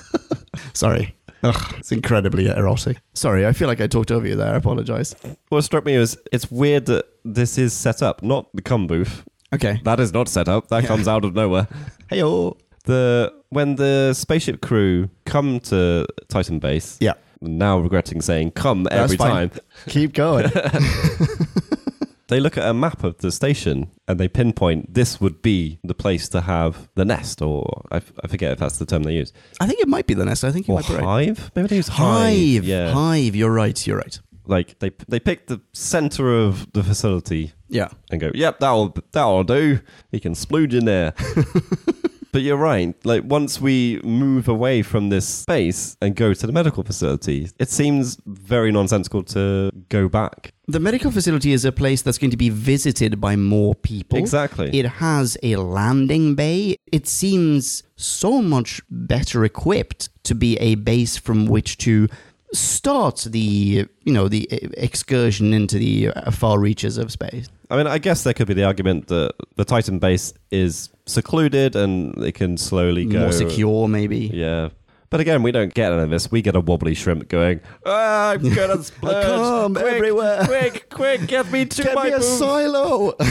Speaker 2: Sorry. Ugh, it's incredibly erotic. Sorry, I feel like I talked over you there. I apologize.
Speaker 1: What struck me was it's weird that this is set up, not the cum booth.
Speaker 2: Okay.
Speaker 1: That is not set up. That comes out of nowhere.
Speaker 2: Hey, oh.
Speaker 1: The when the spaceship crew come to Titan base,
Speaker 2: Yeah.
Speaker 1: now regretting saying "come"
Speaker 2: That's
Speaker 1: every
Speaker 2: fine.
Speaker 1: time.
Speaker 2: Keep going.
Speaker 1: They look at a map of the station and they pinpoint this would be the place to have the nest, or I, f- I forget if that's the term they use,
Speaker 2: I think it might be the nest. I think you
Speaker 1: or
Speaker 2: might be right.
Speaker 1: hive. Maybe they use
Speaker 2: Hive.
Speaker 1: Yeah,
Speaker 2: Hive. You're right. You're right.
Speaker 1: like they they pick the center of the facility
Speaker 2: Yeah.
Speaker 1: and go, "Yep, that'll that'll do." He can splooge in there. But you're right. Like once we move away from this space and go to the medical facility, it seems very nonsensical to go back.
Speaker 2: The medical facility is a place that's going to be visited by more people.
Speaker 1: Exactly.
Speaker 2: It has a landing bay. It seems so much better equipped to be a base from which to start the, you know, the e-, excursion into the uh, far reaches of space.
Speaker 1: I mean, I guess there could be the argument that the Titan base is secluded and it can slowly go
Speaker 2: More secure maybe.
Speaker 1: Yeah. But again, we don't get any of this. We get a wobbly shrimp going, ah, I'm gonna splurge.
Speaker 2: come
Speaker 1: quick,
Speaker 2: everywhere."
Speaker 1: Quick, quick, get me to
Speaker 2: Get
Speaker 1: my
Speaker 2: me a
Speaker 1: booth."
Speaker 2: silo.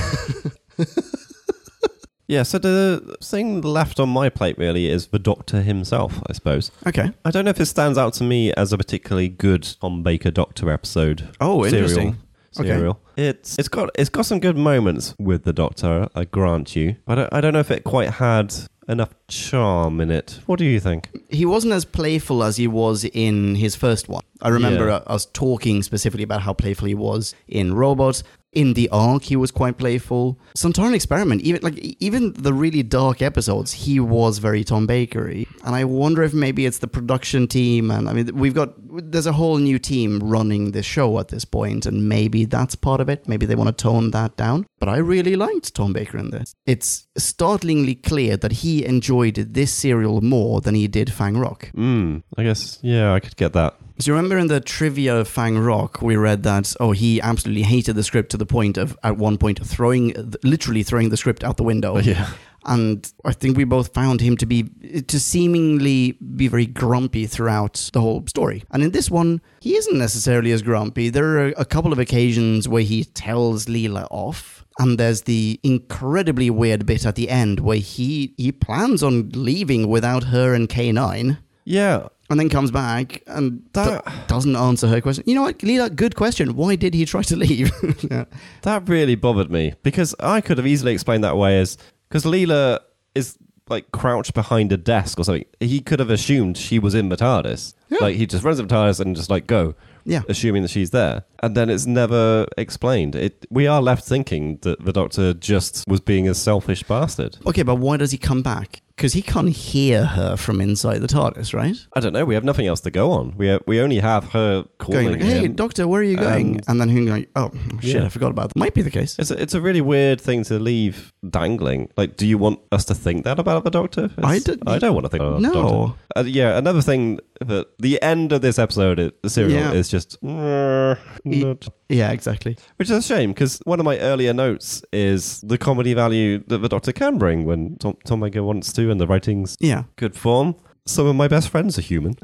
Speaker 1: Yeah, so the thing left on my plate really is the Doctor himself, I suppose.
Speaker 2: okay.
Speaker 1: I don't know if this stands out to me as a particularly good Tom Baker Doctor episode.
Speaker 2: Oh, interesting. Okay.
Speaker 1: Serial. It's it's got it's got some good moments with the Doctor, I grant you. But I don't, I don't know if it quite had enough charm in it. What do you think?
Speaker 2: he wasn't as playful as he was in his first one. I remember
Speaker 1: Yeah.
Speaker 2: us talking specifically about how playful he was in Robot. In the Ark, he was quite playful. Santaran Experiment, even like e- even the really dark episodes, he was very Tom Bakery. And I wonder if maybe it's the production team, and I mean, we've got there's a whole new team running the show at this point, and maybe that's part of it. Maybe they want to tone that down. But I really liked Tom Baker in this. It's startlingly clear that he enjoyed this serial more than he did Fang Rock.
Speaker 1: Mm, I guess yeah, I could get that.
Speaker 2: Do you remember in the trivia of Fang Rock, we read that, oh, he absolutely hated the script to the point of, at one point, throwing, literally throwing the script out the window.
Speaker 1: Oh, Yeah.
Speaker 2: And I think we both found him to be, to seemingly be very grumpy throughout the whole story. And in this one, he isn't necessarily as grumpy. There are a couple of occasions where he tells Leela off. And there's the incredibly weird bit at the end where he, he plans on leaving without her and K9
Speaker 1: Yeah.
Speaker 2: and then comes back and
Speaker 1: That-
Speaker 2: do- doesn't answer her question. You know what, Leela? Good question. Why did he try to leave? yeah.
Speaker 1: That really bothered me because I could have easily explained that away as because Leela is like crouched behind a desk or something. He could have assumed she was in the TARDIS.
Speaker 2: Yeah.
Speaker 1: Like he just runs up to TARDIS and just like go,
Speaker 2: Yeah.
Speaker 1: assuming that she's there, and then it's never explained. It we are left thinking that the Doctor just was being a selfish bastard.
Speaker 2: Okay, but why does he come back? Because he can't hear her from inside the TARDIS, right?
Speaker 1: I don't know. We have nothing else to go on. We we only have her calling
Speaker 2: Going, like, hey,
Speaker 1: him.
Speaker 2: doctor, where are you going?
Speaker 1: Um,
Speaker 2: and then him going, oh, shit,
Speaker 1: Yeah.
Speaker 2: I forgot about that. Might be the case.
Speaker 1: It's a, it's a really weird thing to leave dangling. Like, do you want us to think that about the Doctor? It's-
Speaker 2: I don't-
Speaker 1: I don't want to think about the Doctor.
Speaker 2: No.
Speaker 1: Uh, yeah, another thing that the end of this episode, it, the serial,
Speaker 2: Yeah.
Speaker 1: is just. "Nah,
Speaker 2: E-
Speaker 1: not."
Speaker 2: Yeah, exactly.
Speaker 1: Which is a shame because one of my earlier notes is the comedy value that the Doctor can bring when Tom, Tom Baker wants to and the writing's
Speaker 2: Yeah.
Speaker 1: good form. Some of my best friends are human.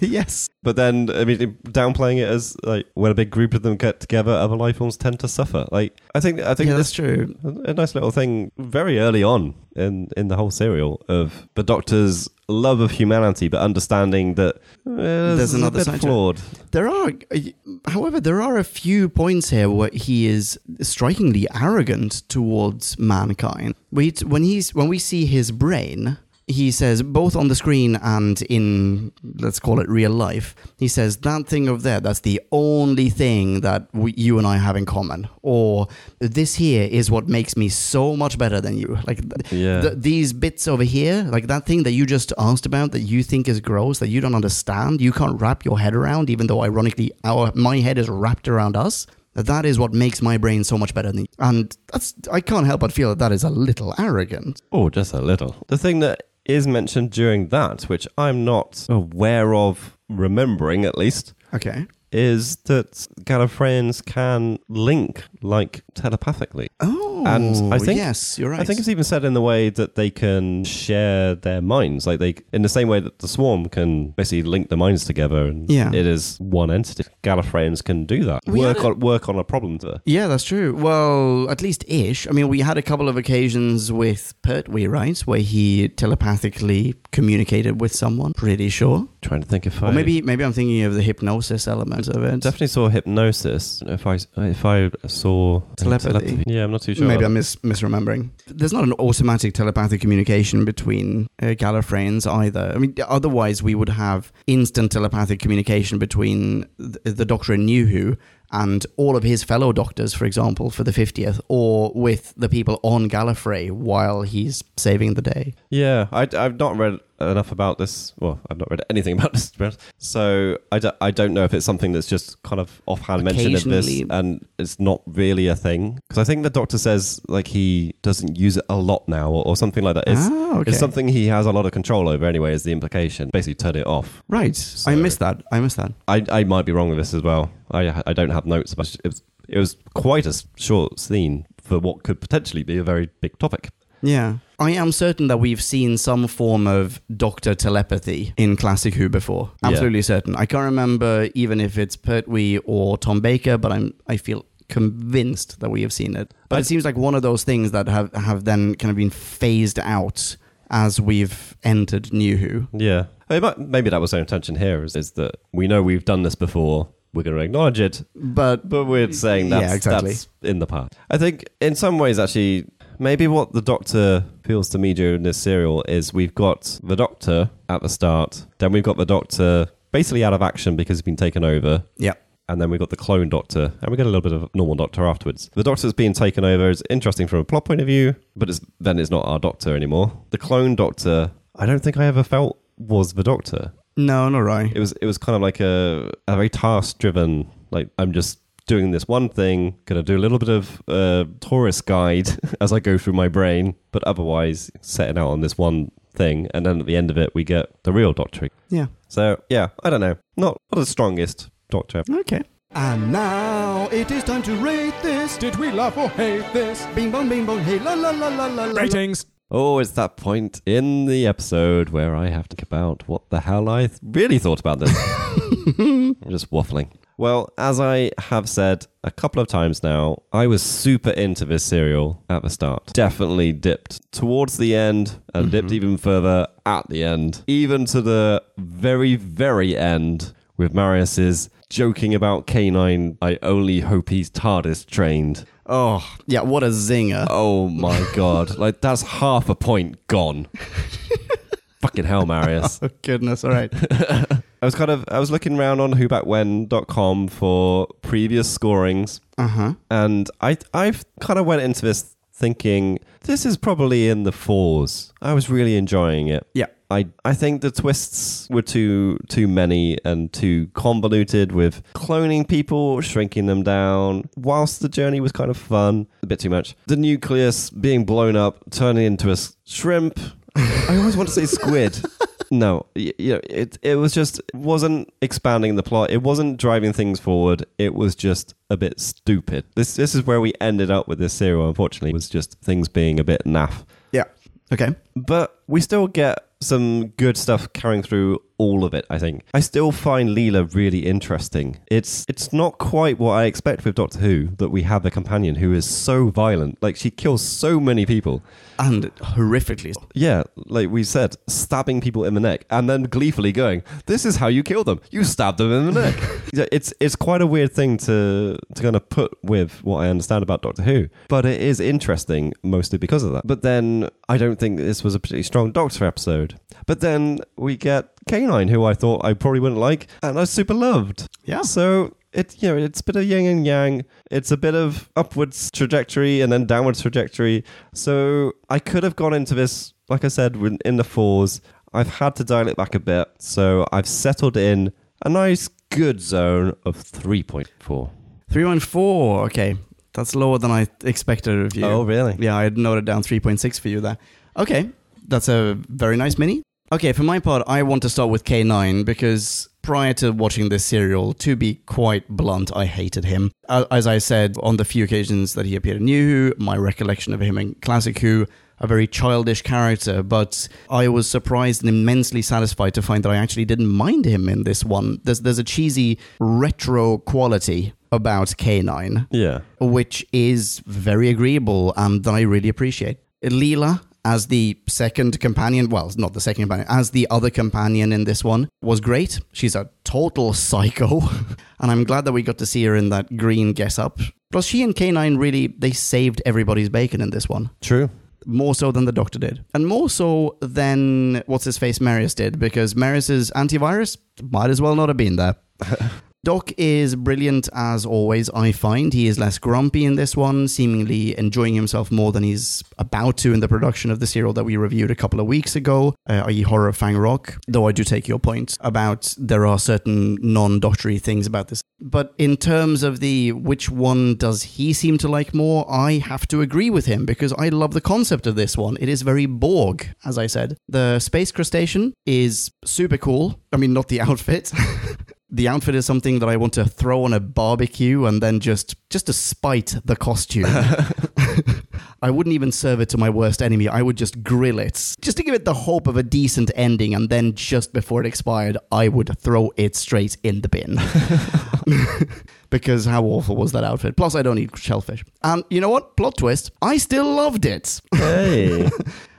Speaker 2: yes.
Speaker 1: But then, I mean, downplaying it as like when a big group of them get together, other life forms tend to suffer. Like, I think, I think
Speaker 2: yeah,
Speaker 1: this
Speaker 2: that's true.
Speaker 1: a a nice little thing very early on in, in the whole serial of the Doctor's love of humanity, but understanding that uh, there's another
Speaker 2: another
Speaker 1: a
Speaker 2: side
Speaker 1: bit
Speaker 2: to it.
Speaker 1: flawed.
Speaker 2: There are, however, there are a few points here where he is strikingly arrogant towards mankind. We, when he's when we see his brain, he says both on the screen and in let's call it real life. He says that thing over there. That's the only thing that we, you and I have in common. Or this here is what makes me so much better than you. Like th-
Speaker 1: Yeah.
Speaker 2: th- these bits over here, like that thing that you just asked about that you think is gross, that you don't understand, you can't wrap your head around, even though ironically our my head is wrapped around us. That that is what makes my brain so much better than you. And that's I can't help but feel that that is a little arrogant.
Speaker 1: Oh, just a little. The thing that is mentioned during that, which I'm not aware of remembering at least,
Speaker 2: Okay.
Speaker 1: is that Gallifreyans can link like telepathically.
Speaker 2: Oh
Speaker 1: And I think-
Speaker 2: yes, you're right.
Speaker 1: I think it's even said in the way that they can share their minds, like they, in the same way that the swarm can basically link the minds together, and
Speaker 2: Yeah.
Speaker 1: it is one entity. Gallifreyans can do that.
Speaker 2: We
Speaker 1: work
Speaker 2: had a-
Speaker 1: on work on a problem. To,
Speaker 2: yeah, that's true. Well, at least ish. I mean, we had a couple of occasions with Pertwee, right, where he telepathically communicated with someone. Pretty sure.
Speaker 1: trying to think if I
Speaker 2: Or maybe maybe I'm thinking of the hypnosis element of it.
Speaker 1: definitely saw hypnosis. If I if I saw
Speaker 2: Telepathy.
Speaker 1: yeah, I'm not too sure.
Speaker 2: Maybe I'm mis- misremembering. There's not an automatic telepathic communication between uh, Gallifreyans either. I mean, otherwise we would have instant telepathic communication between the, the Doctor and New Who and all of his fellow doctors, for example, for the 50th, or with the people on Gallifrey while he's saving the day.
Speaker 1: Yeah, I, have not read enough about this. Well, I've not read anything about this, to be honest. so I, d- I don't know if it's something that's just kind of offhand mention of this,
Speaker 2: Occasionally.
Speaker 1: and it's not really a thing. Because I think the doctor says like he doesn't use it a lot now, or, or something like that. It's,
Speaker 2: Ah, okay.
Speaker 1: it's something he has a lot of control over anyway. Is the implication basically turn it off?
Speaker 2: Right. I missed that. I missed that.
Speaker 1: I, I might be wrong with this as well. I I don't have notes about it. It was, it was quite a s- short scene for what could potentially be a very big topic.
Speaker 2: Yeah. I am certain that we've seen some form of doctor telepathy in Classic Who before.
Speaker 1: Yeah.
Speaker 2: Absolutely certain. I can't remember even if it's Pertwee or Tom Baker, but I'm I feel convinced that we have seen it. But
Speaker 1: I-
Speaker 2: it seems like one of those things that have, have then kind of been phased out as we've entered New Who.
Speaker 1: Yeah. I mean, but maybe that was their intention here is, is that we know we've done this before. We're going to acknowledge it,
Speaker 2: But
Speaker 1: but we're saying
Speaker 2: Yeah,
Speaker 1: that's,
Speaker 2: exactly.
Speaker 1: that's in the past. I think in some ways, actually, maybe what the Doctor feels to me during this serial is we've got the Doctor at the start, then we've got the Doctor basically out of action because he's been taken over,
Speaker 2: yeah.
Speaker 1: and then we got the clone doctor, and we got a little bit of normal doctor afterwards. The doctor's being taken over is interesting from a plot point of view, but it's, then it's not our doctor anymore. The clone doctor, I don't think I ever felt was the doctor.
Speaker 2: No, not right.
Speaker 1: It was it was kind of like a, a very task driven, like I'm just doing this one thing, gonna do a little bit of uh, tourist guide as I go through my brain, but otherwise setting out on this one thing, and then at the end of it we get the real doctor.
Speaker 2: Yeah.
Speaker 1: So yeah, I don't know, not not the strongest doctor ever.
Speaker 2: Okay.
Speaker 3: And now it is time to rate this.
Speaker 5: Did we love or hate this?
Speaker 3: Bing bong, bing bong, hey la la la la la la.
Speaker 5: Ratings.
Speaker 1: Oh, it's that point in the episode where I have to think about what the hell I th- really thought about this. I'm just waffling. Well, as I have said a couple of times now, I was super into this serial at the start. Definitely dipped towards the end and dipped even further at the end, even to the very, very end with Marius's joking about Canine. I only hope he's TARDIS trained.
Speaker 2: Oh, yeah. What a zinger.
Speaker 1: Oh my god! like that's half a point gone. Fucking hell, Marius.
Speaker 2: Oh, goodness. All right.
Speaker 1: I was kind of I was looking around on whobackwhen.com for previous scorings,
Speaker 2: Uh huh.
Speaker 1: and I I've kind of went into this thinking this is probably in the fours. I was really enjoying it.
Speaker 2: Yeah.
Speaker 1: I, I think the twists were too too many and too convoluted with cloning people, shrinking them down. Whilst the journey was kind of fun, a bit too much. The nucleus being blown up, turning into a s- shrimp. I always want to say squid. No, y- you know, it it was just it wasn't expanding the plot. It wasn't driving things forward. It was just a bit stupid. This this is where we ended up with this serial. Unfortunately, was just things being a bit naff
Speaker 2: Yeah. Okay.
Speaker 1: but we still get some good stuff carrying through all of it i think i still find leela really interesting it's it's not quite what i expect with doctor who that we have a companion who is so violent like she kills so many people
Speaker 2: And horrifically.
Speaker 1: yeah like we said stabbing people in the neck and then gleefully going this is how you kill them you stab them in the neck Yeah, it's it's quite a weird thing to to kind of put with what i understand about doctor who but it is interesting mostly because of that but then i don't think this was a particularly strong doctor episode but then we get canine who i thought i probably wouldn't like and i super loved
Speaker 2: Yeah.
Speaker 1: so it you know it's a bit of yin and yang. It's a bit of upwards trajectory and then downwards trajectory. So I could have gone into this, like I said, with- in the fours. I've had to dial it back a bit, so I've settled in a nice good zone of three point four.
Speaker 2: Three one four. Okay, that's lower than I expected of you.
Speaker 1: Oh, really?
Speaker 2: yeah, I had noted down three point six for you there. Okay, that's a very nice mini. Okay, for my part, I want to start with K nine because prior to watching this serial, to be quite blunt, I hated him. A- As I said on the few occasions that he appeared in New Who, my recollection of him in Classic Who. A very childish character, but I was surprised and immensely satisfied to find that I actually didn't mind him in this one. There's there's a cheesy retro quality about Canine
Speaker 1: Yeah.
Speaker 2: which is very agreeable and that I really appreciate. Leela, as the second companion, well, not the second companion, as the other companion in this one, was great. She's a total psycho, and I'm glad that we got to see her in that green guess up. Plus, she and K9 really, they saved everybody's bacon in this one
Speaker 1: True.
Speaker 2: more so than the Doctor did, and more so than what's his face Marius did, because Marius's antivirus might as well not have been there. Doc is brilliant as always, I find. He is less grumpy in this one, seemingly enjoying himself more than he's about to in the production of the serial that we reviewed a couple of weeks ago, uh, i.e., Horror of Fang Rock. Though I do take your point about there are certain non doctory things about this. But in terms of the which one does he seem to like more, I have to agree with him because I love the concept of this one. It is very Borg, as I said. The space crustacean is super cool. I mean, not the outfit. the outfit is something that I want to throw on a barbecue and then just just to spite the costume. I wouldn't even serve it to my worst enemy. I would just grill it, just to give it the hope of a decent ending. And then, just before it expired, I would throw it straight in the bin. because how awful was that outfit? Plus, I don't eat shellfish. And you know what? Plot twist I still loved it.
Speaker 1: Hey.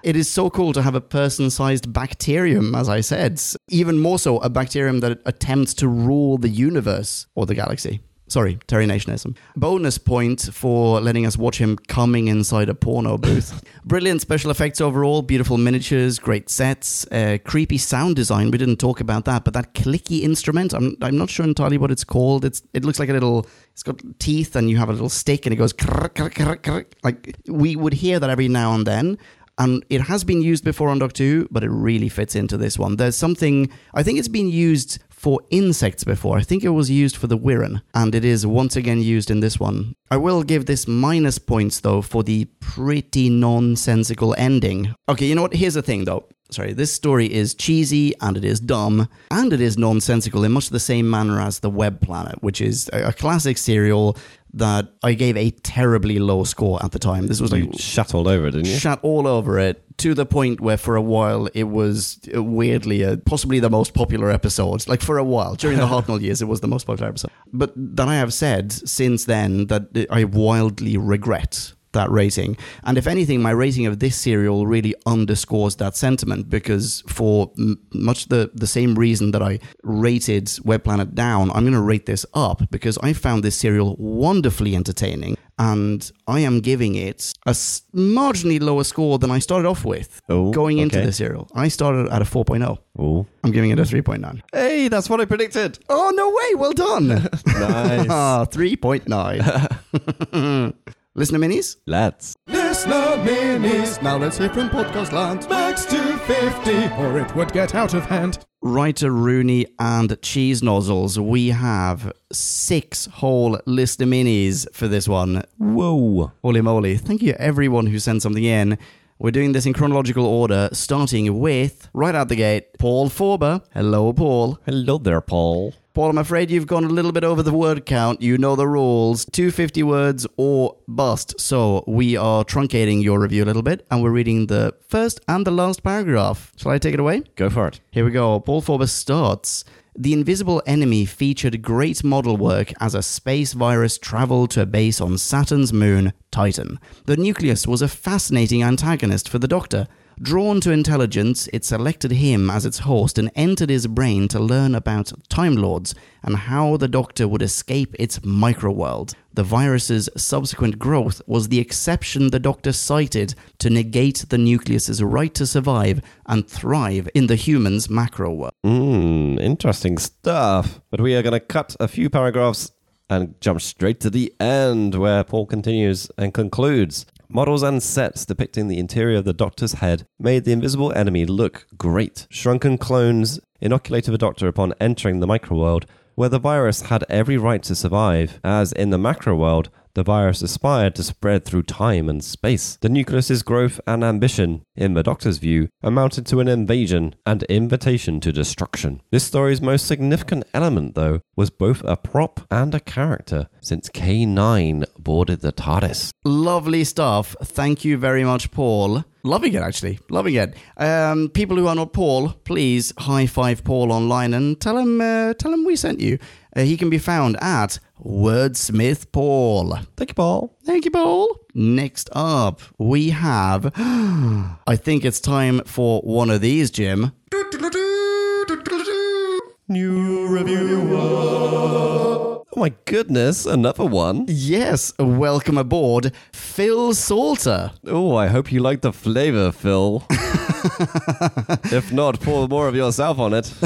Speaker 2: It is so cool to have a person sized bacterium, as I said. Even more so, a bacterium that attempts to rule the universe or the galaxy. Sorry, Terry Nationism. Bonus point for letting us watch him coming inside a porno booth. Brilliant special effects overall, beautiful miniatures, great sets, uh, creepy sound design. We didn't talk about that, but that clicky instrument, I'm, I'm not sure entirely what it's called. It's It looks like a little, it's got teeth and you have a little stick and it goes krr, krr, krr, krr. like we would hear that every now and then and it has been used before on Doctor Who, but it really fits into this one. There's something I think it's been used for insects before. I think it was used for the Wirren, and it is once again used in this one. I will give this minus points though for the pretty nonsensical ending. Okay, you know what? Here's the thing though. Sorry, this story is cheesy and it is dumb and it is nonsensical in much the same manner as The Web Planet, which is a a classic serial that I gave a terribly low score at the time. This was like
Speaker 1: you shat all over, it, didn't you?
Speaker 2: Shut all over it to the point where for a while it was uh, weirdly uh possibly the most popular episode like for a while during the hartnell years it was the most popular episode but that i have said since then that i wildly regret that rating and if anything my rating of this serial really underscores that sentiment because for m- much the, the same reason that i rated web planet down i'm going to rate this up because i found this serial wonderfully entertaining and I am giving it a s- marginally lower score than I started off with
Speaker 1: Oh,
Speaker 2: going into
Speaker 1: okay.
Speaker 2: the serial. I started at a 4.0.
Speaker 1: Oh.
Speaker 2: I'm giving it a 3.9.
Speaker 1: Hey, that's what I predicted.
Speaker 2: Oh, no way. Well done.
Speaker 1: Nice.
Speaker 2: ah, 3.9. Listener minis?
Speaker 1: Let's.
Speaker 5: Listener minis.
Speaker 2: Now let's hear from Podcast Land.
Speaker 5: Max 250, or it would get out of hand.
Speaker 2: Writer Rooney and Cheese Nozzles. We have six whole listener minis for this one.
Speaker 1: Whoa.
Speaker 2: Holy moly. Thank you everyone who sent something in. We're doing this in chronological order, starting with, right out the gate, Paul Forber. Hello, Paul.
Speaker 1: Hello there, Paul.
Speaker 2: Paul, I'm afraid you've gone a little bit over the word count. You know the rules 250 words or bust. So we are truncating your review a little bit and we're reading the first and the last paragraph. Shall I take it away?
Speaker 1: Go for it.
Speaker 2: Here we go. Paul Forbes starts. The Invisible Enemy featured great model work as a space virus traveled to a base on Saturn's moon, Titan. The nucleus was a fascinating antagonist for the Doctor. Drawn to intelligence, it selected him as its host and entered his brain to learn about Time Lords and how the Doctor would escape its microworld. The virus's subsequent growth was the exception the Doctor cited to negate the nucleus's right to survive and thrive in the human's macro world.
Speaker 1: Mmm, interesting stuff. But we are going to cut a few paragraphs and jump straight to the end, where Paul continues and concludes. Models and sets depicting the interior of the Doctor's head made the invisible enemy look great. Shrunken clones inoculated the Doctor upon entering the microworld, where the virus had every right to survive, as in the macroworld, the virus aspired to spread through time and space. The nucleus's growth and ambition, in the Doctor's view, amounted to an invasion and invitation to destruction. This story's most significant element, though, was both a prop and a character, since K9 boarded the TARDIS.
Speaker 2: Lovely stuff. Thank you very much, Paul. Loving it, actually. Loving it. Um, people who are not Paul, please high five Paul online and tell him, uh, tell him we sent you. Uh, he can be found at Wordsmith Paul.
Speaker 1: Thank you, Paul.
Speaker 2: Thank you, Paul. Next up, we have. I think it's time for one of these, Jim.
Speaker 1: New reviewer. Oh my goodness, another one.
Speaker 2: Yes, welcome aboard, Phil Salter.
Speaker 1: Oh, I hope you like the flavor, Phil. if not, pour more of yourself on it.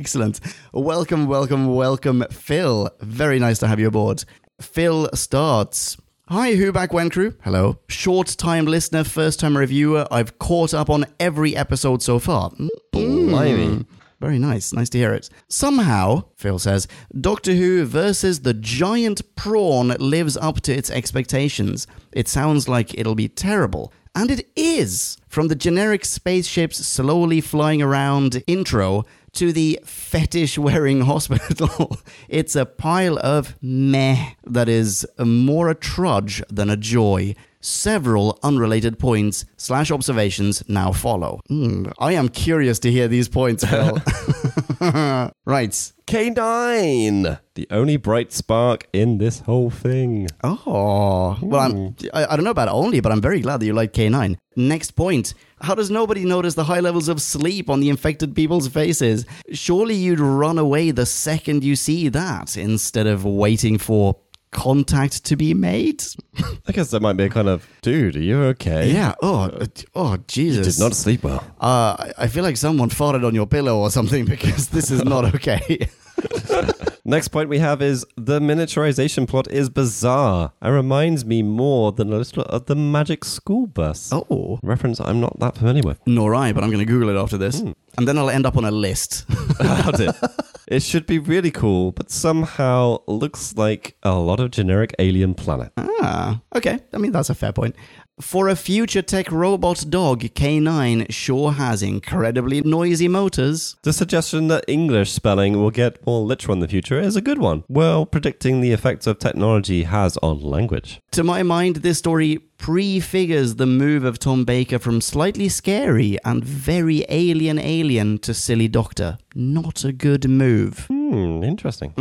Speaker 2: Excellent. Welcome, welcome, welcome, Phil. Very nice to have you aboard. Phil starts. Hi, Who Back When crew. Hello. Short time listener, first time reviewer. I've caught up on every episode so far. Mm.
Speaker 1: Blimey.
Speaker 2: Very nice. Nice to hear it. Somehow, Phil says, Doctor Who versus the giant prawn lives up to its expectations. It sounds like it'll be terrible. And it is! From the generic spaceships slowly flying around intro to the fetish wearing hospital, it's a pile of meh that is more a trudge than a joy. Several unrelated points slash observations now follow. Hmm, I am curious to hear these points, Phil. right.
Speaker 1: K9! The only bright spark in this whole thing.
Speaker 2: Oh. Well, I'm, I, I don't know about only, but I'm very glad that you like K9. Next point. How does nobody notice the high levels of sleep on the infected people's faces? Surely you'd run away the second you see that instead of waiting for contact to be made?
Speaker 1: I guess that might be a kind of, dude, are you okay?
Speaker 2: Yeah. Oh, uh, oh Jesus.
Speaker 1: Did not sleep well.
Speaker 2: Uh, I- I feel like someone farted on your pillow or something because this is not okay.
Speaker 1: Next point we have is the miniaturization plot is bizarre and reminds me more than a little of the magic school bus.
Speaker 2: oh.
Speaker 1: Reference I'm not that familiar with.
Speaker 2: Nor I, but I'm going to Google it after this. And then I'll end up on a list.
Speaker 1: About it. It should be really cool, but somehow looks like a lot of generic alien planet.
Speaker 2: Ah, okay. I mean, that's a fair point. For a future tech robot dog, K9 sure has incredibly noisy motors.
Speaker 1: The suggestion that English spelling will get more literal in the future is a good one. Well, predicting the effects of technology has on language.
Speaker 2: To my mind, this story prefigures the move of Tom Baker from slightly scary and very alien alien to silly doctor. Not a good move.
Speaker 1: Hmm, interesting.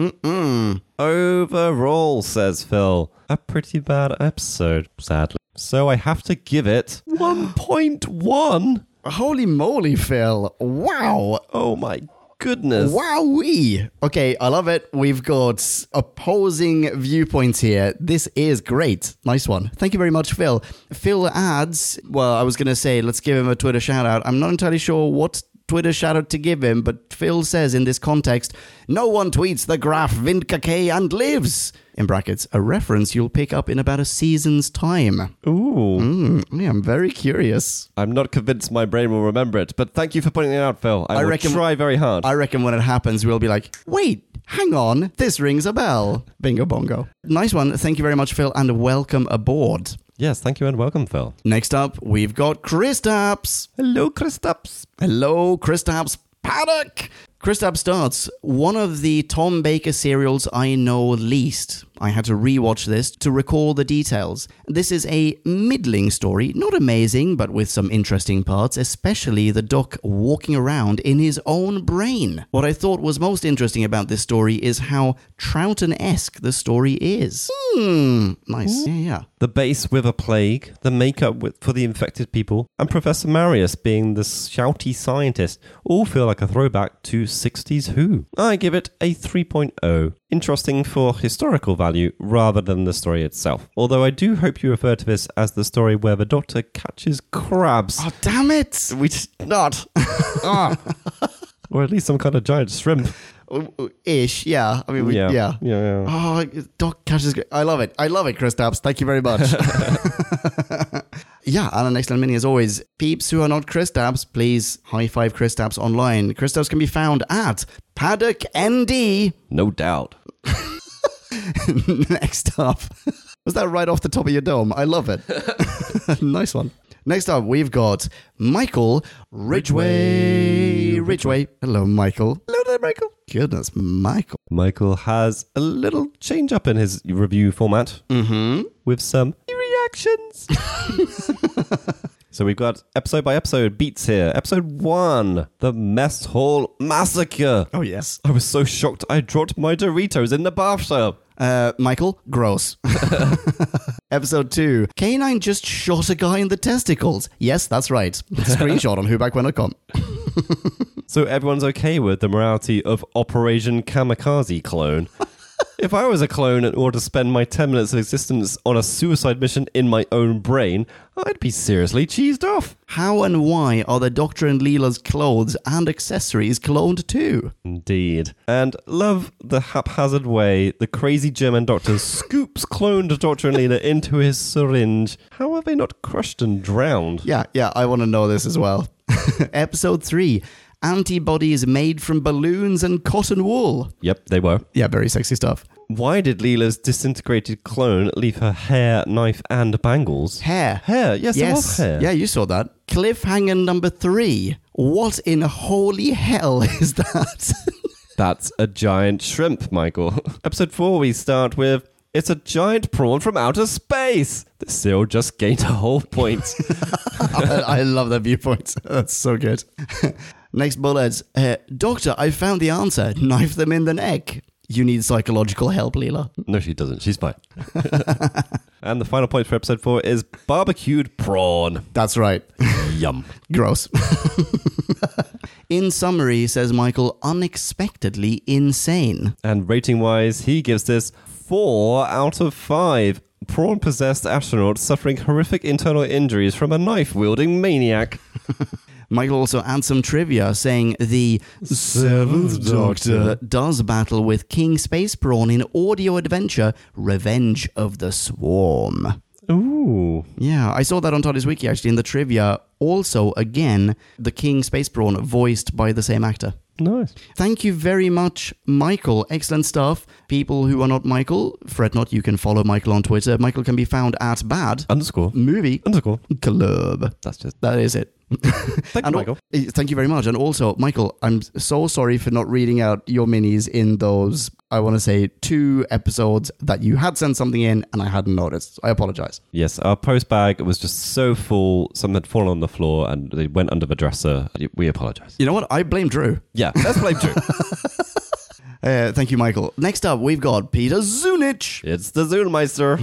Speaker 1: Overall, says Phil, a pretty bad episode, sadly. So I have to give it 1.1.
Speaker 2: Holy moly, Phil. Wow.
Speaker 1: Oh my goodness.
Speaker 2: Wowee! Okay, I love it. We've got opposing viewpoints here. This is great. Nice one. Thank you very much, Phil. Phil adds, well, I was going to say, let's give him a Twitter shout out. I'm not entirely sure what Twitter shout out to give him, but Phil says in this context, no one tweets the graph Vindka K and lives. In brackets, a reference you'll pick up in about a season's time.
Speaker 1: Ooh.
Speaker 2: Hmm, yeah, I'm very curious.
Speaker 1: I'm not convinced my brain will remember it, but thank you for pointing it out, Phil. I,
Speaker 2: I
Speaker 1: will
Speaker 2: reckon-
Speaker 1: try very hard.
Speaker 2: I reckon when it happens, we'll be like, wait, hang on, this rings a bell. Bingo bongo. Nice one. Thank you very much, Phil, and welcome aboard.
Speaker 1: yes, thank you and welcome, Phil.
Speaker 2: Next up, we've got Kristaps.
Speaker 1: Hello, Christops.
Speaker 2: Hello, Kristaps Paddock. Kristaps starts one of the Tom Baker serials I know least. I had to rewatch this to recall the details. This is a middling story, not amazing, but with some interesting parts, especially the doc walking around in his own brain. What I thought was most interesting about this story is how Troughton-esque the story is. Hmm, nice. Yeah, yeah.
Speaker 1: The base with a plague, the makeup with, for the infected people, and Professor Marius being the shouty scientist all feel like a throwback to 60s Who. I give it a 3.0. Interesting for historical value rather than the story itself. Although I do hope you refer to this as the story where the doctor catches crabs.
Speaker 2: Oh, damn it!
Speaker 1: We did not. or at least some kind of giant shrimp.
Speaker 2: Ish, yeah. I mean, we,
Speaker 1: Yeah.
Speaker 2: yeah.
Speaker 1: Yeah, yeah.
Speaker 2: Oh, Doc Cash is great. I love it. I love it, Chris Tapps. Thank you very much. yeah, and an excellent mini as always. Peeps who are not Chris Tapps, please high five Chris Tapps online. Chris Tapps can be found at Paddock ND.
Speaker 1: No doubt.
Speaker 2: Next up. Was that right off the top of your dome? I love it. nice one. Next up, we've got Michael Ridgway. Ridgway. Hello, Michael.
Speaker 1: Hello there, Michael.
Speaker 2: Goodness, Michael.
Speaker 1: Michael has a little change up in his review format
Speaker 2: Mm-hmm.
Speaker 1: with some reactions. so we've got episode by episode beats here. Episode one, the mess hall massacre.
Speaker 2: Oh, yes.
Speaker 1: I was so shocked I dropped my Doritos in the bathtub.
Speaker 2: Uh, Michael, gross. Episode 2. K9 just shot a guy in the testicles. Yes, that's right. Screenshot on whobackwhen.com.
Speaker 1: So everyone's okay with the morality of Operation Kamikaze clone. If I was a clone in order to spend my 10 minutes of existence on a suicide mission in my own brain, I'd be seriously cheesed off.
Speaker 2: How and why are the Doctor and Leela's clothes and accessories cloned too?
Speaker 1: Indeed. And love the haphazard way the crazy German doctor scoops cloned Dr. and Leela into his syringe. How are they not crushed and drowned?
Speaker 2: Yeah, yeah, I want to know this as well. Episode 3 Antibodies made from balloons and cotton wool.
Speaker 1: Yep, they were.
Speaker 2: Yeah, very sexy stuff.
Speaker 1: Why did Leela's disintegrated clone leave her hair, knife, and bangles?
Speaker 2: Hair.
Speaker 1: Hair, yes, it was hair.
Speaker 2: Yeah, you saw that. Cliffhanger number three. What in holy hell is that?
Speaker 1: That's a giant shrimp, Michael. Episode 4, we start with It's a giant prawn from outer space. The seal just gained a whole point.
Speaker 2: I, I love that viewpoint. That's so good. Next bullet. Uh, Doctor, I found the answer. Knife them in the neck. You need psychological help, Leela.
Speaker 1: no, she doesn't. She's fine. and the final point for episode 4 is barbecued prawn.
Speaker 2: That's right.
Speaker 1: Yum.
Speaker 2: Gross. in summary, says Michael, unexpectedly insane.
Speaker 1: And rating wise, he gives this 4 out of 5. Prawn possessed astronaut suffering horrific internal injuries from a knife wielding maniac.
Speaker 2: Michael also adds some trivia saying the Seventh Doctor does battle with King Space Prawn in audio adventure Revenge of the Swarm.
Speaker 1: Ooh.
Speaker 2: Yeah, I saw that on TARDIS Wiki actually in the trivia. Also, again, the King Space Prawn voiced by the same actor.
Speaker 1: Nice.
Speaker 2: Thank you very much, Michael. Excellent stuff. People who are not Michael, fret not, you can follow Michael on Twitter. Michael can be found at Bad
Speaker 1: Underscore.
Speaker 2: Movie
Speaker 1: Underscore.
Speaker 2: Club.
Speaker 1: That's just.
Speaker 2: That is it.
Speaker 1: Thank you,
Speaker 2: And al-
Speaker 1: Michael.
Speaker 2: eh, Thank you very much. And also, Michael, I'm so sorry for not reading out your minis in those, I want to say, two episodes that you had sent something in and I hadn't noticed. I apologize.
Speaker 1: Yes, our post bag was just so full. Some had fallen on the floor and they went under the dresser. We apologize.
Speaker 2: You know what? I blame Drew.
Speaker 1: Yeah, let's blame Drew.
Speaker 2: Uh, thank you, Michael. Next up, we've got Peter Zunich. Uh,
Speaker 1: it's the Zoolmeister.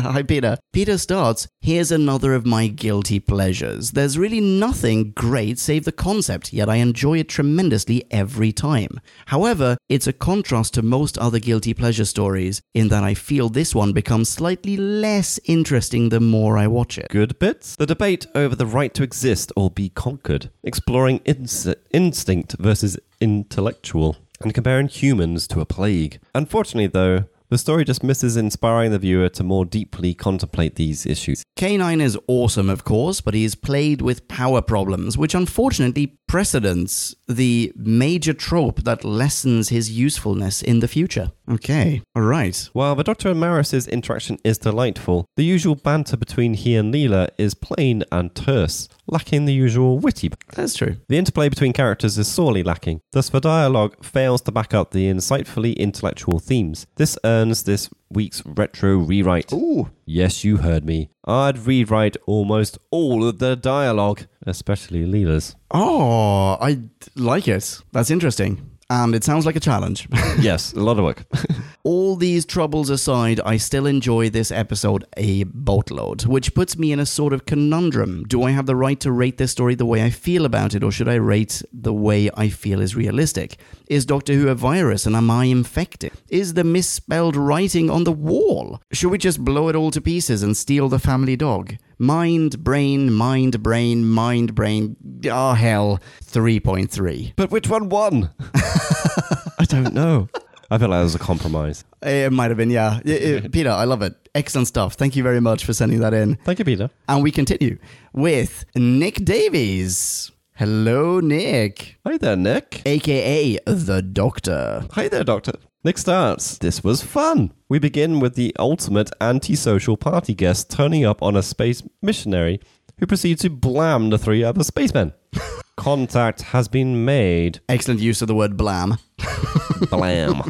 Speaker 2: Hi, Peter. Peter starts Here's another of my guilty pleasures. There's really nothing great save the concept, yet I enjoy it tremendously every time. However, it's a contrast to most other guilty pleasure stories in that I feel this one becomes slightly less interesting the more I watch it.
Speaker 1: Good bits. The debate over the right to exist or be conquered, exploring ins- instinct versus intellectual, and comparing humans to a plague. Unfortunately, though, the story just misses inspiring the viewer to more deeply contemplate these issues.
Speaker 2: K9 is awesome, of course, but he is played with power problems, which unfortunately precedents the major trope that lessens his usefulness in the future. Okay, all right.
Speaker 1: While the Doctor and Maris's interaction is delightful, the usual banter between he and Leela is plain and terse, lacking the usual witty
Speaker 2: That's true.
Speaker 1: The interplay between characters is sorely lacking, thus, the dialogue fails to back up the insightfully intellectual themes. This earns this week's retro rewrite.
Speaker 2: Ooh.
Speaker 1: Yes, you heard me. I'd rewrite almost all of the dialogue, especially Leela's.
Speaker 2: Oh, I like it. That's interesting. And it sounds like a challenge.
Speaker 1: yes, a lot of work.
Speaker 2: All these troubles aside, I still enjoy this episode a boatload, which puts me in a sort of conundrum. Do I have the right to rate this story the way I feel about it, or should I rate the way I feel is realistic? Is Doctor Who a virus and am I infected? Is the misspelled writing on the wall? Should we just blow it all to pieces and steal the family dog? Mind, brain, mind, brain, mind, brain. Ah, hell. 3.3.
Speaker 1: but which one won? I don't know. I feel like that was a compromise.
Speaker 2: Eh, It might have been, yeah. I- I- Peter, I love it. Excellent stuff. Thank you very much for sending that in.
Speaker 1: Thank you, Peter.
Speaker 2: And we continue with Nick Davies. Hello, Nick,
Speaker 1: Hi there, Nick.
Speaker 2: aka the Doctor.
Speaker 1: Hi there, Doctor. Nick starts. This was fun. We begin with the ultimate antisocial party guest turning up on a space missionary who proceeds to blam the three other spacemen. Contact has been made.
Speaker 2: Excellent use of the word blam.
Speaker 1: Blam.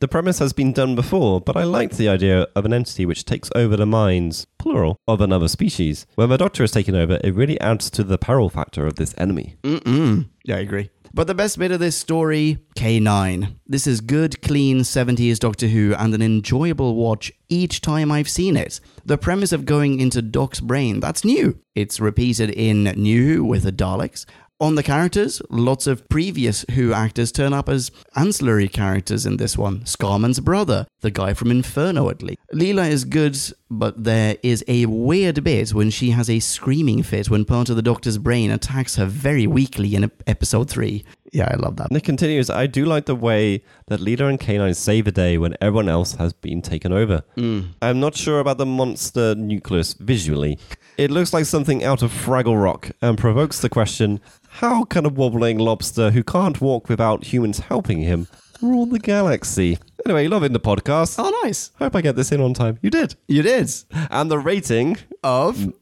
Speaker 1: the premise has been done before, but I liked the idea of an entity which takes over the minds, plural, of another species. When the Doctor is taken over, it really adds to the peril factor of this enemy.
Speaker 2: Mm-mm. Yeah, I agree. But the best bit of this story, K9. This is good, clean 70s Doctor Who and an enjoyable watch each time I've seen it. The premise of going into Doc's brain, that's new. It's repeated in New Who with the Daleks. on the characters, lots of previous Who actors turn up as ancillary characters in this one. Scarman's brother, the guy from Inferno, at least. Leela is good, but there is a weird bit when she has a screaming fit when part of the Doctor's brain attacks her very weakly in ep- episode 3. Yeah, I love that.
Speaker 1: And it continues, I do like the way that Leader and Canine save the day when everyone else has been taken over.
Speaker 2: Mm.
Speaker 1: I'm not sure about the monster nucleus visually. It looks like something out of Fraggle Rock and provokes the question how can a wobbling lobster who can't walk without humans helping him rule the galaxy? Anyway, loving the podcast.
Speaker 2: Oh, nice.
Speaker 1: Hope I get this in on time. You did.
Speaker 2: You did.
Speaker 1: And the rating
Speaker 2: Of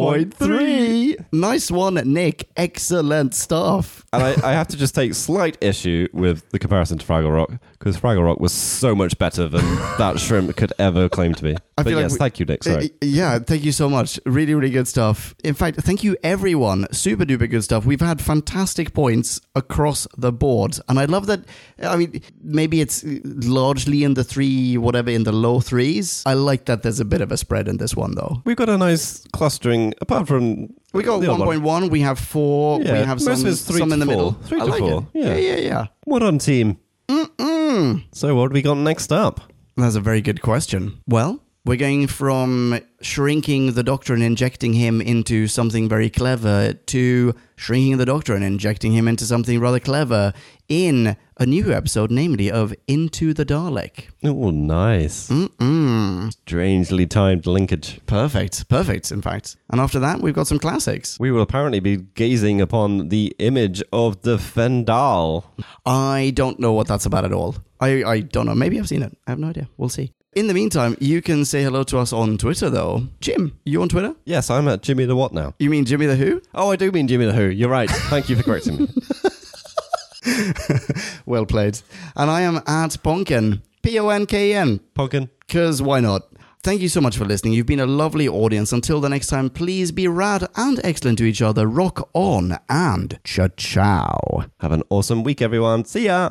Speaker 1: 3.3.
Speaker 2: Nice one, Nick. Excellent stuff.
Speaker 1: And I, I have to just take slight issue with the comparison to Fraggle Rock because Fraggle Rock was so much better than that shrimp could ever claim to be.
Speaker 2: I
Speaker 1: but
Speaker 2: feel like
Speaker 1: yes,
Speaker 2: we-
Speaker 1: thank you, Nick.
Speaker 2: Uh,
Speaker 1: Sorry.
Speaker 2: Yeah, thank you so much. Really, really good stuff. In fact, thank you everyone. Super duper good stuff. We've had fantastic points across the board. And I love that. I mean, maybe it's largely in the three, whatever, in the low threes. I like that there's a bit of a spread in this one, though.
Speaker 1: We've got a nice clustering, apart from.
Speaker 2: We got
Speaker 1: the odd
Speaker 2: 1.1, we have four,
Speaker 1: Yeah,
Speaker 2: we have
Speaker 1: most
Speaker 2: some,
Speaker 1: of it's three
Speaker 2: some
Speaker 1: to
Speaker 2: in the
Speaker 1: four.
Speaker 2: middle.
Speaker 1: Three
Speaker 2: I
Speaker 1: to
Speaker 2: like
Speaker 1: four,
Speaker 2: it.
Speaker 1: yeah.
Speaker 2: yeah, yeah, yeah.
Speaker 1: What on team?
Speaker 2: Mm.
Speaker 1: So, what have we got next up?
Speaker 2: That's a very good question. Well, we're going from shrinking the doctor and injecting him into something very clever to shrinking the doctor and injecting him into something rather clever in a new episode, namely of Into the Dalek.
Speaker 1: Oh, nice.
Speaker 2: Hmm? Mm-mm.
Speaker 1: Strangely timed linkage.
Speaker 2: Perfect, perfect, in fact. And after that, we've got some classics.
Speaker 1: We will apparently be gazing upon the image of the Fendal.
Speaker 2: I don't know what that's about at all. I, I don't know. Maybe I've seen it. I have no idea. We'll see. In the meantime, you can say hello to us on Twitter, though. Jim, you on Twitter?
Speaker 1: Yes, I'm at Jimmy the What now?
Speaker 2: You mean Jimmy the Who?
Speaker 1: Oh, I do mean Jimmy the Who. You're right. Thank you for correcting me.
Speaker 2: Well played. And I am at Ponken. P O N K N.
Speaker 1: Pumpkin.
Speaker 2: Because why not? Thank you so much for listening. You've been a lovely audience. Until the next time, please be rad and excellent to each other. Rock on and cha ciao.
Speaker 1: Have an awesome week, everyone. See ya.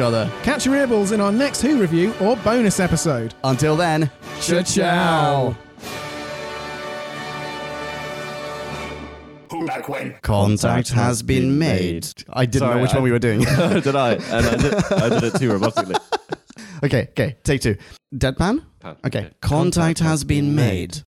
Speaker 2: other.
Speaker 5: Catch your earballs in our next Who review or bonus episode.
Speaker 2: Until then,
Speaker 5: Cha-ciao.
Speaker 3: Who back when?
Speaker 2: Contact has been made. I didn't
Speaker 1: Sorry,
Speaker 2: know which
Speaker 1: I-
Speaker 2: one we were doing.
Speaker 1: did I? And I did, I did it too robotically.
Speaker 2: okay, okay, take two. Deadpan?
Speaker 1: Pan.
Speaker 2: Okay. Contact has been made.